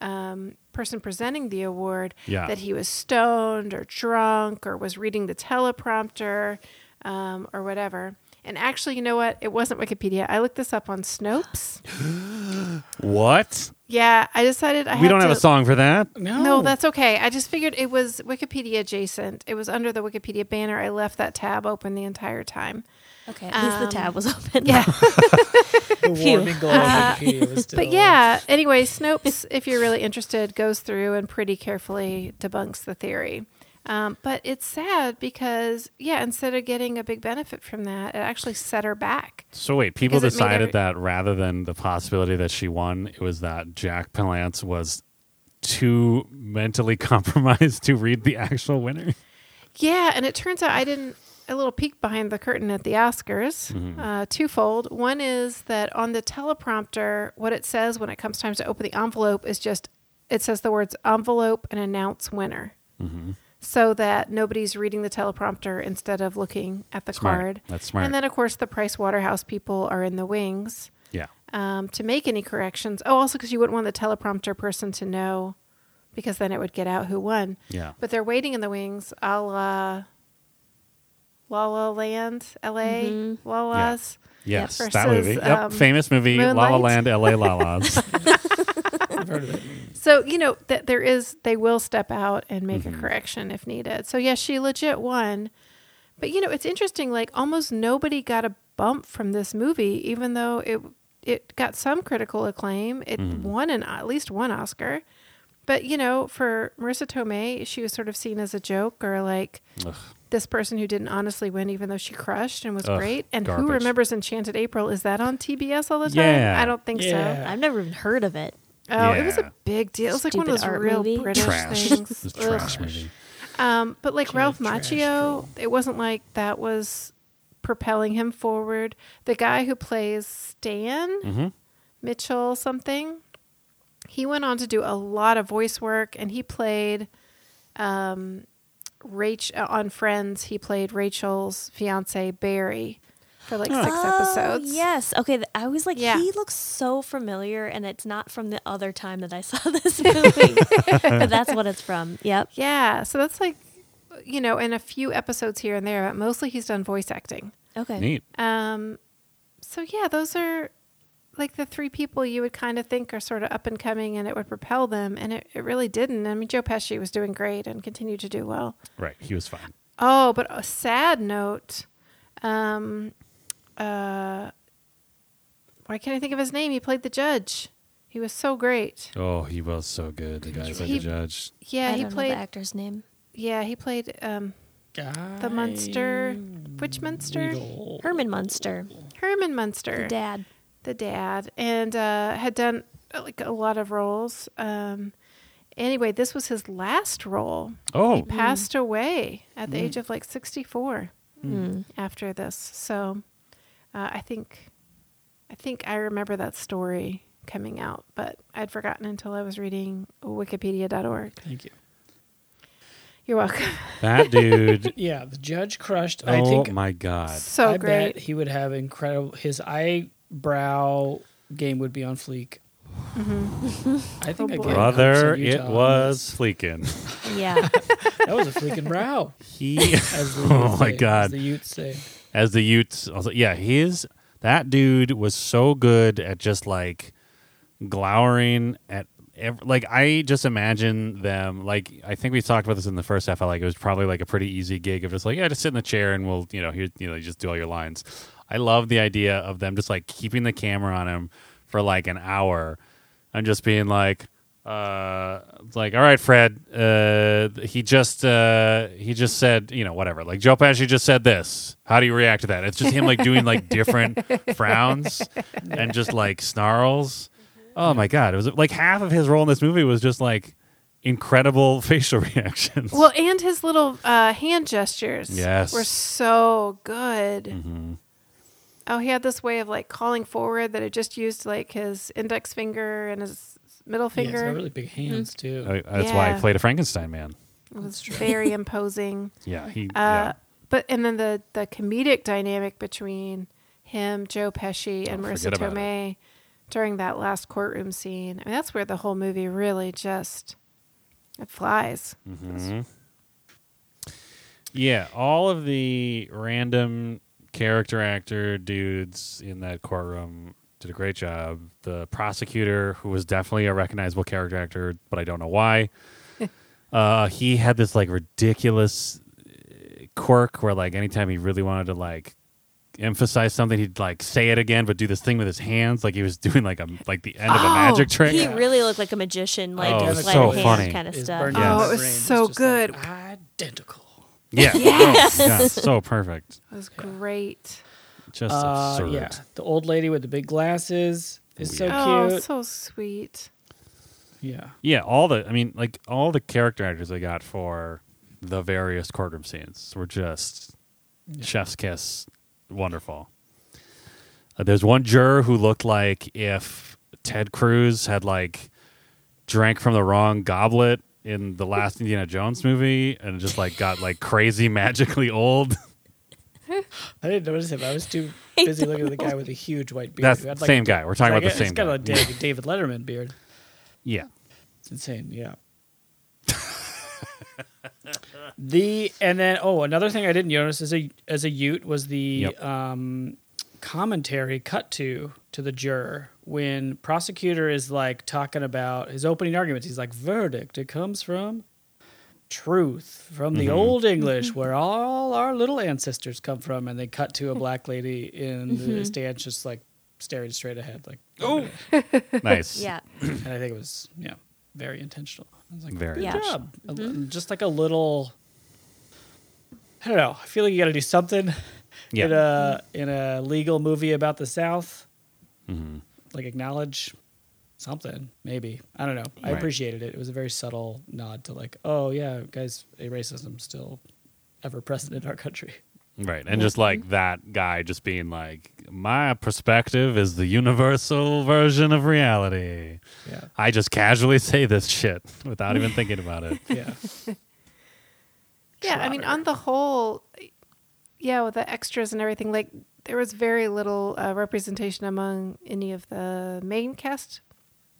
[SPEAKER 1] um, person presenting the award,
[SPEAKER 4] Yeah.
[SPEAKER 1] that he was stoned or drunk or was reading the teleprompter um, or whatever. And actually, you know what? It wasn't Wikipedia. I looked this up on Snopes.
[SPEAKER 4] What?
[SPEAKER 1] Yeah, I decided I
[SPEAKER 4] We
[SPEAKER 1] had
[SPEAKER 4] don't have
[SPEAKER 1] to-
[SPEAKER 4] a song for that.
[SPEAKER 3] No.
[SPEAKER 1] no, that's okay. I just figured it was Wikipedia adjacent. It was under the Wikipedia banner. I left that tab open the entire time.
[SPEAKER 2] Okay, at least the
[SPEAKER 1] Um,
[SPEAKER 2] tab was open.
[SPEAKER 1] Yeah.
[SPEAKER 3] the warming glow of
[SPEAKER 1] Uh,
[SPEAKER 3] Wikipedia was still.
[SPEAKER 1] but yeah, anyway, Snopes, if you're really interested, goes through and pretty carefully debunks the theory. Um, but it's sad because, yeah, instead of getting a big benefit from that, it actually set her back.
[SPEAKER 4] So wait, people
[SPEAKER 1] Because it made
[SPEAKER 4] decided
[SPEAKER 1] every-
[SPEAKER 4] that rather than the possibility that she won, it was that Jack Palance was too mentally compromised to read the actual winner.
[SPEAKER 1] Yeah, and it turns out I didn't a little peek behind the curtain at the Oscars,
[SPEAKER 4] Mm-hmm.
[SPEAKER 1] uh, twofold. One is that on the teleprompter, what it says when it comes time to open the envelope is just it says the words envelope and announce winner,
[SPEAKER 4] Mm-hmm.
[SPEAKER 1] so that nobody's reading the teleprompter instead of looking at the
[SPEAKER 4] Smart.
[SPEAKER 1] card.
[SPEAKER 4] That's smart.
[SPEAKER 1] And then of course the Price Waterhouse people are in the wings
[SPEAKER 4] Yeah.
[SPEAKER 1] um, to make any corrections. Oh, also because you wouldn't want the teleprompter person to know, because then it would get out who won.
[SPEAKER 4] Yeah.
[SPEAKER 1] But they're waiting in the wings, a la La La Land, L.A. La La's.
[SPEAKER 4] Yes,
[SPEAKER 1] versus,
[SPEAKER 4] that movie. Yep,
[SPEAKER 1] um,
[SPEAKER 4] famous movie, La La
[SPEAKER 1] Moonlight.
[SPEAKER 4] Land, L.A. La La's.
[SPEAKER 3] I've heard of it.
[SPEAKER 1] So you know that there is, they will step out and make a correction if needed. So yes, she legit won. But you know, it's interesting. Like almost nobody got a bump from this movie, even though it it got some critical acclaim. It won an at least one Oscar. But you know, for Marissa Tomei, she was sort of seen as a joke or like
[SPEAKER 4] Ugh.
[SPEAKER 1] this person who didn't honestly win, even though she crushed and was
[SPEAKER 4] Ugh,
[SPEAKER 1] great. And who
[SPEAKER 4] garbage.
[SPEAKER 1] remembers Enchanted April? Is that on TBS all the time?
[SPEAKER 4] Yeah.
[SPEAKER 1] I don't think
[SPEAKER 3] Yeah.
[SPEAKER 1] so.
[SPEAKER 2] I've never even heard of it.
[SPEAKER 1] Oh, it was
[SPEAKER 4] Yeah.
[SPEAKER 1] a big deal. It was like one of
[SPEAKER 2] Stupid
[SPEAKER 1] those
[SPEAKER 2] art
[SPEAKER 1] real
[SPEAKER 2] movie.
[SPEAKER 1] British
[SPEAKER 4] Trash.
[SPEAKER 1] things.
[SPEAKER 4] This
[SPEAKER 1] Ugh.
[SPEAKER 4] trash movie.
[SPEAKER 1] Um, but like Ralph
[SPEAKER 3] trash
[SPEAKER 1] Macchio, it wasn't like that was propelling him forward. The guy who plays Stan Mitchell something, he went on to do a lot of voice work, and he played um, Rach uh, on Friends. He played Rachel's fiance Barry for like six
[SPEAKER 2] Oh,
[SPEAKER 1] episodes.
[SPEAKER 2] Yes. Okay. th- I was like,
[SPEAKER 1] Yeah.
[SPEAKER 2] he looks so familiar, and it's not from the other time that I saw this movie, but that's what it's from. Yep.
[SPEAKER 1] yeah. So that's like, you know, in a few episodes here and there, but mostly he's done voice acting.
[SPEAKER 2] Okay.
[SPEAKER 4] Neat.
[SPEAKER 1] Um, so yeah, those are like the three people you would kind of think are sort of up and coming, and it would propel them, and it, it really didn't. I mean, Joe Pesci was doing great and continued to do well.
[SPEAKER 4] Right. He was fine.
[SPEAKER 1] Oh, but a sad note. Um, uh, why can't I think of his name? He played the judge. He was so great.
[SPEAKER 4] Oh, he was so good. The guy played
[SPEAKER 1] He-
[SPEAKER 4] the judge.
[SPEAKER 1] Yeah,
[SPEAKER 2] I
[SPEAKER 1] he
[SPEAKER 2] don't know
[SPEAKER 1] played.
[SPEAKER 2] the actor's name.
[SPEAKER 1] Yeah, he played um,
[SPEAKER 3] God.
[SPEAKER 1] the Munster. Which Munster?
[SPEAKER 2] Herman Munster,
[SPEAKER 1] Herman Munster.
[SPEAKER 2] the dad.
[SPEAKER 1] the dad and uh, had done uh, like a lot of roles. Um, anyway, this was his last role.
[SPEAKER 4] Oh,
[SPEAKER 1] Passed away at the age of like 64
[SPEAKER 4] Hmm.
[SPEAKER 1] after this. So uh, I think I think I remember that story coming out, but I'd forgotten until I was reading wikipedia.org.
[SPEAKER 3] Thank you.
[SPEAKER 1] You're welcome.
[SPEAKER 4] that dude.
[SPEAKER 3] Yeah, the judge crushed. I
[SPEAKER 4] oh
[SPEAKER 3] think
[SPEAKER 4] my god.
[SPEAKER 1] so
[SPEAKER 3] I
[SPEAKER 1] great.
[SPEAKER 3] bet he would have incredible. His eyebrow game would be on fleek.
[SPEAKER 1] Oh,
[SPEAKER 3] I think I
[SPEAKER 1] boy.
[SPEAKER 3] gave
[SPEAKER 4] Brother,
[SPEAKER 3] 100%
[SPEAKER 4] it
[SPEAKER 3] Utah on
[SPEAKER 4] was fleeking.
[SPEAKER 2] Hmm. Yeah.
[SPEAKER 3] this. That was a fleeking brow.
[SPEAKER 4] He,
[SPEAKER 3] As the
[SPEAKER 4] Oh,
[SPEAKER 3] youth
[SPEAKER 4] my
[SPEAKER 3] say-
[SPEAKER 4] God.
[SPEAKER 3] As the youth say,
[SPEAKER 4] as the Utes, I was like, yeah, his that dude was so good at just like glowering at ev- like I just imagine them like I think we talked about this in the first half. I like it was probably like a pretty easy gig of just like yeah, just sit in the chair and we'll you know here you know you just do all your lines. I love the idea of them just like keeping the camera on him for like an hour and just being like uh it's like all right fred uh he just uh he just said you know whatever like joe pesci just said this how do you react to that it's just him like doing like different frowns and just like snarls oh my god it was like half of his role in this movie was just like incredible facial reactions
[SPEAKER 1] well, and his little uh, hand gestures
[SPEAKER 4] Yes.
[SPEAKER 1] were so good.
[SPEAKER 4] Mhm.
[SPEAKER 1] Oh, he had this way of like calling forward that it just used like his index finger and his middle
[SPEAKER 3] yeah, he's
[SPEAKER 1] finger. Mm-hmm.
[SPEAKER 3] got really big hands too.
[SPEAKER 4] Uh, that's why i
[SPEAKER 1] Yeah.
[SPEAKER 4] played a frankenstein man
[SPEAKER 1] it was very imposing.
[SPEAKER 4] yeah he
[SPEAKER 1] Uh,
[SPEAKER 4] yeah.
[SPEAKER 1] But and then the the comedic dynamic between him, Joe Pesci, and
[SPEAKER 4] Oh,
[SPEAKER 1] Marissa
[SPEAKER 4] forget about
[SPEAKER 1] Tomei during that last courtroom scene. I mean, that's where the whole movie really just it flies.
[SPEAKER 4] Mm. Mm-hmm. Yeah, all of the random character actor dudes in that courtroom did a great job. The prosecutor, who was definitely a recognizable character actor, but I don't know why, uh, he had this like ridiculous uh, quirk where like anytime he really wanted to like emphasize something, he'd like say it again, but do this thing with his hands, like he was doing like a like the end of a magic trick.
[SPEAKER 2] He really looked like a magician, like
[SPEAKER 4] Oh,
[SPEAKER 2] oh,
[SPEAKER 4] it's
[SPEAKER 2] sleight
[SPEAKER 4] so
[SPEAKER 2] of hand
[SPEAKER 4] funny.
[SPEAKER 2] kind of
[SPEAKER 3] Is
[SPEAKER 2] stuff.
[SPEAKER 3] burned
[SPEAKER 4] Yeah.
[SPEAKER 3] into
[SPEAKER 4] Oh,
[SPEAKER 1] it
[SPEAKER 3] my
[SPEAKER 1] was
[SPEAKER 3] brain. It's
[SPEAKER 1] so
[SPEAKER 3] just like,
[SPEAKER 1] good.
[SPEAKER 3] identical.
[SPEAKER 4] Yeah,
[SPEAKER 1] Yes!
[SPEAKER 4] Oh, God, so perfect,
[SPEAKER 1] It was great.
[SPEAKER 4] just
[SPEAKER 3] Uh,
[SPEAKER 4] absurd.
[SPEAKER 3] yeah, the old lady with the big glasses is so
[SPEAKER 4] Weird.
[SPEAKER 1] Oh,
[SPEAKER 3] cute.
[SPEAKER 1] so sweet.
[SPEAKER 3] yeah,
[SPEAKER 4] Yeah, all the I mean, like all the character actors they got for the various courtroom scenes were just chef's kiss, wonderful. Uh, there's one juror who looked like if Ted Cruz had like drank from the wrong goblet in the last Indiana Jones movie and just like got like crazy magically old.
[SPEAKER 3] I didn't notice him. I was too busy looking at the guy with a huge white beard.
[SPEAKER 4] That's
[SPEAKER 3] who
[SPEAKER 4] the
[SPEAKER 3] had, like,
[SPEAKER 4] same guy. We're talking
[SPEAKER 3] like,
[SPEAKER 4] about the
[SPEAKER 3] He's
[SPEAKER 4] same
[SPEAKER 3] got
[SPEAKER 4] guy.
[SPEAKER 3] a David, David Letterman beard.
[SPEAKER 4] yeah.
[SPEAKER 3] It's insane. Yeah. the and then oh another thing I didn't notice as a as a Ute was the
[SPEAKER 4] Yep.
[SPEAKER 3] um, commentary cut to to the juror when prosecutor is like talking about his opening arguments. He's like verdict. It comes from truth from
[SPEAKER 4] Mm-hmm.
[SPEAKER 3] the old English where all our little ancestors come from. And they cut to a black lady in
[SPEAKER 4] Mm-hmm.
[SPEAKER 3] the stands just like staring straight ahead like oh
[SPEAKER 4] Nice.
[SPEAKER 2] Yeah.
[SPEAKER 3] and I think it was yeah very intentional. I was like,
[SPEAKER 4] Very
[SPEAKER 3] good
[SPEAKER 2] intentional.
[SPEAKER 3] job. A li- Just like a little. I don't know. I feel like you got to do something
[SPEAKER 4] Yeah.
[SPEAKER 3] in
[SPEAKER 4] Mm-hmm.
[SPEAKER 3] a in a legal movie about the South. Like acknowledge something, maybe. I don't know. I
[SPEAKER 4] Right.
[SPEAKER 3] appreciated it. It was a very subtle nod to like, oh yeah, guys, racism still ever present in our country.
[SPEAKER 4] Right. And just like that guy just being like, my perspective is the universal version of reality.
[SPEAKER 3] Yeah.
[SPEAKER 4] I just casually say this shit without even thinking about it.
[SPEAKER 3] Yeah.
[SPEAKER 1] Yeah, I mean, on the whole, yeah, with the extras and everything, like there was very little uh, representation among any of the main cast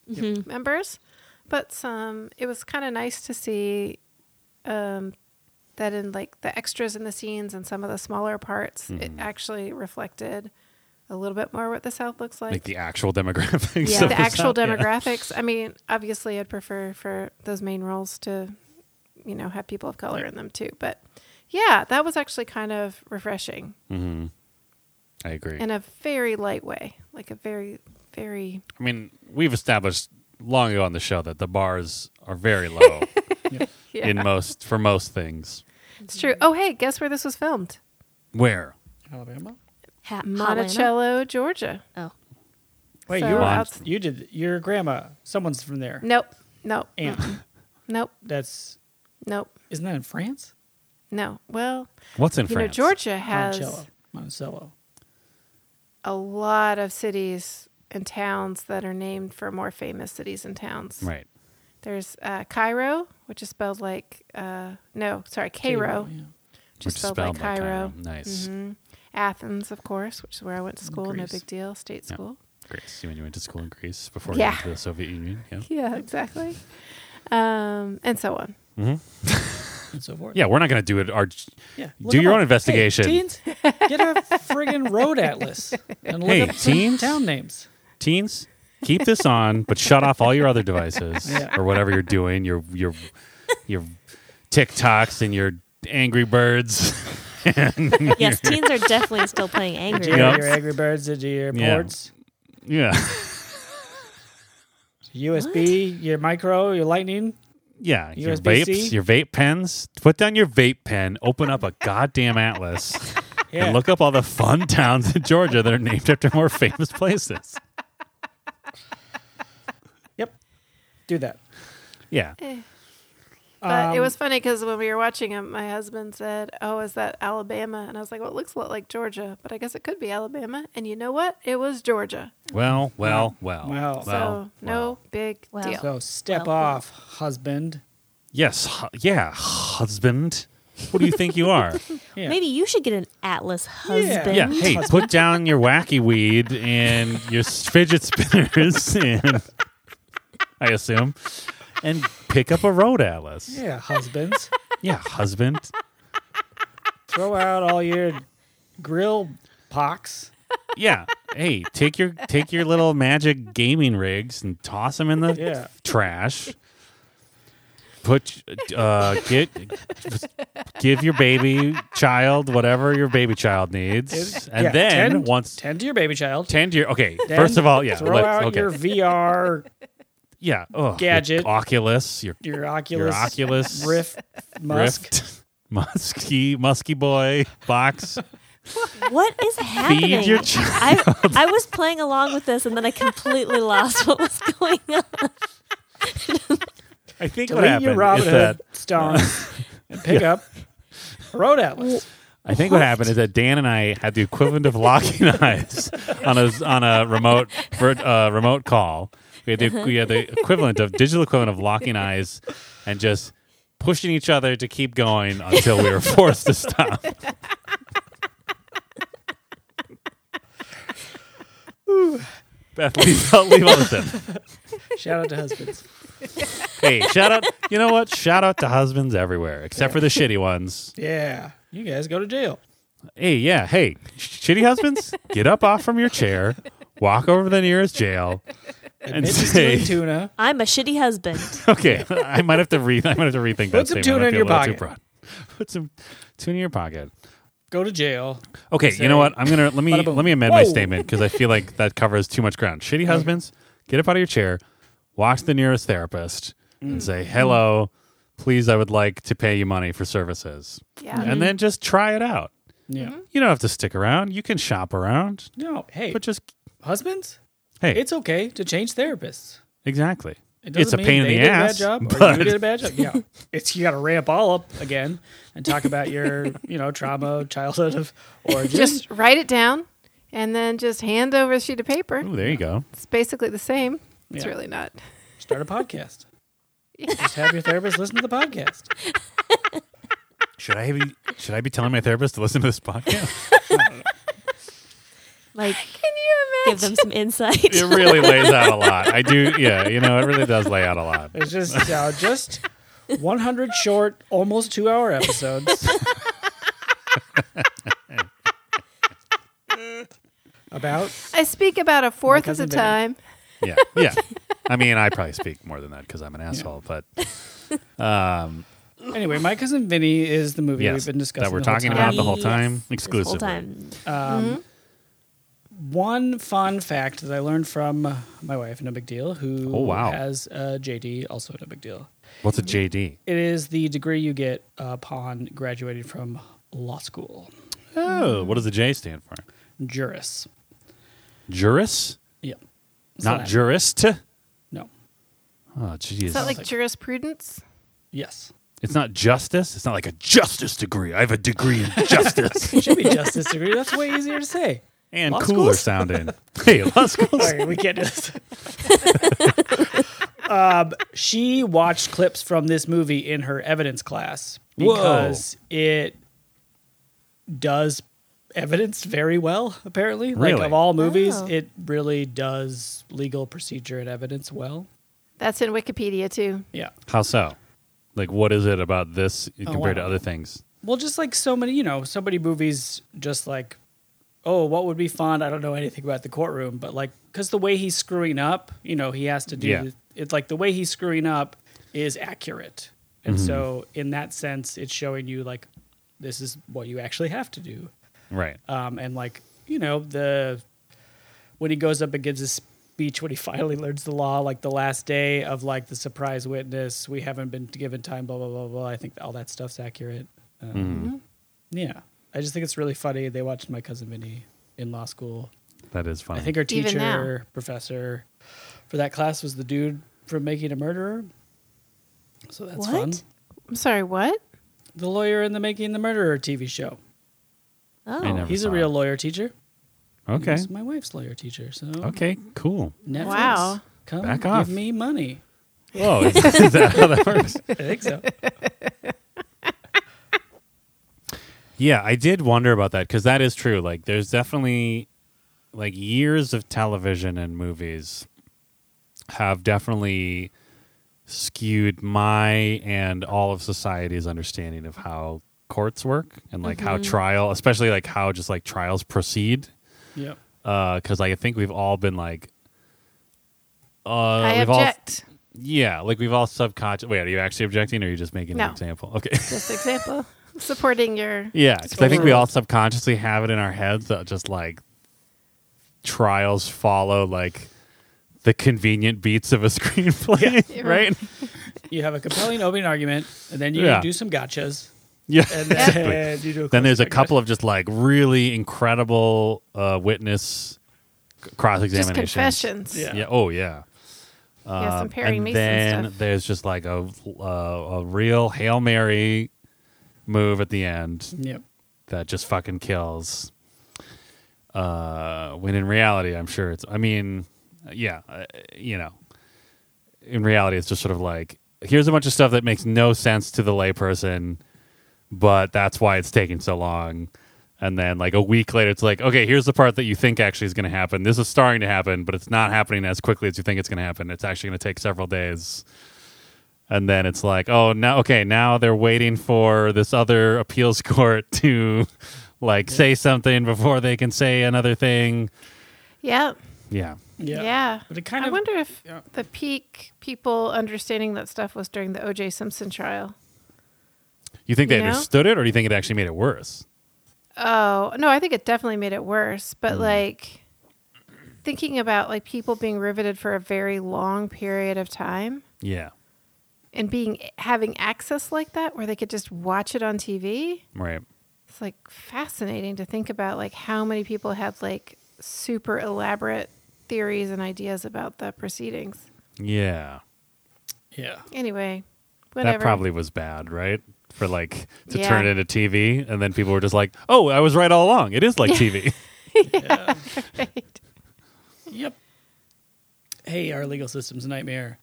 [SPEAKER 1] members, but some. It was kind of nice to see um, that in like the extras in the scenes and some of the smaller parts, it actually reflected a little bit more what the South looks like.
[SPEAKER 4] Like the actual demographics.
[SPEAKER 2] Yeah.
[SPEAKER 4] of
[SPEAKER 1] the actual
[SPEAKER 4] South- yeah.
[SPEAKER 1] demographics. I mean, obviously, I'd prefer for those main roles to, you know, have people of color in them too. But yeah, that was actually kind of refreshing
[SPEAKER 4] Mm-hmm. I agree.
[SPEAKER 1] in a very light way, like a very, very
[SPEAKER 4] I mean, we've established long ago on the show that the bars are very low
[SPEAKER 1] yeah.
[SPEAKER 4] in most for most things.
[SPEAKER 1] it's true. Oh, hey, guess where this was filmed?
[SPEAKER 4] Where?
[SPEAKER 3] Alabama.
[SPEAKER 2] Ha- Havana?
[SPEAKER 1] Monticello, Georgia.
[SPEAKER 2] Oh,
[SPEAKER 3] Wait,
[SPEAKER 1] So
[SPEAKER 3] you were
[SPEAKER 1] outs-
[SPEAKER 3] you did your grandma. Someone's from there.
[SPEAKER 1] Nope, nope,
[SPEAKER 3] Aunt.
[SPEAKER 1] nope,
[SPEAKER 3] That's
[SPEAKER 1] nope,
[SPEAKER 3] isn't that in France?
[SPEAKER 1] no. Well,
[SPEAKER 4] What's in
[SPEAKER 1] you
[SPEAKER 4] France?
[SPEAKER 1] know, Georgia has
[SPEAKER 3] Monticello. Monticello.
[SPEAKER 1] a lot of cities and towns that are named for more famous cities and towns.
[SPEAKER 4] Right.
[SPEAKER 1] There's uh, Cairo, which is spelled like uh, no, sorry, Cairo,
[SPEAKER 3] Yeah.
[SPEAKER 1] which is spelled, like Cairo. Mm-hmm.
[SPEAKER 4] Nice.
[SPEAKER 1] Athens, of course, which is where I went to school. No
[SPEAKER 3] Greece.
[SPEAKER 1] big deal, state
[SPEAKER 4] Yeah.
[SPEAKER 1] school.
[SPEAKER 4] Greece. You when you went to school in Greece before
[SPEAKER 1] Yeah.
[SPEAKER 4] you went to the Soviet Union. Yeah.
[SPEAKER 1] Yeah, exactly. Um, and so on.
[SPEAKER 3] And so forth.
[SPEAKER 4] Yeah, we're not going to do it. Our
[SPEAKER 3] Yeah.
[SPEAKER 4] Do your own investigation.
[SPEAKER 3] Hey, teens, get a friggin' road atlas and look
[SPEAKER 4] Hey,
[SPEAKER 3] up some
[SPEAKER 4] teens?
[SPEAKER 3] town names.
[SPEAKER 4] teens, keep this on, but shut off all your other devices
[SPEAKER 3] Yeah.
[SPEAKER 4] or whatever you're doing. Your your your TikToks and your Angry Birds.
[SPEAKER 2] Oh. yes, teens are definitely still playing Angry
[SPEAKER 3] Did you hear
[SPEAKER 4] Yeah.
[SPEAKER 2] Birds.
[SPEAKER 3] your Angry Birds? Did you hear
[SPEAKER 4] Yeah.
[SPEAKER 3] ports?
[SPEAKER 4] yeah,
[SPEAKER 3] USB, your micro, your lightning.
[SPEAKER 4] yeah. Your
[SPEAKER 3] USB-C?
[SPEAKER 4] vapes, your vape pens. Put down your vape pen. Open up a goddamn atlas
[SPEAKER 3] Yeah.
[SPEAKER 4] and look up all the fun towns in Georgia that are named after more famous places.
[SPEAKER 3] Yep. Do that.
[SPEAKER 4] Yeah,
[SPEAKER 1] Eh. But it
[SPEAKER 3] Um,
[SPEAKER 1] was funny because when we were watching it, my husband said, "Oh, is that Alabama?" And I was like, "Well, it looks a lot like Georgia, but I guess it could be Alabama." And you know what? It was Georgia.
[SPEAKER 4] Well, well, well,
[SPEAKER 3] Well.
[SPEAKER 4] well.
[SPEAKER 1] So no
[SPEAKER 4] well.
[SPEAKER 1] big
[SPEAKER 2] Wow.
[SPEAKER 1] deal.
[SPEAKER 3] So step
[SPEAKER 2] Well-
[SPEAKER 3] off, husband.
[SPEAKER 4] Yes, hu- yeah, husband. What do you think you are?
[SPEAKER 3] Yeah.
[SPEAKER 2] Maybe you should get an Atlas husband.
[SPEAKER 4] yeah, hey,
[SPEAKER 3] Mm-hmm.
[SPEAKER 4] put down your wacky weed and your s- fidget spinners, and I assume, and pick up a road atlas.
[SPEAKER 3] Yeah, husbands.
[SPEAKER 4] Yeah, husband.
[SPEAKER 3] Throw out all your grill pox.
[SPEAKER 4] Yeah, hey, take your take your little magic gaming rigs and toss them in the
[SPEAKER 3] Yeah.
[SPEAKER 4] trash. Put uh, get give your baby child whatever your baby child needs, and
[SPEAKER 3] Yeah,
[SPEAKER 4] then
[SPEAKER 3] tend-
[SPEAKER 4] once
[SPEAKER 3] tend to your baby child.
[SPEAKER 4] Tend to your okay.
[SPEAKER 3] Then
[SPEAKER 4] first of all, yeah.
[SPEAKER 3] Throw
[SPEAKER 4] let's-
[SPEAKER 3] out
[SPEAKER 4] okay.
[SPEAKER 3] your VR,
[SPEAKER 4] yeah ugh, your
[SPEAKER 3] gadget.
[SPEAKER 4] Oculus, your
[SPEAKER 3] your
[SPEAKER 4] your
[SPEAKER 3] Oculus,
[SPEAKER 4] Oculus
[SPEAKER 3] Rift, Musk.
[SPEAKER 4] Rift, musky, musky boy box.
[SPEAKER 2] What is happening?
[SPEAKER 4] your
[SPEAKER 2] I, I was playing along with this and then I completely lost what was going on.
[SPEAKER 4] I think what
[SPEAKER 3] Delete
[SPEAKER 4] happened
[SPEAKER 3] your Robin
[SPEAKER 4] is that
[SPEAKER 3] Hood stones and pick up a road atlas.
[SPEAKER 4] I think what? happened is that Dan and I had the equivalent of locking eyes on a on a remote vir- uh, remote call. We had, the, we had the equivalent of digital equivalent of locking eyes and just pushing each other to keep going until we were forced to stop. Beth, leave, leave all this in.
[SPEAKER 3] Shout out to husbands.
[SPEAKER 4] Hey, shout out. You know what? Shout out to husbands everywhere, except for the shitty ones.
[SPEAKER 3] Yeah, you guys go to jail.
[SPEAKER 4] Hey, yeah, hey, sh- shitty husbands, get up off from your chair, walk over to the nearest jail, and
[SPEAKER 3] Mitch is doing
[SPEAKER 4] say,
[SPEAKER 3] tuna.
[SPEAKER 2] I'm a shitty husband.
[SPEAKER 4] "Okay, I might have to re- I might have to rethink that
[SPEAKER 3] Put some
[SPEAKER 4] statement.
[SPEAKER 3] tuna
[SPEAKER 4] I
[SPEAKER 3] in
[SPEAKER 4] feel
[SPEAKER 3] your
[SPEAKER 4] a little too
[SPEAKER 3] pocket.
[SPEAKER 4] broad. Put some tuna in your pocket."
[SPEAKER 3] Go to jail.
[SPEAKER 4] Okay,
[SPEAKER 3] Say-
[SPEAKER 4] you know what? I'm gonna let me
[SPEAKER 3] Bada boom.
[SPEAKER 4] let me amend my
[SPEAKER 3] Whoa.
[SPEAKER 4] statement because I feel like that covers too much ground. Shitty husbands, get up out of your chair, walk to the nearest therapist, and say,
[SPEAKER 3] Mm-hmm.
[SPEAKER 4] "Hello, please, I would like to pay you money for services,"
[SPEAKER 1] Yeah.
[SPEAKER 4] and then just try it out.
[SPEAKER 3] Yeah.
[SPEAKER 4] You don't have to stick around. You can shop around,
[SPEAKER 3] No, hey,
[SPEAKER 4] but just
[SPEAKER 3] husbands,
[SPEAKER 4] hey,
[SPEAKER 3] it's okay to change therapists.
[SPEAKER 4] Exactly.
[SPEAKER 3] It
[SPEAKER 4] It's a
[SPEAKER 3] doesn't mean
[SPEAKER 4] pain in
[SPEAKER 3] they
[SPEAKER 4] the
[SPEAKER 3] did a bad
[SPEAKER 4] ass.
[SPEAKER 3] job or
[SPEAKER 4] but
[SPEAKER 3] you did a bad job. Yeah, it's you got to ramp all up again and talk about your you know trauma, childhood of origin.
[SPEAKER 1] Just write it down and then just hand over a sheet of paper.
[SPEAKER 4] Ooh, there you go.
[SPEAKER 1] It's basically the same. It's
[SPEAKER 3] Yeah.
[SPEAKER 1] really not.
[SPEAKER 3] start a podcast. Just have your therapist listen to the podcast.
[SPEAKER 4] Should I be should I be telling my therapist to listen to this podcast?
[SPEAKER 2] Like,
[SPEAKER 1] Can you
[SPEAKER 2] give them some insight.
[SPEAKER 4] It really lays out a lot. I do yeah, you know, it really does lay out a lot.
[SPEAKER 3] It's just uh, just 100 short, almost two hour episodes about
[SPEAKER 1] I speak about a fourth of the
[SPEAKER 3] cousin Vinny.
[SPEAKER 1] time.
[SPEAKER 4] Yeah. Yeah. I mean, I probably speak more than that because I'm an asshole, but um
[SPEAKER 3] Anyway, My Cousin Vinny is the movie
[SPEAKER 4] yes,
[SPEAKER 3] we've been discussing.
[SPEAKER 4] that we're
[SPEAKER 3] the whole
[SPEAKER 4] talking
[SPEAKER 3] time.
[SPEAKER 4] about the whole
[SPEAKER 2] Yes.
[SPEAKER 4] time
[SPEAKER 2] This whole
[SPEAKER 4] exclusively.
[SPEAKER 2] time.
[SPEAKER 3] One fun fact that I learned from uh, my wife, no big deal, who
[SPEAKER 4] Oh, wow.
[SPEAKER 3] has a JD, also no big deal.
[SPEAKER 4] What's a JD?
[SPEAKER 3] It is the degree you get upon graduating from law school,
[SPEAKER 4] Oh, what does the J stand for?
[SPEAKER 3] juris.
[SPEAKER 4] Juris?
[SPEAKER 3] Yeah, It's
[SPEAKER 4] Not
[SPEAKER 3] Latin.
[SPEAKER 4] jurist?
[SPEAKER 3] No.
[SPEAKER 4] Oh,
[SPEAKER 1] Is that
[SPEAKER 4] jeez.
[SPEAKER 1] like jurisprudence?
[SPEAKER 3] Yes.
[SPEAKER 4] It's not justice. It's not like a justice degree. I have a degree in justice.
[SPEAKER 3] Should be justice degree. That's way easier to say.
[SPEAKER 4] and
[SPEAKER 3] Law
[SPEAKER 4] cooler
[SPEAKER 3] schools?
[SPEAKER 4] sounding. hey, law schools.
[SPEAKER 3] Sorry, we can't do this. um, she watched clips from this movie in her evidence class
[SPEAKER 4] Whoa.
[SPEAKER 3] because it does evidence very well. Apparently, like
[SPEAKER 4] Really?
[SPEAKER 3] of all movies,
[SPEAKER 2] Oh.
[SPEAKER 3] it really does legal procedure and evidence well.
[SPEAKER 1] That's in Wikipedia too.
[SPEAKER 3] Yeah.
[SPEAKER 4] How so? Like, what is it about this compared to
[SPEAKER 3] Oh, wow.
[SPEAKER 4] other things?
[SPEAKER 3] Well, just like so many, you know, so many movies, just like, oh, what would be fun? I don't know anything about the courtroom, but like, because the way he's screwing up, you know, he has to do
[SPEAKER 4] Yeah.
[SPEAKER 3] it's like the way he's screwing up is accurate, and so in that sense, it's showing you like this is what you actually have to do,
[SPEAKER 4] Right.
[SPEAKER 3] um, and like you know the when he goes up and gives his speech when he finally learns the law, like the last day of like the surprise witness, we haven't been given time, blah blah blah blah. I think all that stuff's accurate. Um,
[SPEAKER 4] Mm-hmm.
[SPEAKER 3] yeah, I just think it's really funny. They watched my cousin Vinny in law school.
[SPEAKER 4] That is funny.
[SPEAKER 3] I think her
[SPEAKER 1] Even now.
[SPEAKER 3] teacher, professor for that class was the dude from Making a Murderer. So that's fun.
[SPEAKER 2] What?
[SPEAKER 1] I'm sorry, what?
[SPEAKER 3] The lawyer in the Making the Murderer TV show.
[SPEAKER 2] Oh,
[SPEAKER 4] I never
[SPEAKER 3] He's a
[SPEAKER 4] saw
[SPEAKER 3] real
[SPEAKER 4] it.
[SPEAKER 3] lawyer teacher. He
[SPEAKER 4] Okay.
[SPEAKER 3] was my wife's lawyer teacher. So
[SPEAKER 4] Okay. Cool.
[SPEAKER 3] Netflix,
[SPEAKER 1] Wow.
[SPEAKER 3] come
[SPEAKER 4] Back
[SPEAKER 3] give
[SPEAKER 4] off.
[SPEAKER 3] me money.
[SPEAKER 4] Whoa. Is, is that how that works?
[SPEAKER 3] I think so.
[SPEAKER 4] Yeah, I did wonder about that because that is true. Like, there's definitely like years of television and movies have definitely skewed my and all of society's understanding of how courts work and like how
[SPEAKER 1] Mm-hmm.
[SPEAKER 4] trial, especially like how just like trials proceed.
[SPEAKER 3] yep.
[SPEAKER 4] Because I think we've all been like, uh,
[SPEAKER 1] I
[SPEAKER 4] we've all
[SPEAKER 1] object.
[SPEAKER 4] Yeah, like we've all subconscious. Wait, are you actually objecting, or are you just making an
[SPEAKER 1] No.
[SPEAKER 4] example? Okay.
[SPEAKER 1] Just example. Supporting your
[SPEAKER 4] yeah, because I think we
[SPEAKER 1] Sure.
[SPEAKER 4] all subconsciously have it in our heads that just like trials follow like the convenient beats of a screenplay,
[SPEAKER 1] Yeah.
[SPEAKER 4] right?
[SPEAKER 3] You have a compelling opening argument, and then you
[SPEAKER 4] Yeah.
[SPEAKER 3] do some gotchas,
[SPEAKER 4] Yeah.
[SPEAKER 3] and
[SPEAKER 4] exactly.
[SPEAKER 3] then you do. A
[SPEAKER 4] Then there's a
[SPEAKER 3] close-up
[SPEAKER 4] couple of just like really incredible uh, witness cross
[SPEAKER 1] just
[SPEAKER 4] examinations.
[SPEAKER 1] confessions.
[SPEAKER 3] Yeah.
[SPEAKER 4] Yeah. Oh yeah.
[SPEAKER 1] Yeah, some
[SPEAKER 4] Um,
[SPEAKER 1] Perry
[SPEAKER 4] and
[SPEAKER 1] Mason
[SPEAKER 4] then
[SPEAKER 1] stuff.
[SPEAKER 4] there's just like a uh, a real hail mary move at the end
[SPEAKER 3] gotcha. Yep.
[SPEAKER 4] that just fucking kills. Uh, when in reality, I'm sure it's. I mean, yeah, uh, you know, in reality, it's just sort of like here's a bunch of stuff that makes no sense to the layperson, but that's why it's taking so long. And then, like a week later, it's like, okay, here's the part that you think actually is going to happen. This is starting to happen, but it's not happening as quickly as you think it's going to happen. It's actually going to take several days and then it's like oh now okay now they're waiting for this other appeals court to like say something before they can say another thing
[SPEAKER 1] Yeah.
[SPEAKER 4] yeah
[SPEAKER 1] Yeah.
[SPEAKER 3] Yeah. But it kind
[SPEAKER 1] I
[SPEAKER 3] of-
[SPEAKER 1] wonder if
[SPEAKER 3] yeah.
[SPEAKER 1] the peak people understanding that stuff was during the O.J. Simpson trial.
[SPEAKER 4] you think they
[SPEAKER 1] You know?
[SPEAKER 4] understood it or do you think it actually made it worse
[SPEAKER 1] Oh no, I think it definitely made it worse. But
[SPEAKER 3] Hmm.
[SPEAKER 1] like thinking about like people being riveted for a very long period of time
[SPEAKER 4] yeah
[SPEAKER 1] and being having access like that where they could just watch it on TV.
[SPEAKER 4] right
[SPEAKER 1] It's like fascinating to think about like how many people had like super elaborate theories and ideas about the proceedings.
[SPEAKER 4] Yeah.
[SPEAKER 3] Yeah.
[SPEAKER 1] Anyway, whatever.
[SPEAKER 4] That probably was bad, right? For like to
[SPEAKER 1] Yeah.
[SPEAKER 4] turn it into TV, and then people were just like, "Oh, I was right all along. It is like TV."
[SPEAKER 3] Yep. Hey, our legal system's a nightmare.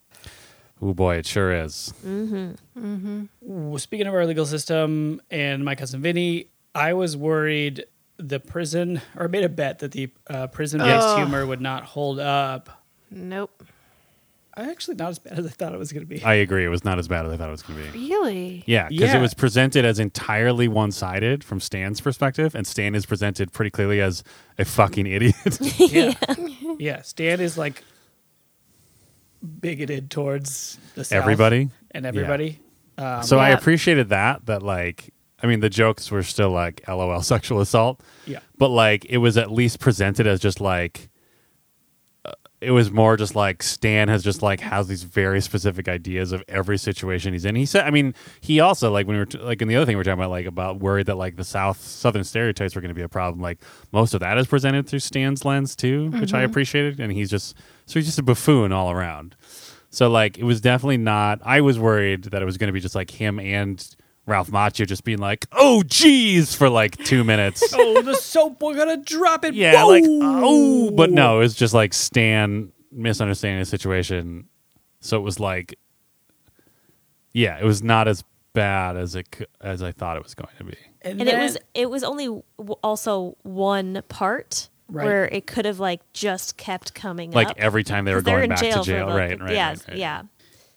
[SPEAKER 4] oh boy, it sure is.
[SPEAKER 3] Well, speaking of our legal system and my cousin Vinny, I was worried the prison, or I made a bet that the uh, prison based
[SPEAKER 1] Yes.
[SPEAKER 3] humor would not hold up.
[SPEAKER 1] Nope.
[SPEAKER 3] I actually not as bad as I thought it was going to be.
[SPEAKER 4] I agree. It was not as bad as I thought it was going to be.
[SPEAKER 1] Really?
[SPEAKER 4] Yeah, because
[SPEAKER 3] Yeah.
[SPEAKER 4] it was presented as entirely one sided from Stan's perspective, and Stan is presented pretty clearly as a fucking idiot.
[SPEAKER 3] yeah. yeah. Stan is like bigoted towards the South
[SPEAKER 4] Everybody?
[SPEAKER 3] and
[SPEAKER 4] Yeah.
[SPEAKER 3] everybody. Um,
[SPEAKER 4] so I
[SPEAKER 1] Yeah.
[SPEAKER 4] appreciated that. That like, I mean, the jokes were still like "lol" sexual assault,
[SPEAKER 3] yeah.
[SPEAKER 4] but like it was at least presented as just like. uh, It was more just like Stan has just like has these very specific ideas of every situation he's in. He said, I mean, he also like when we were t- like in the other thing we were talking about like about worried that like the South Southern stereotypes were going to be a problem. Like most of that is presented through Stan's lens too, which I appreciated. And he's just so he's just a buffoon all around. So like it was definitely not. I was worried that it was going to be just like him and Ralph Macchio just being like, "Oh, geez," for like two minutes.
[SPEAKER 3] oh, the soap, we're going to drop it.
[SPEAKER 4] yeah,
[SPEAKER 3] Whoa!
[SPEAKER 4] like oh, but no, it was just like Stan misunderstanding the situation. So it was like, yeah, it was not as bad as it c- as I thought it was going to be.
[SPEAKER 3] And,
[SPEAKER 2] and it
[SPEAKER 3] then-
[SPEAKER 2] was it was only w- also one part
[SPEAKER 3] Right.
[SPEAKER 2] where it could have like just kept coming
[SPEAKER 4] Like
[SPEAKER 2] up.
[SPEAKER 4] every time they were
[SPEAKER 2] 'Cause they're
[SPEAKER 4] going
[SPEAKER 2] in
[SPEAKER 4] back
[SPEAKER 2] jail
[SPEAKER 4] to
[SPEAKER 2] for
[SPEAKER 4] jail,
[SPEAKER 2] the-
[SPEAKER 4] right? Right?
[SPEAKER 2] yeah,
[SPEAKER 4] right, right.
[SPEAKER 2] yeah.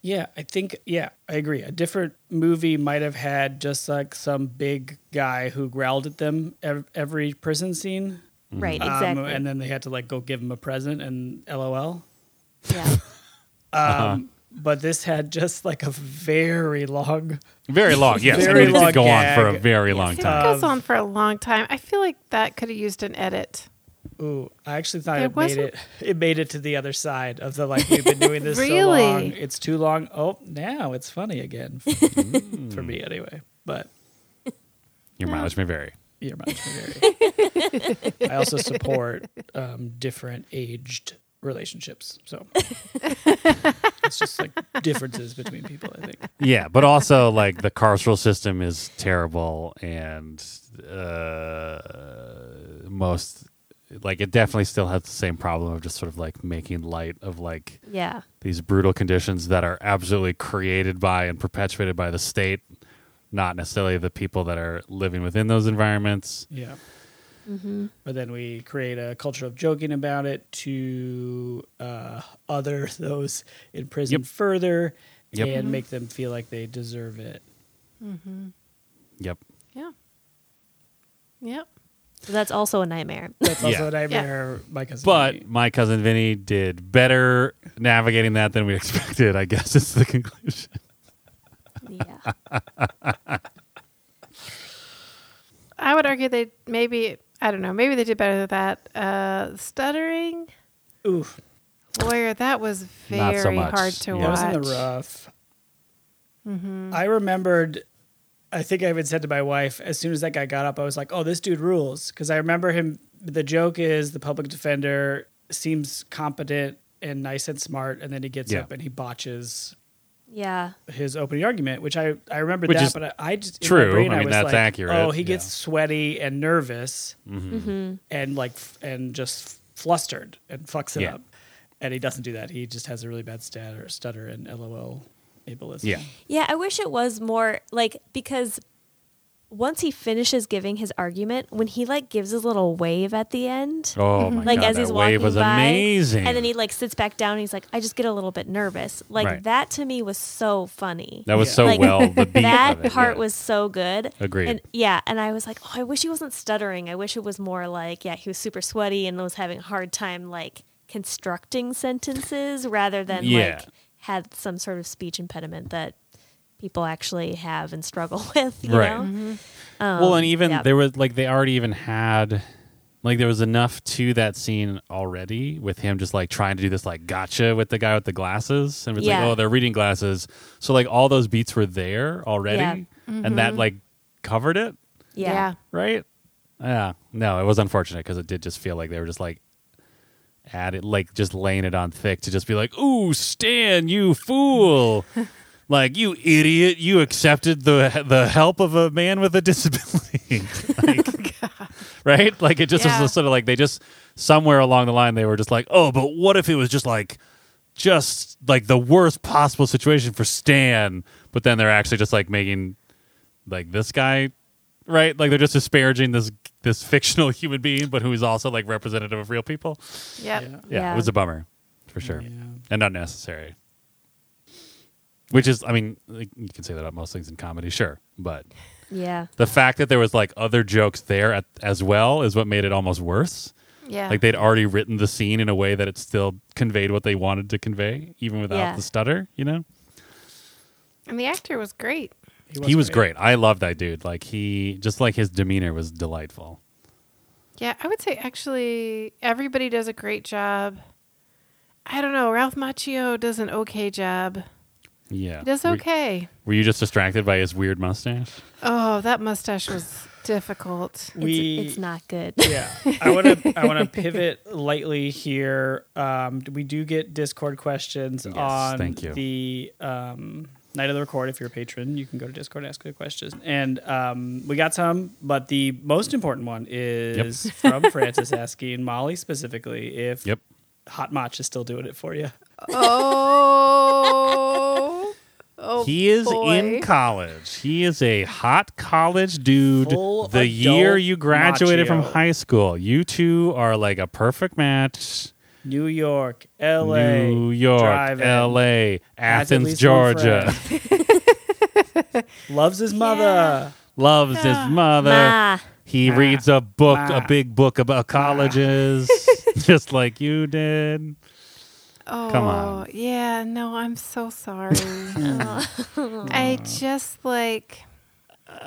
[SPEAKER 3] Yeah, I think yeah, I agree. A different movie might have had just like some big guy who growled at them ev- every prison scene,
[SPEAKER 2] Right,
[SPEAKER 3] Um,
[SPEAKER 2] exactly.
[SPEAKER 3] and then they had to like go give him a present and LOL.
[SPEAKER 2] yeah.
[SPEAKER 4] Uh-huh.
[SPEAKER 3] Um, But this had just like a very long.
[SPEAKER 4] Very long. Yes,
[SPEAKER 3] Very
[SPEAKER 4] I mean, it
[SPEAKER 3] long
[SPEAKER 4] did go on for a
[SPEAKER 3] gag.
[SPEAKER 4] very long
[SPEAKER 1] It
[SPEAKER 4] time.
[SPEAKER 1] goes on for a long time. I feel like that could have used an edit.
[SPEAKER 3] Ooh, I actually thought
[SPEAKER 1] There
[SPEAKER 3] it made
[SPEAKER 1] wasn't-
[SPEAKER 3] it. It made it to the other side of the like we've been doing this so
[SPEAKER 1] Really?
[SPEAKER 3] long. It's too long. Oh, now it's funny again Mm. for me anyway. But
[SPEAKER 4] Your mileage may vary.
[SPEAKER 3] your minds may vary. I also support um, different aged relationships. So it's just like differences between people, I think.
[SPEAKER 4] yeah, but also like the carceral system is terrible, and uh, most like it definitely still has the same problem of just sort of like making light of like
[SPEAKER 2] Yeah.
[SPEAKER 4] these brutal conditions that are absolutely created by and perpetuated by the state, not necessarily the people that are living within those environments.
[SPEAKER 3] Yeah. But then we create a culture of joking about it to uh, other those in prison
[SPEAKER 4] Yep.
[SPEAKER 3] further
[SPEAKER 4] Yep.
[SPEAKER 3] and make them feel like they deserve it.
[SPEAKER 4] Yep.
[SPEAKER 1] Mm-hmm. Yeah. Yep.
[SPEAKER 2] So that's also a nightmare.
[SPEAKER 3] That's also
[SPEAKER 4] Yeah.
[SPEAKER 3] a nightmare, my cousin.
[SPEAKER 4] But
[SPEAKER 3] Vinny.
[SPEAKER 4] my cousin Vinny did better navigating that than we expected. I guess is the conclusion.
[SPEAKER 2] yeah.
[SPEAKER 1] I would argue they maybe I don't know maybe they did better than that. Uh, stuttering
[SPEAKER 3] Ooh,
[SPEAKER 1] lawyer that was
[SPEAKER 4] Not
[SPEAKER 1] very
[SPEAKER 4] so much.
[SPEAKER 1] hard to
[SPEAKER 4] Yeah.
[SPEAKER 3] That was
[SPEAKER 1] watch. Mm-hmm.
[SPEAKER 3] in the rough. I remembered. I think I even said to my wife as soon as that guy got up, I was like, "Oh, this dude rules." Because I remember him. The joke is the public defender seems competent and nice and smart, and then he gets
[SPEAKER 4] Yeah.
[SPEAKER 3] up and he botches
[SPEAKER 2] Yeah.
[SPEAKER 3] his opening argument, which I I remember
[SPEAKER 4] Which
[SPEAKER 3] that,
[SPEAKER 4] is
[SPEAKER 3] but I, I just in my
[SPEAKER 4] true.
[SPEAKER 3] brain,
[SPEAKER 4] I mean,
[SPEAKER 3] was
[SPEAKER 4] that's
[SPEAKER 3] like,
[SPEAKER 4] accurate.
[SPEAKER 3] Oh, he
[SPEAKER 4] Yeah.
[SPEAKER 3] gets sweaty and nervous,
[SPEAKER 2] Mm-hmm.
[SPEAKER 4] Mm-hmm.
[SPEAKER 3] and like f- and just flustered and fucks it
[SPEAKER 4] Yeah.
[SPEAKER 3] up, and he doesn't do that. He just has a really bad stutter, stutter and lol ableism.
[SPEAKER 4] Yeah.
[SPEAKER 2] Yeah, I wish it was more like because once he finishes giving his argument, when he like gives his little wave at the end,
[SPEAKER 4] Oh my
[SPEAKER 2] Mm-hmm. like
[SPEAKER 4] god,
[SPEAKER 2] as
[SPEAKER 4] that
[SPEAKER 2] he's
[SPEAKER 4] wave
[SPEAKER 2] walking
[SPEAKER 4] was
[SPEAKER 2] by,
[SPEAKER 4] amazing.
[SPEAKER 2] and then he like sits back down and he's like, "I just get a little bit nervous." Like
[SPEAKER 4] Right.
[SPEAKER 2] that to me was so funny.
[SPEAKER 4] that was
[SPEAKER 3] Yeah.
[SPEAKER 4] so
[SPEAKER 2] like,
[SPEAKER 4] well. The beat
[SPEAKER 2] that
[SPEAKER 4] of it,
[SPEAKER 2] part
[SPEAKER 4] yeah.
[SPEAKER 2] was so good.
[SPEAKER 4] Agreed.
[SPEAKER 2] And yeah, and I was like, oh, I wish he wasn't stuttering. I wish it was more like, yeah, he was super sweaty and was having a hard time like constructing sentences rather than
[SPEAKER 4] Yeah.
[SPEAKER 2] like had some sort of speech impediment that people actually have and struggle with. You
[SPEAKER 4] Right.
[SPEAKER 2] Know?
[SPEAKER 4] well, and even
[SPEAKER 2] yeah.
[SPEAKER 4] there was like they already even had like there was enough to that scene already with him just like trying to do this like gotcha with the guy with the glasses and it's
[SPEAKER 2] Yeah.
[SPEAKER 4] like oh they're reading glasses so like all those beats were there already
[SPEAKER 2] Yeah. Mm-hmm.
[SPEAKER 4] and that like covered it
[SPEAKER 2] Yeah.
[SPEAKER 1] yeah.
[SPEAKER 4] right? Yeah. No, it was unfortunate because it did just feel like they were just like at it, like just laying it on thick to just be like, "Ooh, Stan, you fool." Like you idiot, you accepted the the help of a man with a disability, Like, right? Like it just
[SPEAKER 1] Yeah.
[SPEAKER 4] was sort of like they just somewhere along the line they were just like, oh, but what if it was just like, just like the worst possible situation for Stan? But then they're actually just like making like this guy right like they're just disparaging this this fictional human being but who is also like representative of real people
[SPEAKER 1] Yep.
[SPEAKER 3] Yeah.
[SPEAKER 4] yeah,
[SPEAKER 2] Yeah.
[SPEAKER 4] it was a bummer for sure
[SPEAKER 3] Yeah.
[SPEAKER 4] and not necessary which is i mean like, you can say that about most things in comedy sure but
[SPEAKER 2] Yeah.
[SPEAKER 4] the fact that there was like other jokes there at, as well is what made it almost worse
[SPEAKER 1] Yeah.
[SPEAKER 4] like they'd already written the scene in a way that it still conveyed what they wanted to convey even without
[SPEAKER 2] Yeah.
[SPEAKER 4] the stutter you know
[SPEAKER 1] and the actor was great.
[SPEAKER 4] he was great. i love that dude like he just like his demeanor was delightful
[SPEAKER 1] Yeah, I would say actually everybody does a great job. I don't know. Ralph Macchio does an okay job.
[SPEAKER 4] yeah
[SPEAKER 1] He does
[SPEAKER 4] Were-
[SPEAKER 1] okay.
[SPEAKER 4] Were you just distracted by his weird mustache?
[SPEAKER 1] Oh, that mustache was difficult.
[SPEAKER 3] We-
[SPEAKER 2] it's, it's not good.
[SPEAKER 3] yeah i want to i want to pivot lightly here um we do get discord questions on
[SPEAKER 4] thank you.
[SPEAKER 3] the um night of the record if you're a patron you can go to discord and ask a question and um we got some but the most important one is from francis asking molly specifically if
[SPEAKER 4] Yep.
[SPEAKER 3] hot match is still doing it for you
[SPEAKER 1] Oh. oh
[SPEAKER 4] he is
[SPEAKER 1] boy.
[SPEAKER 4] in college. He is a hot college dude.
[SPEAKER 3] Full
[SPEAKER 4] the
[SPEAKER 3] adult
[SPEAKER 4] year you graduated from
[SPEAKER 3] macho.
[SPEAKER 4] high school, you two are like a perfect match.
[SPEAKER 3] new york la
[SPEAKER 4] New York,
[SPEAKER 3] drive-in.
[SPEAKER 4] LA,
[SPEAKER 3] Has at
[SPEAKER 4] Athens,
[SPEAKER 3] least one
[SPEAKER 4] Georgia.
[SPEAKER 3] friend. loves his mother
[SPEAKER 4] Loves his mother.
[SPEAKER 2] Ma.
[SPEAKER 4] He
[SPEAKER 3] Ma.
[SPEAKER 4] reads a book, a
[SPEAKER 3] Ma.
[SPEAKER 4] big book about colleges, just like you did.
[SPEAKER 1] Oh,
[SPEAKER 4] Come on.
[SPEAKER 1] Yeah, no, I'm so sorry. I just like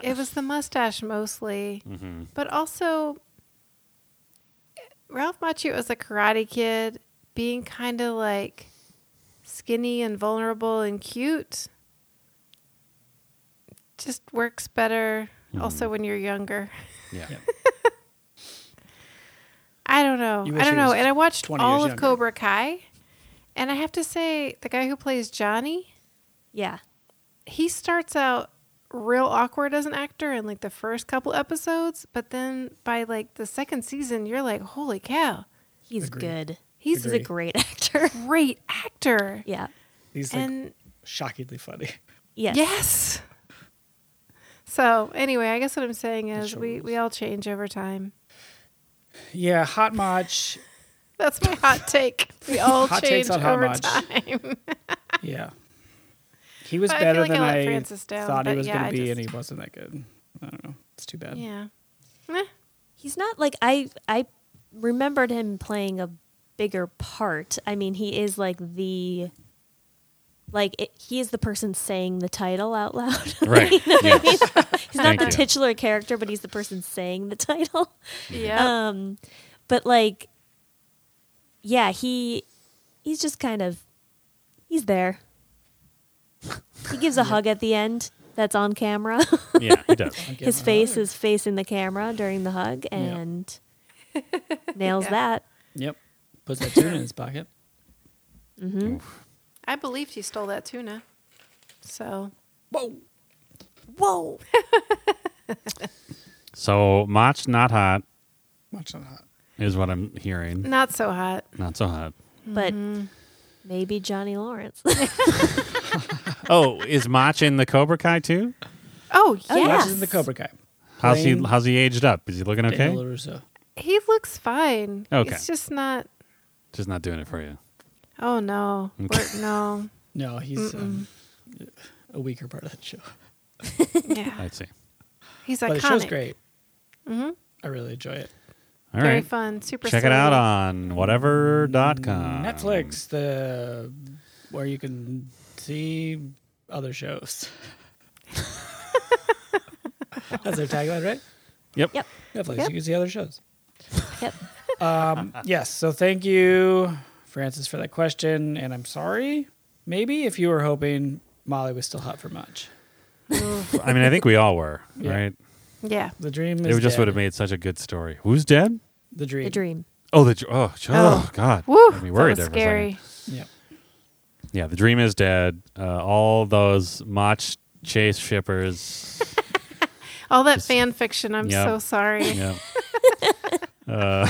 [SPEAKER 1] it was the mustache mostly,
[SPEAKER 4] Mm-hmm.
[SPEAKER 1] but also Ralph Macchio as a karate kid being kind of like skinny and vulnerable and cute just works better
[SPEAKER 4] Mm-hmm.
[SPEAKER 1] also when you're younger.
[SPEAKER 4] Yeah.
[SPEAKER 1] I don't know.
[SPEAKER 3] You
[SPEAKER 1] I
[SPEAKER 3] wish
[SPEAKER 1] don't
[SPEAKER 3] he
[SPEAKER 1] know.
[SPEAKER 3] was
[SPEAKER 1] And I watched
[SPEAKER 3] 20 years
[SPEAKER 1] all of
[SPEAKER 3] younger.
[SPEAKER 1] Cobra Kai, and I have to say, the guy who plays Johnny,
[SPEAKER 2] Yeah.
[SPEAKER 1] he starts out real awkward as an actor in like the first couple episodes, but then by like the second season, you're like, holy cow,
[SPEAKER 2] He's
[SPEAKER 3] Agreed.
[SPEAKER 2] good.
[SPEAKER 1] he's
[SPEAKER 2] He's
[SPEAKER 1] a
[SPEAKER 2] a
[SPEAKER 3] Agree.
[SPEAKER 2] great actor.
[SPEAKER 1] great actor.
[SPEAKER 2] yeah.
[SPEAKER 3] he's like
[SPEAKER 1] And
[SPEAKER 3] shockingly funny
[SPEAKER 2] Yes.
[SPEAKER 1] yes. So anyway, I guess what I'm saying is we,
[SPEAKER 3] rules.
[SPEAKER 1] we all change over time.
[SPEAKER 3] yeah hot match
[SPEAKER 1] That's my hot take. We all
[SPEAKER 3] Hot
[SPEAKER 1] change
[SPEAKER 3] takes on hot
[SPEAKER 1] over
[SPEAKER 3] much.
[SPEAKER 1] time.
[SPEAKER 3] Yeah. He was
[SPEAKER 1] I feel
[SPEAKER 3] better
[SPEAKER 1] like I
[SPEAKER 3] than
[SPEAKER 1] let
[SPEAKER 3] I,
[SPEAKER 1] Francis down,
[SPEAKER 3] thought he
[SPEAKER 1] but
[SPEAKER 3] was
[SPEAKER 1] yeah,
[SPEAKER 3] going
[SPEAKER 1] I
[SPEAKER 3] to be,
[SPEAKER 1] just-
[SPEAKER 3] and he wasn't that good. I don't know. It's too bad.
[SPEAKER 1] yeah. Eh,
[SPEAKER 2] He's not like I I remembered him playing a bigger part. I mean, he is like the like it, he is the person saying the title out loud.
[SPEAKER 4] Right. Yeah.
[SPEAKER 2] he's not
[SPEAKER 4] Thank
[SPEAKER 2] the
[SPEAKER 4] you.
[SPEAKER 2] titular character, but he's the person saying the title.
[SPEAKER 1] Yeah.
[SPEAKER 2] Um, but like, yeah, he he's just kind of he's there. He gives a hug at the end. That's on camera.
[SPEAKER 4] yeah, he does.
[SPEAKER 3] I give
[SPEAKER 2] His
[SPEAKER 3] him a
[SPEAKER 2] face
[SPEAKER 3] hug.
[SPEAKER 2] is facing the camera during the hug and nails
[SPEAKER 1] Yeah.
[SPEAKER 2] that.
[SPEAKER 3] Yep. Puts that tune in his pocket. Mm-hmm.
[SPEAKER 1] I believed he stole that tuna. So
[SPEAKER 3] Whoa.
[SPEAKER 2] Whoa!
[SPEAKER 4] So, Mach not hot
[SPEAKER 3] Much on hot.
[SPEAKER 4] is what I'm hearing.
[SPEAKER 1] not so hot.
[SPEAKER 4] Not so hot.
[SPEAKER 2] But maybe Johnny Lawrence.
[SPEAKER 4] Oh, is Mach in the Cobra Kai too?
[SPEAKER 1] Oh yes.
[SPEAKER 2] yeah.
[SPEAKER 3] Much is in the Cobra Kai.
[SPEAKER 4] How's he?
[SPEAKER 3] Plain
[SPEAKER 4] How's he aged up? Is he looking
[SPEAKER 3] Daniel
[SPEAKER 4] okay?
[SPEAKER 3] LaRusso.
[SPEAKER 1] He looks fine.
[SPEAKER 4] Okay.
[SPEAKER 1] It's just not.
[SPEAKER 4] Just not doing it for you.
[SPEAKER 1] Oh no. We're- no.
[SPEAKER 3] No, he's um, a weaker part of that show.
[SPEAKER 1] Yeah.
[SPEAKER 4] I see.
[SPEAKER 1] He's
[SPEAKER 3] But
[SPEAKER 1] iconic. Mm-hmm.
[SPEAKER 3] the show's great. I really enjoy it.
[SPEAKER 4] All
[SPEAKER 1] Very
[SPEAKER 4] right.
[SPEAKER 1] fun. Super.
[SPEAKER 4] Check it
[SPEAKER 1] silly.
[SPEAKER 4] out on whatever.com.
[SPEAKER 3] Netflix, the where you can see other shows. That's their tagline, right?
[SPEAKER 4] Yep.
[SPEAKER 2] yep.
[SPEAKER 3] Netflix,
[SPEAKER 2] Yep.
[SPEAKER 3] you can see other shows.
[SPEAKER 2] Yep.
[SPEAKER 3] um, yes. So thank you, Francis, for that question. And I'm sorry, maybe if you were hoping Molly was still hot for much.
[SPEAKER 4] I mean, I think we all were,
[SPEAKER 3] Yeah.
[SPEAKER 4] right?
[SPEAKER 1] Yeah.
[SPEAKER 3] The dream
[SPEAKER 4] It
[SPEAKER 3] is
[SPEAKER 4] just
[SPEAKER 3] dead.
[SPEAKER 4] would have made such a good story. Who's dead?
[SPEAKER 3] the dream.
[SPEAKER 2] The dream.
[SPEAKER 4] Oh, the dr- oh, sh- oh,
[SPEAKER 1] Oh.
[SPEAKER 4] God.
[SPEAKER 1] Woo,
[SPEAKER 4] I'd be
[SPEAKER 1] that
[SPEAKER 4] worried
[SPEAKER 1] was
[SPEAKER 4] there for a second.
[SPEAKER 1] scary.
[SPEAKER 3] Yep.
[SPEAKER 4] Yeah, the dream is dead. Uh, all those Mach chase shippers.
[SPEAKER 1] All that fan fiction. I'm
[SPEAKER 4] Yeah.
[SPEAKER 1] so sorry.
[SPEAKER 4] yeah. Uh,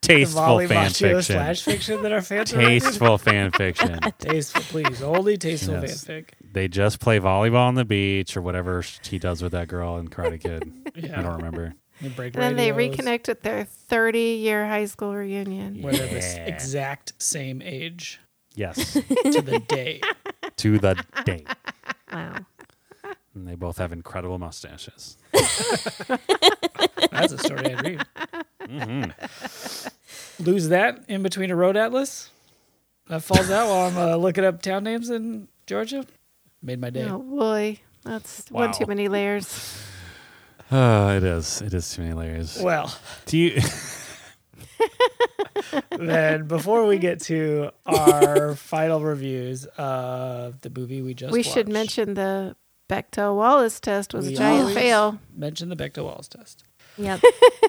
[SPEAKER 4] tasteful
[SPEAKER 3] Volley
[SPEAKER 4] fan
[SPEAKER 3] Machio
[SPEAKER 4] fiction.
[SPEAKER 3] slash fiction that our fans are writing.
[SPEAKER 4] Tasteful fan fiction.
[SPEAKER 3] Tasteful, please. Only tasteful
[SPEAKER 4] Yes.
[SPEAKER 3] fanfic.
[SPEAKER 4] They just play volleyball on the beach or whatever sh- he does with that girl in Karate Kid.
[SPEAKER 3] Yeah.
[SPEAKER 4] I don't remember.
[SPEAKER 3] They break
[SPEAKER 1] And then they
[SPEAKER 3] radios
[SPEAKER 1] reconnect at their 30 year high school reunion.
[SPEAKER 3] When they're the s-
[SPEAKER 4] Yeah.
[SPEAKER 3] exact same age
[SPEAKER 4] Yes,
[SPEAKER 3] to the day.
[SPEAKER 4] to the day.
[SPEAKER 2] Wow.
[SPEAKER 4] And they both have incredible mustaches.
[SPEAKER 3] That's a story I'd read. Mm-hmm. Lose that in between a road atlas. That falls out while I'm uh, looking up town names in Georgia. Made my day.
[SPEAKER 1] Oh boy, that's
[SPEAKER 4] Wow.
[SPEAKER 1] one too many layers.
[SPEAKER 4] Oh, it is. It is too many layers.
[SPEAKER 3] Well,
[SPEAKER 4] Do you?
[SPEAKER 3] then before we get to our final reviews of the movie we just
[SPEAKER 1] we should
[SPEAKER 3] watched,
[SPEAKER 1] mention the Bechtel Wallace test was
[SPEAKER 3] We
[SPEAKER 1] a giant
[SPEAKER 3] always-
[SPEAKER 1] fail.
[SPEAKER 3] mention the Bechdel Walls test.
[SPEAKER 2] Yep.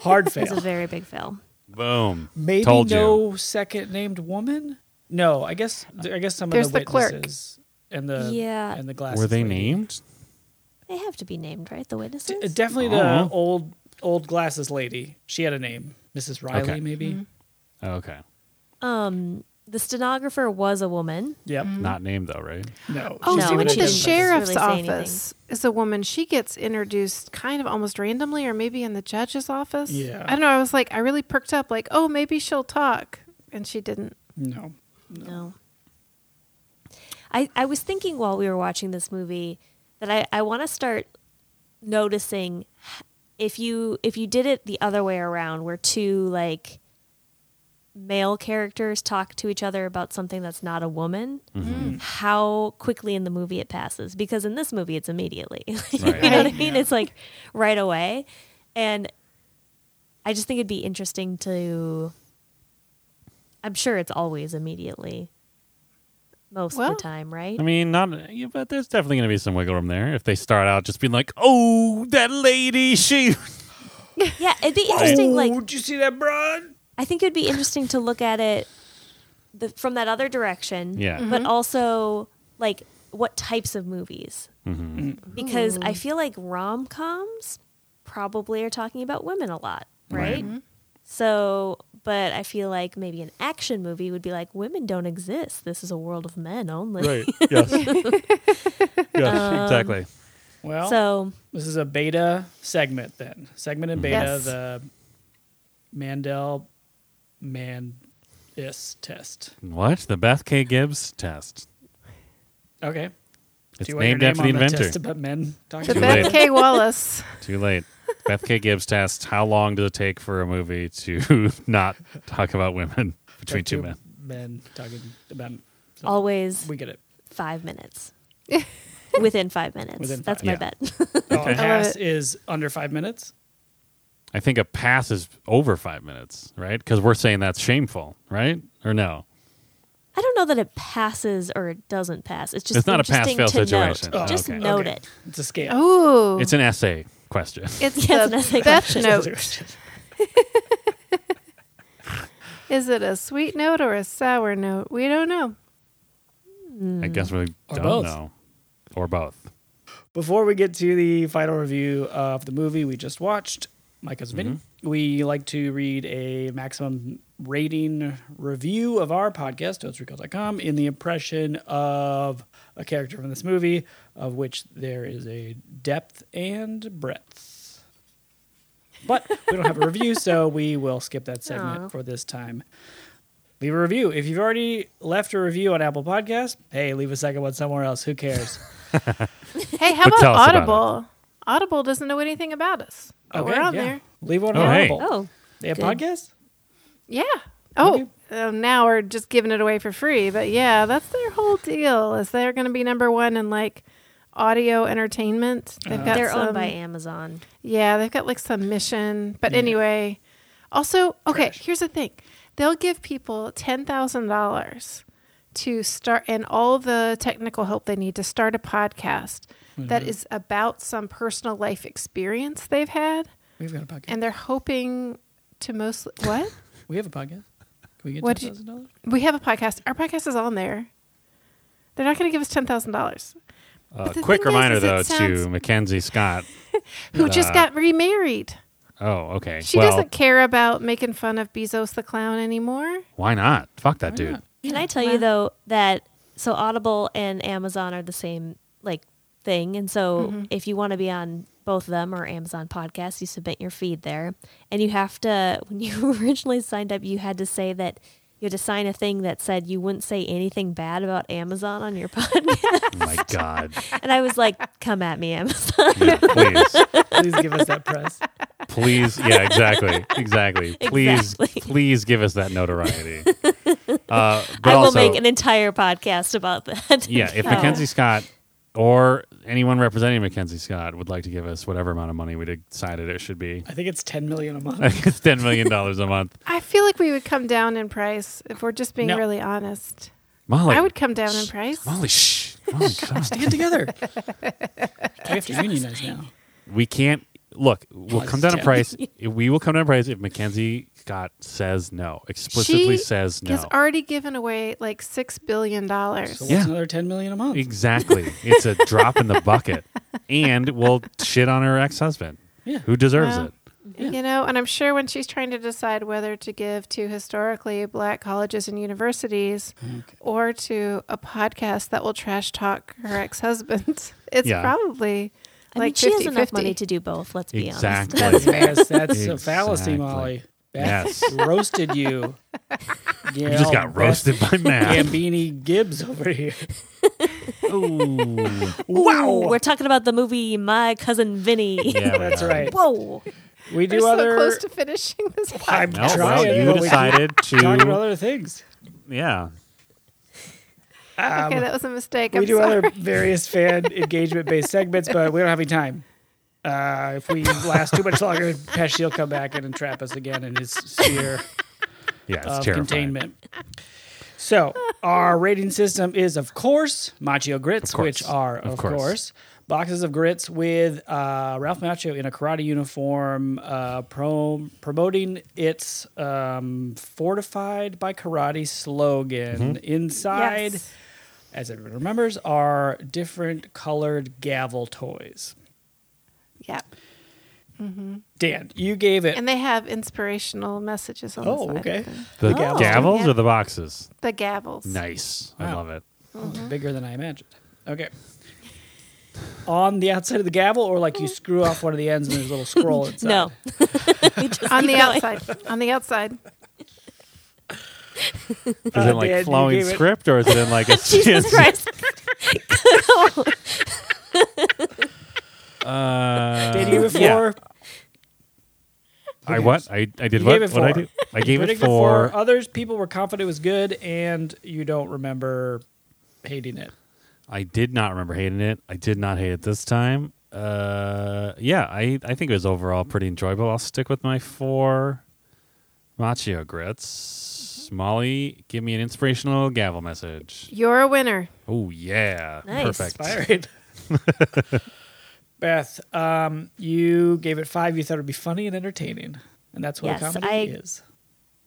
[SPEAKER 3] Hard
[SPEAKER 2] It's a
[SPEAKER 3] fail.
[SPEAKER 2] very big fail.
[SPEAKER 4] Boom.
[SPEAKER 3] Maybe
[SPEAKER 4] Told you.
[SPEAKER 3] no second named woman. No, I guess I guess some
[SPEAKER 1] There's
[SPEAKER 3] of the
[SPEAKER 1] the clerk.
[SPEAKER 3] witnesses and the
[SPEAKER 2] Yeah.
[SPEAKER 3] and the glasses
[SPEAKER 4] Were they
[SPEAKER 3] lady.
[SPEAKER 4] named?
[SPEAKER 2] They have to be named, right? The
[SPEAKER 3] D-
[SPEAKER 2] witnesses?
[SPEAKER 3] uh, definitely
[SPEAKER 4] Aw.
[SPEAKER 3] the old old glasses lady. She had a name, Mrs. Riley,
[SPEAKER 4] Okay.
[SPEAKER 3] maybe.
[SPEAKER 2] Mm-hmm.
[SPEAKER 4] Oh, Okay.
[SPEAKER 2] um, the stenographer was a woman.
[SPEAKER 3] Yep.
[SPEAKER 4] Not named though, right?
[SPEAKER 3] No.
[SPEAKER 1] Oh,
[SPEAKER 2] No,
[SPEAKER 1] so when
[SPEAKER 2] she
[SPEAKER 1] at the
[SPEAKER 2] didn't
[SPEAKER 1] sheriff's
[SPEAKER 2] really say anything.
[SPEAKER 1] office is a woman. She gets introduced kind of almost randomly, or maybe in the judge's office.
[SPEAKER 3] Yeah.
[SPEAKER 1] I don't know. I was like, I really perked up, like, oh, maybe she'll talk, and she didn't.
[SPEAKER 3] No.
[SPEAKER 2] No. I, I was thinking while we were watching this movie that I, I want to start noticing if you if you did it the other way around where two like male characters talk to each other about something that's not a woman how quickly in the movie it passes because in this movie it's immediately
[SPEAKER 4] Right.
[SPEAKER 2] you know what i
[SPEAKER 3] Right.
[SPEAKER 2] mean
[SPEAKER 3] Yeah.
[SPEAKER 2] it's like right away and i just think it'd be interesting to i'm sure it's always immediately most
[SPEAKER 1] Well,
[SPEAKER 2] of the time right
[SPEAKER 4] I mean, not. Yeah, but there's definitely going to be some wiggle room there if they start out just being like, "Oh, that lady, she."
[SPEAKER 2] yeah it'd be interesting like
[SPEAKER 3] Oh, did you see that, broad?
[SPEAKER 2] I think it'd be interesting to look at it the, from that other direction.
[SPEAKER 4] Yeah.
[SPEAKER 2] But also, like, what types of movies? Because I feel like rom coms probably are talking about women a lot, right?
[SPEAKER 4] Right.
[SPEAKER 2] So, but I feel like maybe an action movie would be like, women don't exist. This is a world of men only.
[SPEAKER 4] Yes. yes.
[SPEAKER 3] Um,
[SPEAKER 4] exactly.
[SPEAKER 3] Well,
[SPEAKER 2] So,
[SPEAKER 3] this is a beta segment then. Segment in beta,
[SPEAKER 2] Yes.
[SPEAKER 3] the Mandel man is test.
[SPEAKER 4] What the Beth K. Gibbs test?
[SPEAKER 3] Okay.
[SPEAKER 4] It's
[SPEAKER 3] Do you want your
[SPEAKER 4] named after the
[SPEAKER 3] name on
[SPEAKER 4] inventor.
[SPEAKER 3] Test about men talking
[SPEAKER 1] The
[SPEAKER 4] Too
[SPEAKER 3] to
[SPEAKER 4] best-
[SPEAKER 3] men?
[SPEAKER 1] Beth
[SPEAKER 4] late.
[SPEAKER 1] K. Wallace.
[SPEAKER 4] Too late. Beth K. Gibbs test. How long does it take for a movie to not talk about women between
[SPEAKER 3] Talk to
[SPEAKER 4] two men?
[SPEAKER 3] Men talking about. so
[SPEAKER 2] always
[SPEAKER 3] We get it.
[SPEAKER 2] five minutes. Within five minutes.
[SPEAKER 3] Within
[SPEAKER 2] That's
[SPEAKER 3] five.
[SPEAKER 2] my
[SPEAKER 4] Yeah.
[SPEAKER 2] bet.
[SPEAKER 3] Oh,
[SPEAKER 4] Okay.
[SPEAKER 3] a pass
[SPEAKER 1] love it.
[SPEAKER 3] is under five minutes.
[SPEAKER 4] I think a pass is over five minutes, right? Because we're saying that's shameful, right? Or no?
[SPEAKER 2] I don't know that it passes or it doesn't pass. It's just
[SPEAKER 4] It's not a
[SPEAKER 2] interesting
[SPEAKER 4] pass-fail
[SPEAKER 2] to
[SPEAKER 4] situation.
[SPEAKER 2] Note.
[SPEAKER 4] Oh,
[SPEAKER 2] just
[SPEAKER 4] okay.
[SPEAKER 2] note
[SPEAKER 3] Okay.
[SPEAKER 2] it.
[SPEAKER 3] It's a scale.
[SPEAKER 1] Ooh,
[SPEAKER 4] It's an essay question.
[SPEAKER 1] it's
[SPEAKER 2] Yeah,
[SPEAKER 1] the
[SPEAKER 2] it's an essay
[SPEAKER 1] Beth note.
[SPEAKER 3] It's
[SPEAKER 1] Is it a sweet note or a sour note? We don't know.
[SPEAKER 4] I guess we
[SPEAKER 3] Mm. Or
[SPEAKER 4] don't
[SPEAKER 3] both.
[SPEAKER 4] know. Or both.
[SPEAKER 3] Before we get to the final review of the movie we just watched, Micah's opinion, we like to read a maximum rating review of our podcast, dosrecall.com, in the impression of a character from this movie, of which there is a depth and breadth. But we don't have a review, so we will skip that segment
[SPEAKER 2] Aw.
[SPEAKER 3] for this time. Leave a review. If you've already left a review on Apple Podcasts, hey, leave a second one somewhere else. Who cares?
[SPEAKER 1] Hey, how
[SPEAKER 4] But
[SPEAKER 1] about
[SPEAKER 4] tell us about it.
[SPEAKER 1] Audible? Audible doesn't know anything about us. But
[SPEAKER 3] Okay,
[SPEAKER 1] we're on
[SPEAKER 3] yeah.
[SPEAKER 1] there.
[SPEAKER 3] Leave one
[SPEAKER 4] Oh,
[SPEAKER 3] on
[SPEAKER 4] hey.
[SPEAKER 3] Audible.
[SPEAKER 2] Oh,
[SPEAKER 3] They have
[SPEAKER 2] Good.
[SPEAKER 3] podcasts?
[SPEAKER 1] Yeah. Oh,
[SPEAKER 3] Okay.
[SPEAKER 1] uh, now we're just giving it away for free. But yeah, that's their whole deal. Is they're going to be number one in like audio entertainment. They've got
[SPEAKER 2] they're
[SPEAKER 1] some-
[SPEAKER 2] owned by Amazon.
[SPEAKER 1] Yeah, they've got like some mission. But anyway, also okay. Here's the thing: they'll give people ten thousand dollars to start and all the technical help they need to start a podcast that is about some personal life experience they've had,
[SPEAKER 3] We've got a podcast.
[SPEAKER 1] and they're hoping to mostly what?
[SPEAKER 3] We have a podcast. Can we get
[SPEAKER 1] What
[SPEAKER 3] ten
[SPEAKER 1] do you-
[SPEAKER 3] thousand dollars?
[SPEAKER 1] we have a podcast. Our podcast is on there. They're not going to give us ten thousand dollars.
[SPEAKER 4] Uh,
[SPEAKER 1] But the
[SPEAKER 4] quick
[SPEAKER 1] thing is,
[SPEAKER 4] reminder,
[SPEAKER 1] is it
[SPEAKER 4] though,
[SPEAKER 1] sounds-
[SPEAKER 4] to Mackenzie Scott.
[SPEAKER 1] Who just
[SPEAKER 4] Uh,
[SPEAKER 1] got remarried?
[SPEAKER 4] Oh, okay.
[SPEAKER 1] She
[SPEAKER 4] well,
[SPEAKER 1] doesn't care about making fun of Bezos the clown anymore.
[SPEAKER 4] why not? Fuck that dude.
[SPEAKER 3] not?
[SPEAKER 2] Can I tell you though that so Audible and Amazon are the same like thing, and so if you want to be on both of them or Amazon podcasts, you submit your feed there, and you have to when you originally signed up, you had to say that. You had to sign a thing that said you wouldn't say anything bad about Amazon on your podcast.
[SPEAKER 4] Oh my God.
[SPEAKER 2] and I was like, come at me, Amazon.
[SPEAKER 4] Yeah, please.
[SPEAKER 3] Please give us that press.
[SPEAKER 4] Please. Yeah, exactly. Exactly. Please,
[SPEAKER 2] Exactly.
[SPEAKER 4] please give us that notoriety. Uh, but
[SPEAKER 2] I will
[SPEAKER 4] also,
[SPEAKER 2] make an entire podcast about that.
[SPEAKER 4] yeah, if
[SPEAKER 1] Oh.
[SPEAKER 4] Mackenzie Scott or anyone representing Mackenzie Scott would like to give us whatever amount of money we decided it should be,
[SPEAKER 3] I think it's ten million a month.
[SPEAKER 4] it's $10 million a month.
[SPEAKER 1] I feel like we would come down in price if we're just being
[SPEAKER 3] No.
[SPEAKER 1] really honest.
[SPEAKER 4] Molly.
[SPEAKER 1] I would come down in price.
[SPEAKER 4] Molly, shh. Molly, God.
[SPEAKER 3] Stand together. we have to unionize now.
[SPEAKER 4] we can't look we'll
[SPEAKER 3] Plus
[SPEAKER 4] come down in
[SPEAKER 3] ten.
[SPEAKER 4] price we will come down in price if mackenzie scott says no explicitly
[SPEAKER 1] She
[SPEAKER 4] says no
[SPEAKER 1] Has already given away like six billion dollars.
[SPEAKER 3] So
[SPEAKER 4] Yeah.
[SPEAKER 3] what's another ten million a month?
[SPEAKER 4] exactly it's a drop in the bucket and we'll shit on her ex-husband
[SPEAKER 3] Yeah.
[SPEAKER 4] who deserves
[SPEAKER 1] Well,
[SPEAKER 4] it
[SPEAKER 3] Yeah.
[SPEAKER 1] You know, and I'm sure when she's trying to decide whether to give to historically black colleges and universities
[SPEAKER 3] Mm-hmm.
[SPEAKER 1] or to a podcast that will trash talk her ex husband, it's
[SPEAKER 4] Yeah.
[SPEAKER 1] probably
[SPEAKER 2] I mean,
[SPEAKER 1] like
[SPEAKER 2] she
[SPEAKER 1] 50
[SPEAKER 2] has enough money to do both, let's be honest.
[SPEAKER 4] exactly
[SPEAKER 3] That's, yes, that's a
[SPEAKER 4] Exactly.
[SPEAKER 3] fallacy, Molly. Beth
[SPEAKER 4] Yes.
[SPEAKER 3] roasted you.
[SPEAKER 4] you just got roasted by matt
[SPEAKER 3] Gambini Gibbs over here.
[SPEAKER 4] Ooh.
[SPEAKER 2] Wow. We're talking about the movie My Cousin Vinny.
[SPEAKER 4] yeah we
[SPEAKER 3] That's
[SPEAKER 4] are.
[SPEAKER 3] right.
[SPEAKER 2] Whoa.
[SPEAKER 3] We do
[SPEAKER 1] We're so
[SPEAKER 3] other.
[SPEAKER 1] close to finishing this podcast.
[SPEAKER 3] I'm
[SPEAKER 4] no,
[SPEAKER 3] trying.
[SPEAKER 4] well, you
[SPEAKER 3] but we
[SPEAKER 4] decided
[SPEAKER 3] keep talking about
[SPEAKER 4] to
[SPEAKER 3] other things.
[SPEAKER 4] yeah
[SPEAKER 1] okay, that was a mistake.
[SPEAKER 3] we
[SPEAKER 1] I'm
[SPEAKER 3] do
[SPEAKER 1] sorry.
[SPEAKER 3] other various fan engagement based segments, but we don't have any time. Uh, if we last too much longer, Pesci will come back and entrap us again in his sphere
[SPEAKER 4] yeah it's
[SPEAKER 3] of
[SPEAKER 4] terrifying
[SPEAKER 3] containment. So our rating system is, of course, Machio grits,
[SPEAKER 4] Of course.
[SPEAKER 3] which are,
[SPEAKER 4] Of
[SPEAKER 3] of,
[SPEAKER 4] course.
[SPEAKER 3] course. boxes of grits with uh, Ralph Macchio in a karate uniform, uh, pro- promoting its um, fortified by karate slogan.
[SPEAKER 4] Mm-hmm.
[SPEAKER 3] Inside,
[SPEAKER 1] Yes.
[SPEAKER 3] as everyone remembers, are different colored gavel toys.
[SPEAKER 1] Yeah.
[SPEAKER 3] Dan, you gave it.
[SPEAKER 1] And they have inspirational messages on
[SPEAKER 3] Oh,
[SPEAKER 1] the side. of
[SPEAKER 3] okay.
[SPEAKER 1] them.
[SPEAKER 4] the
[SPEAKER 3] Oh.
[SPEAKER 4] gavels
[SPEAKER 1] Yeah.
[SPEAKER 4] or the boxes
[SPEAKER 1] The gavels.
[SPEAKER 4] nice i
[SPEAKER 3] Wow.
[SPEAKER 4] love it
[SPEAKER 3] bigger than I imagined. Okay. On the outside of the gavel, or like you screw off one of the ends and there's a little scroll inside.
[SPEAKER 2] No.
[SPEAKER 1] On the
[SPEAKER 2] Keep going.
[SPEAKER 1] outside. On the outside.
[SPEAKER 4] is it in like
[SPEAKER 3] Dan, you
[SPEAKER 4] flowing
[SPEAKER 3] gave it-
[SPEAKER 4] script or is it in like a
[SPEAKER 2] Jesus Christ.
[SPEAKER 4] Uh,
[SPEAKER 3] Did you give it
[SPEAKER 4] yeah.
[SPEAKER 3] four?
[SPEAKER 4] I what? I, I did
[SPEAKER 3] You
[SPEAKER 4] what?
[SPEAKER 3] gave it
[SPEAKER 4] What I
[SPEAKER 3] four.
[SPEAKER 4] do? I gave
[SPEAKER 3] Critics
[SPEAKER 4] it
[SPEAKER 3] of
[SPEAKER 4] four.
[SPEAKER 3] Others people were confident it was good, and you don't remember hating it.
[SPEAKER 4] I did not remember hating it. I did not hate it this time. Uh, yeah, I, I think it was overall pretty enjoyable. I'll stick with my four Machio grits. Molly, give me an inspirational gavel message.
[SPEAKER 1] You're a winner.
[SPEAKER 4] Oh yeah,
[SPEAKER 2] Nice.
[SPEAKER 4] perfect.
[SPEAKER 3] Inspired. Beth, um, you gave it five. You thought it would be funny and entertaining, and that's what
[SPEAKER 2] Yes,
[SPEAKER 3] a comedy
[SPEAKER 2] I-
[SPEAKER 3] is.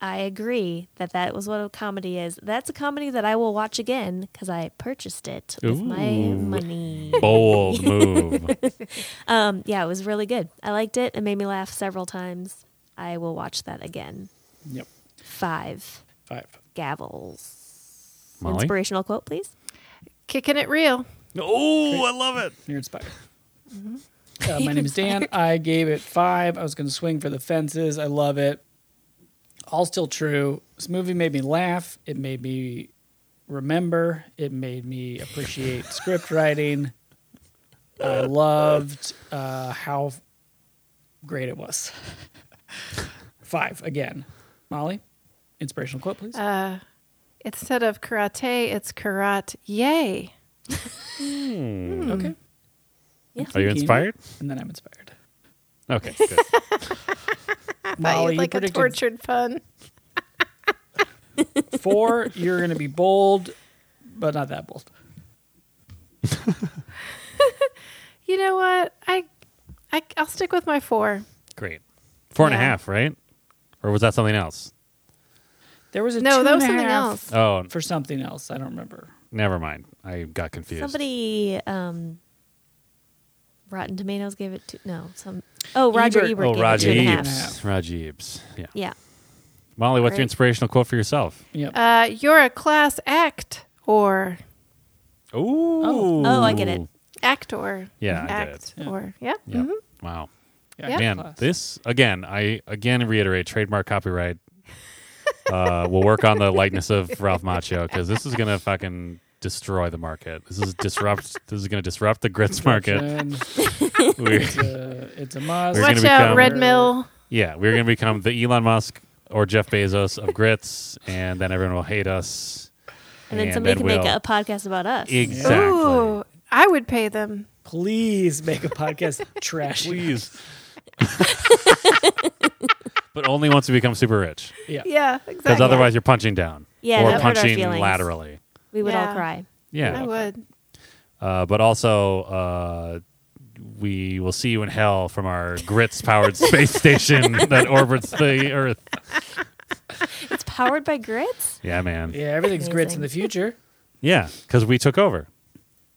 [SPEAKER 2] I agree that that was what a comedy is. That's a comedy that I will watch again because I purchased it with my
[SPEAKER 4] Ooh.
[SPEAKER 2] money.
[SPEAKER 4] Bold move.
[SPEAKER 2] Um, yeah, it was really good. I liked it. It made me laugh several times. I will watch that again.
[SPEAKER 3] Yep,
[SPEAKER 2] Five
[SPEAKER 3] five.
[SPEAKER 2] gavels.
[SPEAKER 4] Molly.
[SPEAKER 2] Inspirational quote, please.
[SPEAKER 1] Kicking it real.
[SPEAKER 4] Oh, I love it.
[SPEAKER 3] You're inspired. Uh, my name is Dan. I gave it five. I was going to swing for the fences. I love it. All still true. This movie made me laugh. It made me remember. It made me appreciate script writing. I loved uh, how great it was. five again. Molly, inspirational quote, please.
[SPEAKER 1] Uh, instead of karate, it's karate. Yay.
[SPEAKER 3] okay.
[SPEAKER 4] Are
[SPEAKER 2] Yeah.
[SPEAKER 4] you
[SPEAKER 3] Thank you.
[SPEAKER 4] inspired?
[SPEAKER 3] And then I'm inspired.
[SPEAKER 4] Okay. Good.
[SPEAKER 1] Thought
[SPEAKER 3] Molly,
[SPEAKER 1] you'd
[SPEAKER 3] you
[SPEAKER 1] like a
[SPEAKER 3] predicted
[SPEAKER 1] tortured pun.
[SPEAKER 3] Four, you're going to be bold, but not that bold.
[SPEAKER 1] You know what? I, I I'll stick with my four.
[SPEAKER 4] Great. Four and a
[SPEAKER 1] Yeah.
[SPEAKER 4] half, right? or was that something else?
[SPEAKER 3] There was a
[SPEAKER 1] No,
[SPEAKER 3] two
[SPEAKER 1] that was
[SPEAKER 3] and a
[SPEAKER 1] something
[SPEAKER 3] half
[SPEAKER 1] else.
[SPEAKER 4] Oh,
[SPEAKER 3] for something else. I don't remember.
[SPEAKER 4] never mind. I got confused.
[SPEAKER 2] Somebody, um, Rotten Tomatoes gave it to no. Some oh Roger
[SPEAKER 3] Ebert.
[SPEAKER 2] Ebert,
[SPEAKER 4] oh,
[SPEAKER 2] gave it two and a half.
[SPEAKER 4] Rajibs. Rajibs. Yeah.
[SPEAKER 2] Yeah,
[SPEAKER 4] Molly, what's your
[SPEAKER 1] Great.
[SPEAKER 4] inspirational quote for yourself?
[SPEAKER 3] Yep.
[SPEAKER 1] Uh, you're a class act or
[SPEAKER 4] Ooh. Oh,
[SPEAKER 2] Oh, I get it.
[SPEAKER 1] actor.
[SPEAKER 4] Yeah, I get
[SPEAKER 1] act or yeah.
[SPEAKER 4] Yeah.
[SPEAKER 1] mhm.
[SPEAKER 4] Wow.
[SPEAKER 3] Yeah,
[SPEAKER 1] yeah.
[SPEAKER 4] Man,
[SPEAKER 3] class.
[SPEAKER 4] this again. I again reiterate trademark copyright. Uh, we'll work on the likeness of Ralph Macchio because this is gonna fucking destroy the market. This is disrupt. this is gonna disrupt the grits market.
[SPEAKER 3] And
[SPEAKER 4] We're,
[SPEAKER 3] it's a, uh, it's a must.
[SPEAKER 4] We're gonna
[SPEAKER 1] Watch out,
[SPEAKER 4] become-
[SPEAKER 1] Red Mill.
[SPEAKER 4] yeah, we're gonna become the Elon Musk or Jeff Bezos of grits, and then everyone will hate us.
[SPEAKER 2] and then somebody can make
[SPEAKER 4] we'll-
[SPEAKER 2] a podcast about us.
[SPEAKER 4] exactly.
[SPEAKER 1] Ooh, I would pay them.
[SPEAKER 3] Please make a podcast trash.
[SPEAKER 4] Please. but only once we become super rich,
[SPEAKER 3] Yeah.
[SPEAKER 1] Yeah,
[SPEAKER 4] because
[SPEAKER 1] exactly.
[SPEAKER 4] otherwise you're punching down
[SPEAKER 2] Yeah,
[SPEAKER 4] or
[SPEAKER 2] that would hurt our
[SPEAKER 4] punching
[SPEAKER 2] feelings.
[SPEAKER 4] laterally.
[SPEAKER 2] we would
[SPEAKER 1] Yeah.
[SPEAKER 2] all cry.
[SPEAKER 4] Yeah,
[SPEAKER 1] I would.
[SPEAKER 4] uh, but also uh, we will see you in hell from our grits powered space station that orbits the Earth.
[SPEAKER 2] It's powered by grits.
[SPEAKER 4] Yeah, man.
[SPEAKER 3] Yeah, everything's grits in
[SPEAKER 2] Amazing.
[SPEAKER 3] the future.
[SPEAKER 4] Yeah, because we took over.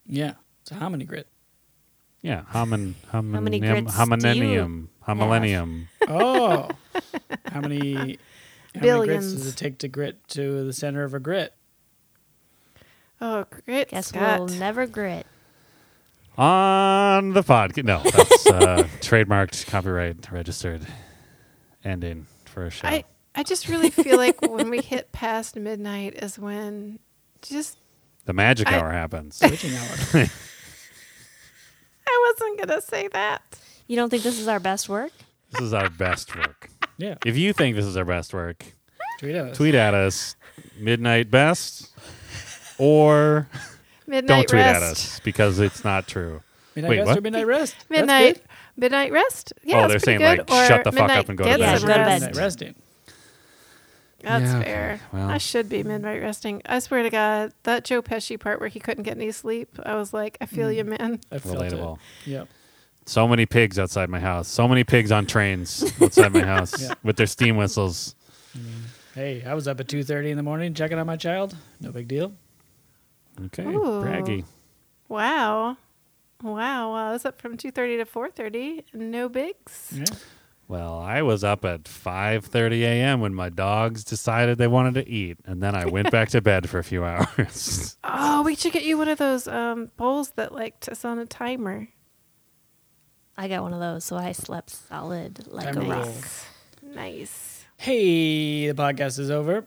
[SPEAKER 3] Yeah. So how many grit?
[SPEAKER 4] Yeah, homin, homin,
[SPEAKER 2] How many grits do
[SPEAKER 4] hominium,
[SPEAKER 2] you
[SPEAKER 4] homillennium.
[SPEAKER 3] Oh. how many how many grits does
[SPEAKER 1] Billions.
[SPEAKER 3] it take to grit to the center of a grit?
[SPEAKER 1] Oh, great,
[SPEAKER 2] Guess
[SPEAKER 1] Scott.
[SPEAKER 2] we'll never grit.
[SPEAKER 4] on the podcast. No, that's uh, trademarked, copyright registered ending for a show.
[SPEAKER 1] I I just really feel like when we hit past midnight is when just
[SPEAKER 4] the magic
[SPEAKER 1] I-
[SPEAKER 4] hour happens.
[SPEAKER 3] Switching hour.
[SPEAKER 1] I wasn't gonna say that.
[SPEAKER 2] You don't think this is our best work?
[SPEAKER 4] this is our best work.
[SPEAKER 3] Yeah.
[SPEAKER 4] If you think this is our best work,
[SPEAKER 3] Tweet us.
[SPEAKER 4] tweet at us midnight best or
[SPEAKER 1] Midnight
[SPEAKER 4] don't tweet
[SPEAKER 1] rest.
[SPEAKER 4] at us because it's not true.
[SPEAKER 3] Midnight
[SPEAKER 4] Wait,
[SPEAKER 3] rest
[SPEAKER 4] what?
[SPEAKER 3] or midnight rest? That's good.
[SPEAKER 1] Midnight midnight rest. Yeah,
[SPEAKER 4] Oh,
[SPEAKER 1] that's
[SPEAKER 4] they're
[SPEAKER 1] pretty
[SPEAKER 4] saying,
[SPEAKER 1] good.
[SPEAKER 4] like,
[SPEAKER 1] or
[SPEAKER 4] shut the fuck
[SPEAKER 1] midnight
[SPEAKER 4] up and go to
[SPEAKER 1] gets
[SPEAKER 2] bed.
[SPEAKER 1] some
[SPEAKER 2] Yeah, go to
[SPEAKER 1] rest.
[SPEAKER 2] bed.
[SPEAKER 3] Midnight resting.
[SPEAKER 1] That's
[SPEAKER 4] Yeah, okay.
[SPEAKER 1] fair.
[SPEAKER 4] Well.
[SPEAKER 1] I should be midnight resting. I swear to God, that Joe Pesci part where he couldn't get any sleep, I was like, I
[SPEAKER 4] Hmm.
[SPEAKER 1] feel you, man.
[SPEAKER 3] I felt
[SPEAKER 4] Relatable.
[SPEAKER 3] It. Yep.
[SPEAKER 4] So many pigs outside my house. So many pigs on trains outside my house
[SPEAKER 3] Yeah.
[SPEAKER 4] with their steam whistles.
[SPEAKER 3] Hey, I was up at two thirty in the morning checking on my child. No big deal.
[SPEAKER 4] Okay,
[SPEAKER 1] Ooh.
[SPEAKER 4] braggy.
[SPEAKER 1] Wow. Wow, wow, I was up from two thirty to four thirty. No bigs.
[SPEAKER 3] Yeah.
[SPEAKER 4] Well, I was up at 5:30 a.m. when my dogs decided they wanted to eat, and then I went back to bed for a few hours.
[SPEAKER 1] Oh, we should get you one of those um, bowls that like t- is on a timer.
[SPEAKER 2] I got one of those, so I slept solid like
[SPEAKER 3] Time
[SPEAKER 2] a
[SPEAKER 3] to
[SPEAKER 2] rock.
[SPEAKER 3] roll.
[SPEAKER 1] Nice. Nice.
[SPEAKER 3] Hey, the podcast is over.